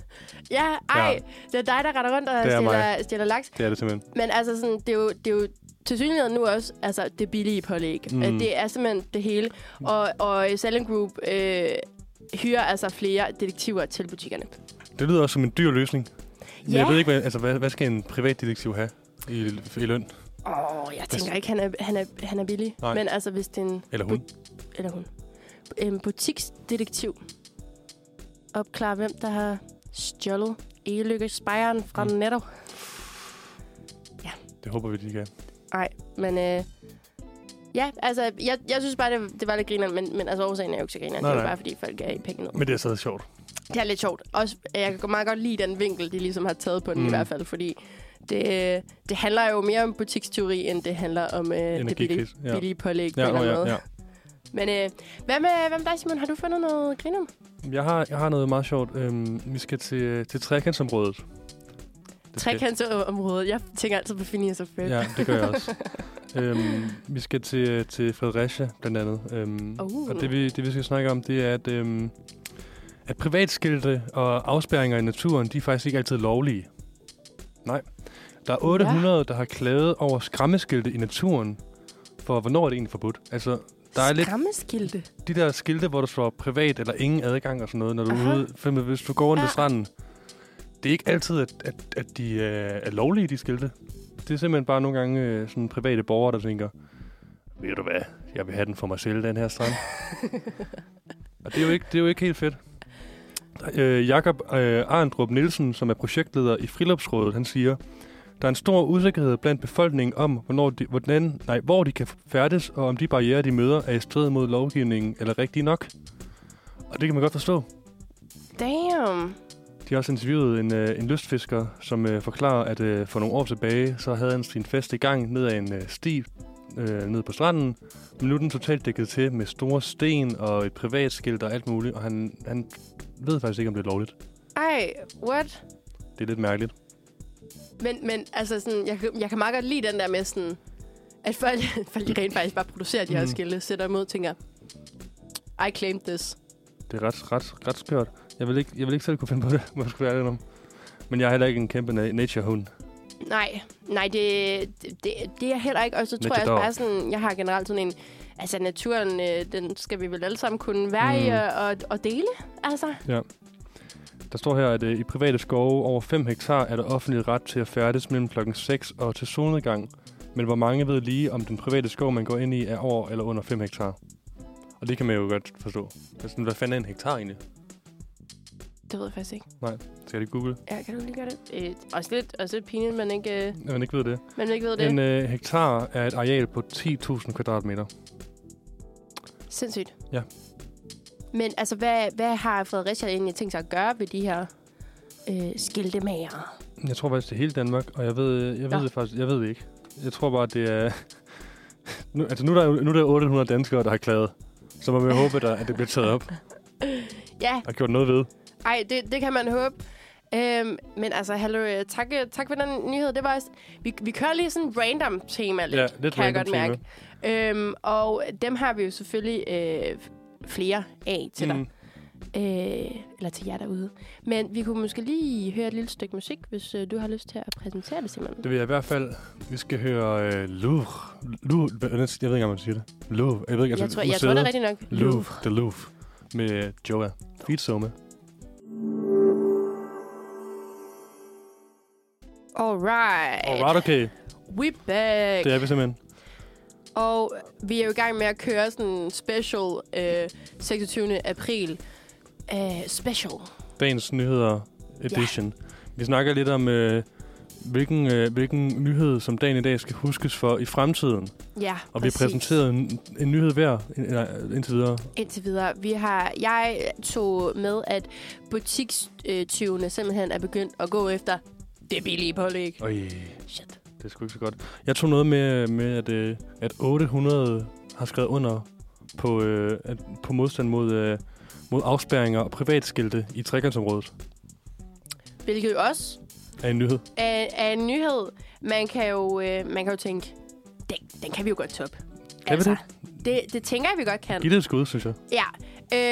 [SPEAKER 3] ja, ej, ja. det er dig, der retter rundt og
[SPEAKER 2] Det er
[SPEAKER 3] stiller, stiller laks.
[SPEAKER 2] Det er det simpelthen.
[SPEAKER 3] Men altså, sådan, det er jo, det er jo til synligheden nu også altså, det billige pålæg.
[SPEAKER 2] Mm.
[SPEAKER 3] Mm. Det er simpelthen det hele. Og, og Selling Group øh, hyrer altså flere detektiver til butikkerne.
[SPEAKER 2] Det lyder også som en dyr løsning. Men
[SPEAKER 3] Ja.
[SPEAKER 2] jeg ved ikke, hvad, altså, hvad, hvad skal en privatdetektiv have i, i løn?
[SPEAKER 3] Åh, oh, jeg tænker ikke, han er, han er, han er billig.
[SPEAKER 2] Nej.
[SPEAKER 3] Men altså, hvis det er en...
[SPEAKER 2] Eller hun?
[SPEAKER 3] Eller hun. En butiksdetektiv opklarer, hvem der har stjålet Elykke Spejeren fra
[SPEAKER 2] Mm.
[SPEAKER 3] mm. Netto.
[SPEAKER 2] Det håber vi, de kan.
[SPEAKER 3] Nej, men... Øh, ja, altså, jeg, jeg synes bare, det, det var lidt grineren, men, men altså, årsagen er jo ikke så grineren.
[SPEAKER 2] Nej,
[SPEAKER 3] Det er jo
[SPEAKER 2] nej.
[SPEAKER 3] bare, fordi folk er i penge ned.
[SPEAKER 2] Men det er stadig sjovt.
[SPEAKER 3] Øh, Det er lidt sjovt. Også, øh, jeg kan meget godt lide den vinkel, de ligesom har taget på den mm.
[SPEAKER 2] Mm.
[SPEAKER 3] i hvert fald, fordi det, øh, det handler jo mere om butiksteori, end det handler om øh, det billige,
[SPEAKER 2] Energikris. Ja.
[SPEAKER 3] billige pålæg
[SPEAKER 2] Ja,
[SPEAKER 3] på en
[SPEAKER 2] nå,
[SPEAKER 3] eller anden måde.
[SPEAKER 2] ja, ja.
[SPEAKER 3] Men øh, hvad, med, hvad med dig, Simon? Har du fundet noget griner?
[SPEAKER 2] Jeg har, jeg har noget meget sjovt. Øhm, vi skal til, til trekantsområdet. Det skal-
[SPEAKER 3] Trekantsområdet. Jeg tænker altid på Phineas og Ferb.
[SPEAKER 2] Ja, det gør jeg også. øhm, vi skal til, til Fredericia, blandt andet. Øhm,
[SPEAKER 3] Uh.
[SPEAKER 2] Og det vi, det, vi skal snakke om, det er, at, øhm, at privatskilte og afspærringer i naturen, de er faktisk ikke altid lovlige. Nej. Der er 800, ja. der har klaget over skræmmeskilte i naturen, for hvornår er det egentlig forbudt? Altså, der er lidt
[SPEAKER 3] Skrammeskilte.
[SPEAKER 2] de der skilte, hvor der står privat eller ingen adgang og sådan noget, når du er
[SPEAKER 3] Aha.
[SPEAKER 2] ude, for eksempel, hvis du går rundt ja.
[SPEAKER 3] Ja.
[SPEAKER 2] ved stranden, det er ikke altid, at, at, at de øh, er, er lovlige, de skilte. Det er simpelthen bare nogle gange øh, sådan private borgere, der tænker, ved du hvad, jeg vil have den for mig selv, den her strand. Og det er jo ikke, det er jo ikke helt fedt. Øh, Jakob øh, Arndrup Nielsen, som er projektleder i Friluftsrådet, han siger, der er en stor usikkerhed blandt befolkningen om, hvornår de, hvordan, nej, hvor de kan færdes, og om de barriere, de møder, er i strid mod lovgivningen eller rigtige nok. Og det kan man godt forstå.
[SPEAKER 3] Damn.
[SPEAKER 2] De har også interviewet en, øh, en lystfisker, som øh, forklarer, at øh, for nogle år tilbage, så havde han sin fest i gang ned ad en øh, sti øh, ned på stranden. Men nu er den totalt dækket til med store sten og et privatskilt og alt muligt, og han, han ved faktisk ikke, om det er lovligt.
[SPEAKER 3] Ej, what?
[SPEAKER 2] Det er lidt mærkeligt.
[SPEAKER 3] Men, men altså, sådan, jeg, kan- jeg kan meget godt lide den der med sådan, at folk, folk de rent faktisk bare producerer de her
[SPEAKER 2] Mhm.
[SPEAKER 3] skilte, sætter imod og tænker, I claimed this.
[SPEAKER 2] Det er ret, ret, ret skørt. Jeg vil, ikke, jeg vil ikke selv kunne finde på det, må jeg skulle være ærlig om. Men jeg er heller ikke en kæmpe na- nature-hund.
[SPEAKER 3] Nej, nej, det, det, det er jeg heller ikke. Og så tror
[SPEAKER 2] Nature
[SPEAKER 3] jeg
[SPEAKER 2] dog.
[SPEAKER 3] også bare sådan, jeg har generelt sådan en, altså naturen, øh, den skal vi vel alle sammen kunne være mm. i
[SPEAKER 2] Mhm.
[SPEAKER 3] øh, og, og dele, altså.
[SPEAKER 2] Der står her, at øh, i private skove over 5 hektar er der offentlig ret til at færdes mellem klokken 6 og til solnedgang. Men hvor mange ved lige, om den private skov, man går ind i, er over eller under 5 hektar? Og det kan man jo godt forstå. Det er sådan, hvad fanden er en hektar egentlig?
[SPEAKER 3] Det ved jeg faktisk ikke.
[SPEAKER 2] Skal jeg lige google,
[SPEAKER 3] Ja, kan du lige gøre det? Øh, også, lidt, også lidt pinligt, man ikke, øh,
[SPEAKER 2] når man ikke ved det.
[SPEAKER 3] man ikke ved det.
[SPEAKER 2] En øh, hektar er et areal på 10.000 kvadratmeter.
[SPEAKER 3] Sindssygt.
[SPEAKER 2] Ja.
[SPEAKER 3] Men altså, hvad, hvad har Fredericia egentlig tænkt sig at gøre ved de her øh, skiltemager?
[SPEAKER 2] Jeg tror faktisk, det er hele Danmark, og jeg ved, jeg ved
[SPEAKER 3] Nå.
[SPEAKER 2] det faktisk jeg ved det ikke. Jeg tror bare, det er... Nu, altså, nu er, der, jo- nu er der 800 danskere, der har klaget. Så må vi håbe, der, at det bliver taget op
[SPEAKER 3] Ja,
[SPEAKER 2] og gjort noget ved.
[SPEAKER 3] ej, det, det kan man håbe. Øhm, men altså, hallo, øh, tak, øh, tak for den nyhed. Det var også, vi, vi kører lige sådan en random tema lidt,
[SPEAKER 2] Ja, lidt
[SPEAKER 3] kan jeg godt
[SPEAKER 2] random
[SPEAKER 3] mærke. Øhm, og dem har vi jo selvfølgelig øh, flere af til
[SPEAKER 2] Mm.
[SPEAKER 3] dig. Øh, eller til jer derude. Men vi kunne måske lige høre et lille stykke musik, hvis øh, du har lyst til at præsentere det, Simon.
[SPEAKER 2] Det vil jeg i hvert fald... Vi skal høre øh, Louvre. Louvre. hvad- Jeg ved ikke, om man siger det. Louvre. Jeg ved ikke, altså,
[SPEAKER 3] jeg, tror, jeg tror, det er rigtigt nok.
[SPEAKER 2] Louvre. The Louvre. Med Joa. Fedt somme.
[SPEAKER 3] Alright.
[SPEAKER 2] Alright, okay.
[SPEAKER 3] We back.
[SPEAKER 2] Det er vi simpelthen.
[SPEAKER 3] Og vi er jo i gang med at køre sådan en special øh, 26. april. Øh, special.
[SPEAKER 2] dagens nyheder edition. Ja. Vi snakker lidt om, øh, hvilken, øh, hvilken nyhed, som dagen i dag skal huskes for i fremtiden.
[SPEAKER 3] Ja,
[SPEAKER 2] Og vi har præsenteret en, en nyhed hver in- eller, indtil videre.
[SPEAKER 3] Indtil videre. Vi har, jeg tog med, at butikstyvene simpelthen er begyndt at gå efter det billige pålæg.
[SPEAKER 2] Øj,
[SPEAKER 3] Shit.
[SPEAKER 2] det er sgu ikke så godt. Jeg tog noget med, med at, øh, at 800 har skrevet under på, øh, at, på modstand mod, øh, mod afspærringer og privatskilte i trekantsområdet
[SPEAKER 3] Hvilket jo også
[SPEAKER 2] af en nyhed.
[SPEAKER 3] er, er en nyhed. Man kan jo, øh, man kan jo tænke, den, den kan vi jo godt toppe. Altså,
[SPEAKER 2] vi
[SPEAKER 3] det? Det tænker jeg, vi godt kan.
[SPEAKER 2] Giv det et skud, synes jeg.
[SPEAKER 3] Ja,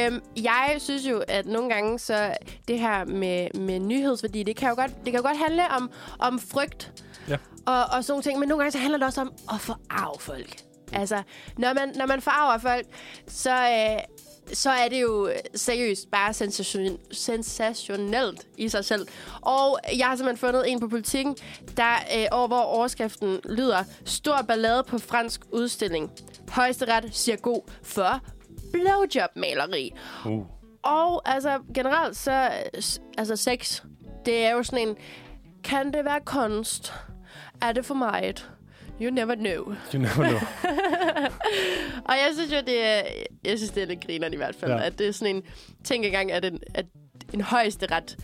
[SPEAKER 3] øhm, jeg synes jo, at nogle gange så det her med, med nyhedsværdi, det kan jo godt, det kan jo godt handle om, om frygt
[SPEAKER 2] Ja.
[SPEAKER 3] og, og sådan nogle ting, men nogle gange så handler det også om at forarve folk. Altså, når man, når man forarver folk, så, øh, så er det jo seriøst bare sensation, sensationelt i sig selv. Og jeg har simpelthen fundet en på politikken, der, øh, over hvor overskriften lyder, stor ballade på fransk udstilling. Højesteret siger god for blowjob-maleri.
[SPEAKER 2] Uh.
[SPEAKER 3] Og altså generelt, så s- altså sex, det er jo sådan en, kan det være kunst? Er det for meget? You never know.
[SPEAKER 2] You never know.
[SPEAKER 3] Og jeg synes jo, det er, jeg synes, det er lidt grineren i hvert fald, ja.
[SPEAKER 2] Ja.
[SPEAKER 3] at det er sådan en, tænk engang, at en, at en højesteret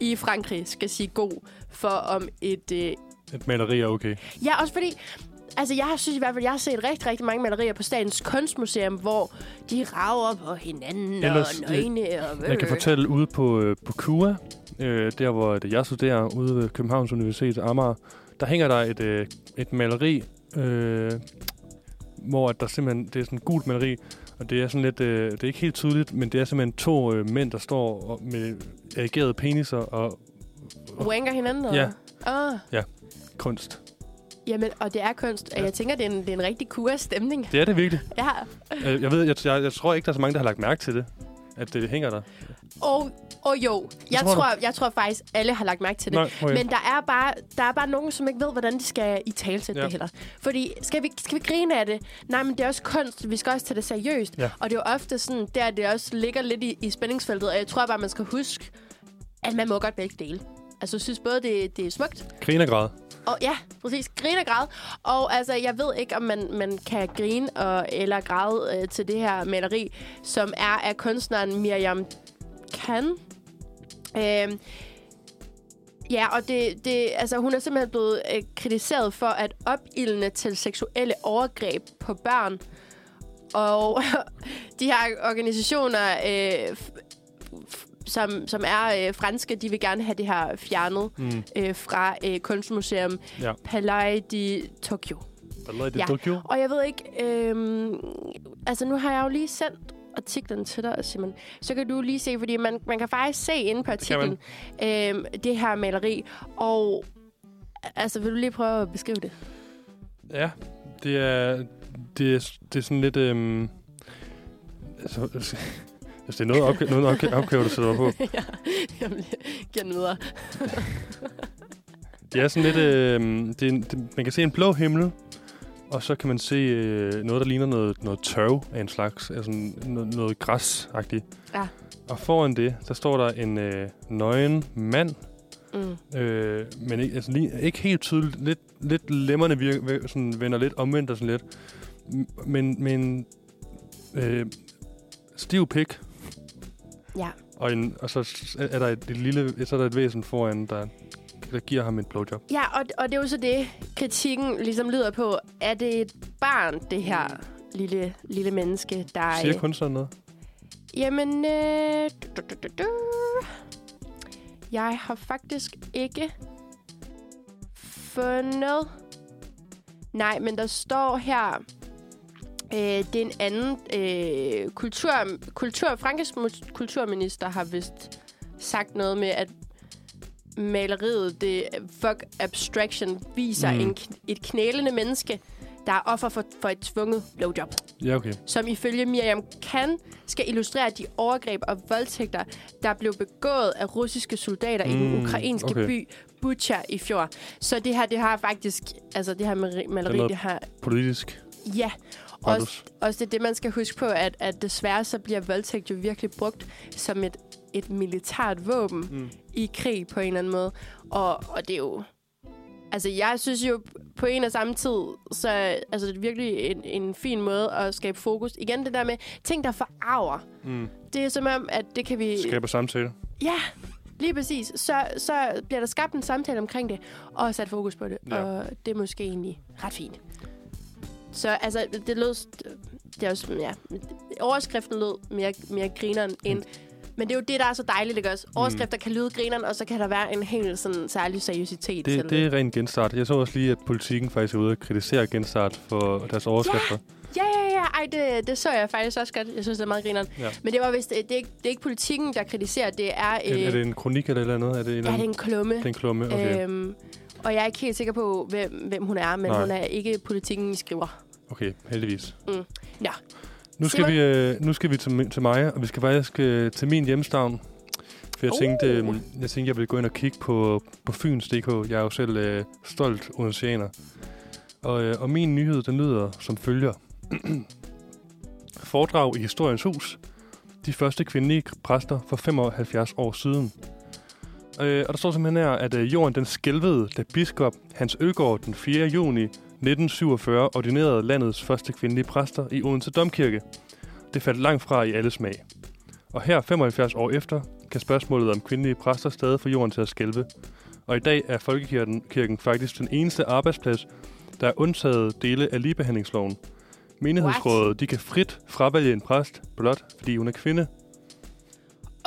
[SPEAKER 3] i Frankrig skal sige god for om et, øh,
[SPEAKER 2] Et maleri er okay.
[SPEAKER 3] Ja, også fordi... Altså, jeg synes i hvert fald, jeg har set rigtig, rigtig mange malerier på Statens Kunstmuseum, hvor de rager på hinanden Ellers,
[SPEAKER 2] Ellers,
[SPEAKER 3] og nøgne og...
[SPEAKER 2] Jeg kan fortælle ude på, øh, på KUA, øh, der hvor det, jeg studerer, ude ved Københavns Universitet Amager, der hænger der et, øh, et maleri, øh, hvor at der simpelthen, det er sådan et gult maleri, og det er sådan lidt, øh, det er ikke helt tydeligt, men det er simpelthen to øh, mænd, der står og, med erigerede peniser og
[SPEAKER 3] Wanker hinanden og...
[SPEAKER 2] Ja.
[SPEAKER 3] Åh,
[SPEAKER 2] kunst.
[SPEAKER 3] jamen, og det er kunst, og
[SPEAKER 2] Ja.
[SPEAKER 3] jeg tænker, det er en, det er en rigtig kurs stemning.
[SPEAKER 2] Det er det virkelig.
[SPEAKER 3] Ja.
[SPEAKER 2] Øh, jeg ved, jeg, jeg, jeg tror ikke, der er så mange, der har lagt mærke til det, at det, det hænger der.
[SPEAKER 3] Og, og jo, jeg
[SPEAKER 2] tror
[SPEAKER 3] tror,
[SPEAKER 2] du?
[SPEAKER 3] tror, jeg tror faktisk, alle har lagt mærke til det.
[SPEAKER 2] Nej, okay.
[SPEAKER 3] Men der er, bare, der er bare nogen, som ikke ved, hvordan de skal i tale ja.
[SPEAKER 2] Ja.
[SPEAKER 3] det heller. Fordi, skal vi, skal vi grine af det? Nej, men det er også kunst. Vi skal også tage det seriøst.
[SPEAKER 2] Ja.
[SPEAKER 3] Og det er jo ofte sådan, der det også ligger lidt i, i spændingsfeltet. Og jeg tror bare, man skal huske, at man må godt begge dele. Altså, jeg synes både, det, det er smukt,
[SPEAKER 2] Grinergrad.
[SPEAKER 3] og ja, præcis. Grin og græd. Og altså, jeg ved ikke, om man, man kan grine og, eller græde øh, til det her maleri, som er af kunstneren Miriam Kan. Øh, ja, og det, det, altså, hun er simpelthen blevet øh, kritiseret for at opildne til seksuelle overgreb på børn. Og de her organisationer, øh, f- f- som, som er øh, franske, de vil gerne have det her fjernet
[SPEAKER 2] Mm.
[SPEAKER 3] øh, fra øh, kunstmuseum
[SPEAKER 2] Ja.
[SPEAKER 3] Palais de Tokyo.
[SPEAKER 2] Eller det
[SPEAKER 3] Ja.
[SPEAKER 2] ja. Tokyo.
[SPEAKER 3] Og jeg ved ikke, øh, altså nu har jeg jo lige sendt artiklen til dig, Simon. Så kan du lige se, fordi man, man kan faktisk se inde på
[SPEAKER 2] kan
[SPEAKER 3] artiklen øh, det her maleri. Og altså, vil du lige prøve at beskrive det?
[SPEAKER 2] Ja, det er, det er, det er sådan lidt... Øhm, altså, altså, det er noget, opgave, noget opgave, opgave, du sætter mig på.
[SPEAKER 3] ja, jamen, giver den videre.
[SPEAKER 2] Det er sådan lidt... Øhm, det er, en- det, man kan se en blå himmel, og så kan man se øh, noget, der ligner noget, noget tørv af en slags. Altså noget, noget græsagtigt.
[SPEAKER 3] Ja.
[SPEAKER 2] Og foran det, der står der en øh, nøgen mand,
[SPEAKER 3] Mm.
[SPEAKER 2] Øh, men ikke, altså, lige, ikke helt tydeligt. Lidt, lidt lemmerne virker, vir- sådan, vender lidt omvendt og sådan lidt. M- Men, men øh, stiv pik,
[SPEAKER 3] Ja.
[SPEAKER 2] og, en, og så s- er der et, et lille, så er der et væsen foran, der, der giver ham et blowjob.
[SPEAKER 3] Ja, og, og det er jo så det, kritikken ligesom lyder på. Er det et barn, det her lille, lille menneske, der...
[SPEAKER 2] Ej.
[SPEAKER 3] øh,
[SPEAKER 2] Siger kunstneren noget?
[SPEAKER 3] Jamen, øh, du, du, du, du. jeg har faktisk ikke fundet... Nej, men der står her, øh, det er en anden øh, kultur, kultur, Frankrigs mus- kulturminister har vist sagt noget med, at maleriet, det fuck abstraction, viser mm.
[SPEAKER 2] Mm.
[SPEAKER 3] en, kn- et knælende menneske, der er offer for, for et tvunget blowjob
[SPEAKER 2] Ja, okay.
[SPEAKER 3] som ifølge Miriam Kan skal illustrere de overgreb og voldtægter, der blev begået af russiske soldater mm, i den
[SPEAKER 2] Mm,
[SPEAKER 3] ukrainske okay.
[SPEAKER 2] okay.
[SPEAKER 3] by Butcha i fjor. Så det her, det har faktisk, altså det her maleri, maleri
[SPEAKER 2] noget-
[SPEAKER 3] det har,
[SPEAKER 2] Politisk.
[SPEAKER 3] ja. Også,
[SPEAKER 2] Pathos.
[SPEAKER 3] også det er det, man skal huske på, at, at desværre så bliver voldtægt jo virkelig brugt som et, et militært våben mm.
[SPEAKER 2] Mm.
[SPEAKER 3] i krig på en eller anden måde. Og, og det er jo... Altså, jeg synes jo på en og samme tid, så altså, det er virkelig en, en fin måde at skabe fokus. Igen det der med ting, der forarver.
[SPEAKER 2] Mm.
[SPEAKER 3] Det er som om, at det kan vi...
[SPEAKER 2] Skaber samtale.
[SPEAKER 3] Ja, lige præcis. Så, så bliver der skabt en samtale omkring det, og sat fokus på det. Ja.
[SPEAKER 2] Ja.
[SPEAKER 3] Og det er måske egentlig ret fint. Så altså, det lød... Det er også, ja, overskriften lød mere, mere grineren end...
[SPEAKER 2] Mm.
[SPEAKER 3] Men det er jo det, der er så dejligt, ikke også? Overskrifter mm. kan lyde grineren, og så kan der være en helt sådan, særlig seriøsitet til
[SPEAKER 2] Det, det er ren genstart. Jeg så også lige, at politikken faktisk er ude og kritisere genstart for deres overskrifter.
[SPEAKER 3] Ja, ja, ja. Ej, det, det så jeg faktisk også godt. Jeg synes, det er meget grineren.
[SPEAKER 2] Ja.
[SPEAKER 3] Men det var vist... Det, det, er, ikke, det er ikke politikken, der kritiserer. Det er... Øh,
[SPEAKER 2] Ja. Er, er det en kronik eller et eller andet? Er det en,
[SPEAKER 3] ja,
[SPEAKER 2] eller
[SPEAKER 3] det er
[SPEAKER 2] anden,
[SPEAKER 3] en klumme.
[SPEAKER 2] det er en klumme? Okay.
[SPEAKER 3] Okay. Øhm, og jeg er ikke helt sikker på, hvem, hvem hun er, men
[SPEAKER 2] Nej.
[SPEAKER 3] Nej. hun er ikke politikken, I skriver.
[SPEAKER 2] okay, heldigvis.
[SPEAKER 3] Ja.
[SPEAKER 2] Nu skal,
[SPEAKER 3] Simon?
[SPEAKER 2] vi, øh, nu skal vi til, til mig, og vi skal faktisk øh, til min hjemstavn. For jeg,
[SPEAKER 3] Uh.
[SPEAKER 2] uh. tænkte, øh, jeg tænkte, jeg ville gå ind og kigge på, på Fyns.dk. Jeg er jo selv øh, stolt odenseaner. Og, øh, og min nyhed, den lyder som følger. Foredrag i Historiens Hus. De første kvindelige præster for 75 år siden. Øh, og der står simpelthen her, at øh, jorden den skælvede, da biskop Hans Ølgaard den 4. juni 1947 ordinerede landets første kvindelige præster i Odense Domkirke. Det faldt langt fra i alle smag. Og her 75 år efter kan spørgsmålet om kvindelige præster stadig få jorden til at skælve. Og i dag er Folkekirken kirken faktisk den eneste arbejdsplads, der er undtaget dele af ligebehandlingsloven. Menighedsrådet de kan frit fravælge en præst, blot fordi hun er kvinde.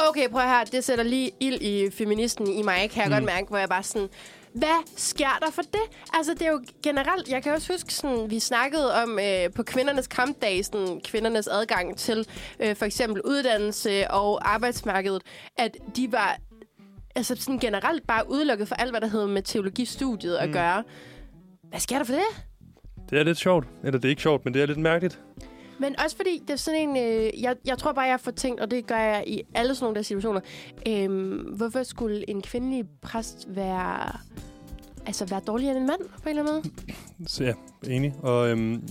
[SPEAKER 3] Okay, prøv her. Det sætter lige ild i feministen i mig, kan jeg mm. godt mærke, hvor jeg bare sådan... Hvad sker der for det? Altså, det er jo generelt... Jeg kan også huske, sådan, vi snakkede om øh, på kvindernes kampdag, sådan, kvindernes adgang til øh, for eksempel uddannelse og arbejdsmarkedet, at de var altså, sådan generelt bare udelukket for alt, hvad der havde med teologistudiet at gøre. Hvad sker der for det?
[SPEAKER 2] Det er lidt sjovt. Eller det er ikke sjovt, men det er lidt mærkeligt.
[SPEAKER 3] Men også fordi, det er sådan en... Øh, jeg, jeg tror bare, jeg får tænkt, og det gør jeg i alle sådan nogle der situationer. Øh, hvorfor skulle en kvindelig præst være... Altså være dårligere end en mand, på en eller anden måde?
[SPEAKER 2] Så ja, enig. Og øhm,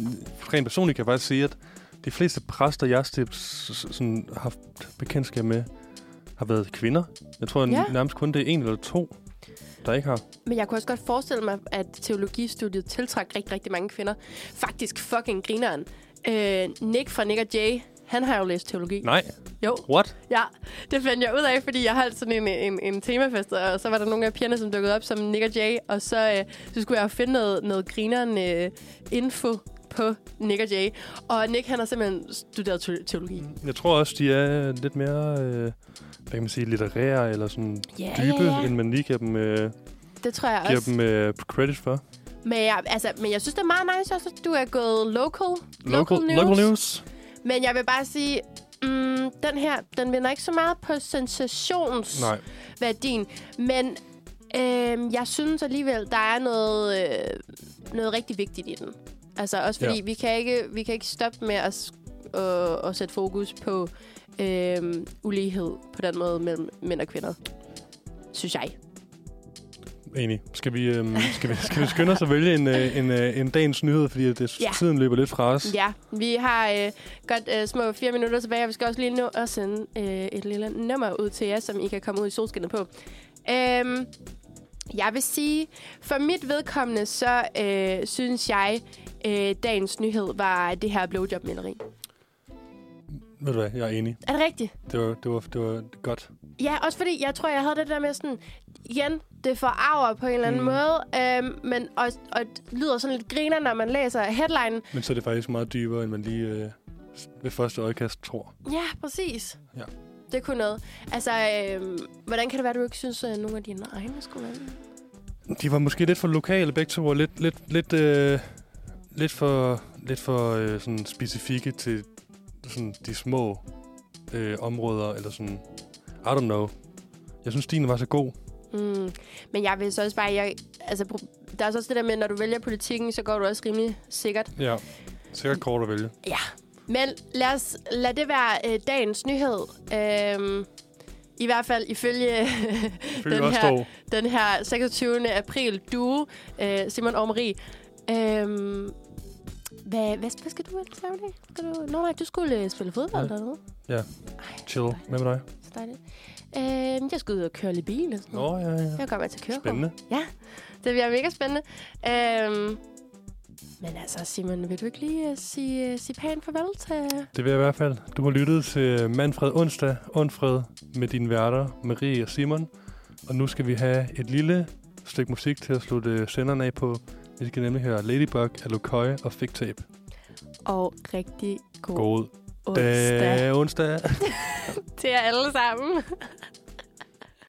[SPEAKER 2] rent personligt kan jeg faktisk sige, at de fleste præster, jeg stips, sådan, har haft bekendtskab med, har været kvinder. Jeg tror
[SPEAKER 3] Ja.
[SPEAKER 2] ja. nærmest kun det er en eller to, der ikke har.
[SPEAKER 3] Men jeg kunne også godt forestille mig, at teologistudiet tiltrak rigtig, rigtig mange kvinder. Faktisk fucking grineren. Øh, Nick fra Nick og Jay, han har jo læst teologi.
[SPEAKER 2] Nej,
[SPEAKER 3] Jo,
[SPEAKER 2] what?
[SPEAKER 3] ja. Det fandt jeg ud af, fordi jeg holdt sådan en, en, en temafest, og så var der nogle af pigerne, som dukkede op som Nick og Jay, og så, øh, så skulle jeg jo finde noget, noget grineren øh, info på Nick og Jay. Og Nick, han har simpelthen studeret te- teologi.
[SPEAKER 2] Jeg tror også, de er lidt mere, øh, hvad kan man sige, litterære eller sådan
[SPEAKER 3] Ja,
[SPEAKER 2] dybe, end man lige giver dem, øh,
[SPEAKER 3] Det tror jeg
[SPEAKER 2] giver
[SPEAKER 3] også.
[SPEAKER 2] dem øh, credit for.
[SPEAKER 3] Men jeg, altså, men jeg synes, det er meget nice også, at du er gået local.
[SPEAKER 2] Local news.
[SPEAKER 3] Men jeg vil bare sige, mm, den her, den vinder ikke så meget på sensationsværdien.
[SPEAKER 2] Nej.
[SPEAKER 3] Men øh, jeg synes alligevel, der er noget, øh, noget rigtig vigtigt i den. Altså også fordi, ja.
[SPEAKER 2] Ja.
[SPEAKER 3] vi, kan ikke, vi kan ikke stoppe med at, s- at, at sætte fokus på øh, ulighed på den måde mellem mænd og kvinder. Synes jeg.
[SPEAKER 2] Enig. Skal vi, øhm, skal vi, skal vi skynde os at vælge en, øh, en, øh, en dagens nyhed, fordi det,
[SPEAKER 3] Ja.
[SPEAKER 2] ja. tiden løber lidt fra os.
[SPEAKER 3] Ja, vi har øh, godt øh, små fire minutter tilbage, og vi skal også lige nå at sende øh, et lille nummer ud til jer, som I kan komme ud i solskinnet på. Øhm, jeg vil sige, for mit vedkommende, så øh, synes jeg, øh, dagens nyhed var det her blowjob-maleri.
[SPEAKER 2] Ved du hvad, jeg er enig.
[SPEAKER 3] Er det rigtigt?
[SPEAKER 2] Det var, det var, det var godt.
[SPEAKER 3] Ja, også fordi jeg tror, jeg havde det der med sådan, igen, det forarver på en eller anden mm.
[SPEAKER 2] Mm.
[SPEAKER 3] måde, øhm, men, og, og det lyder sådan lidt griner, når man læser headline.
[SPEAKER 2] Men så er det faktisk meget dybere, end man lige øh, ved første øjekast tror.
[SPEAKER 3] Ja, præcis.
[SPEAKER 2] Ja.
[SPEAKER 3] Det kunne noget. Altså, øh, hvordan kan det være, du ikke synes, at nogle af dine egne skulle være med?
[SPEAKER 2] De var måske lidt for lokale begge to, og lidt, lidt, lidt, øh, lidt for, lidt for øh, sådan specifikke til sådan de små øh, områder, eller sådan, I don't know. Jeg synes, din var så god.
[SPEAKER 3] Mm. Men jeg vil så også bare... Jeg, altså, pro- der er så også det der med, når du vælger politikken, så går du også rimelig sikkert.
[SPEAKER 2] Ja. Sikkert kort at vælge.
[SPEAKER 3] Men lad, os, lad det være øh, dagens nyhed. Øh, I hvert fald ifølge
[SPEAKER 2] Følger
[SPEAKER 3] Den
[SPEAKER 2] også
[SPEAKER 3] her-
[SPEAKER 2] dog.
[SPEAKER 3] den her 26. april duo, øh, Simon og Marie. Øhm, hvad, hvad, hvad skal du ellers lave i dag? Skal du... Nå nej, du skulle øh, spille fodbold
[SPEAKER 2] Ja.
[SPEAKER 3] eller noget.
[SPEAKER 2] Chill. Hvad med dig?
[SPEAKER 3] Så dejligt. Øhm, jeg skal ud og køre lidt bil. Og sådan noget.
[SPEAKER 2] Nå, ja, ja.
[SPEAKER 3] Jeg kommer til at køre
[SPEAKER 2] Spændende.
[SPEAKER 3] Det bliver mega spændende. Øhm, men altså, Simon, vil du ikke lige uh, sige, uh, sige pænt farvel til...
[SPEAKER 2] Det vil jeg i hvert fald. Du har lyttet til Manfred Onsdag, Undfred med dine værter, Marie og Simon. Og nu skal vi have et lille stykke musik til at slutte senderen af på. Vi skal nemlig høre Ladybug, Alokoy og Fig Tape.
[SPEAKER 3] Og rigtig god,
[SPEAKER 2] God
[SPEAKER 3] onsdag
[SPEAKER 2] dag, onsdag.
[SPEAKER 3] til jer alle sammen.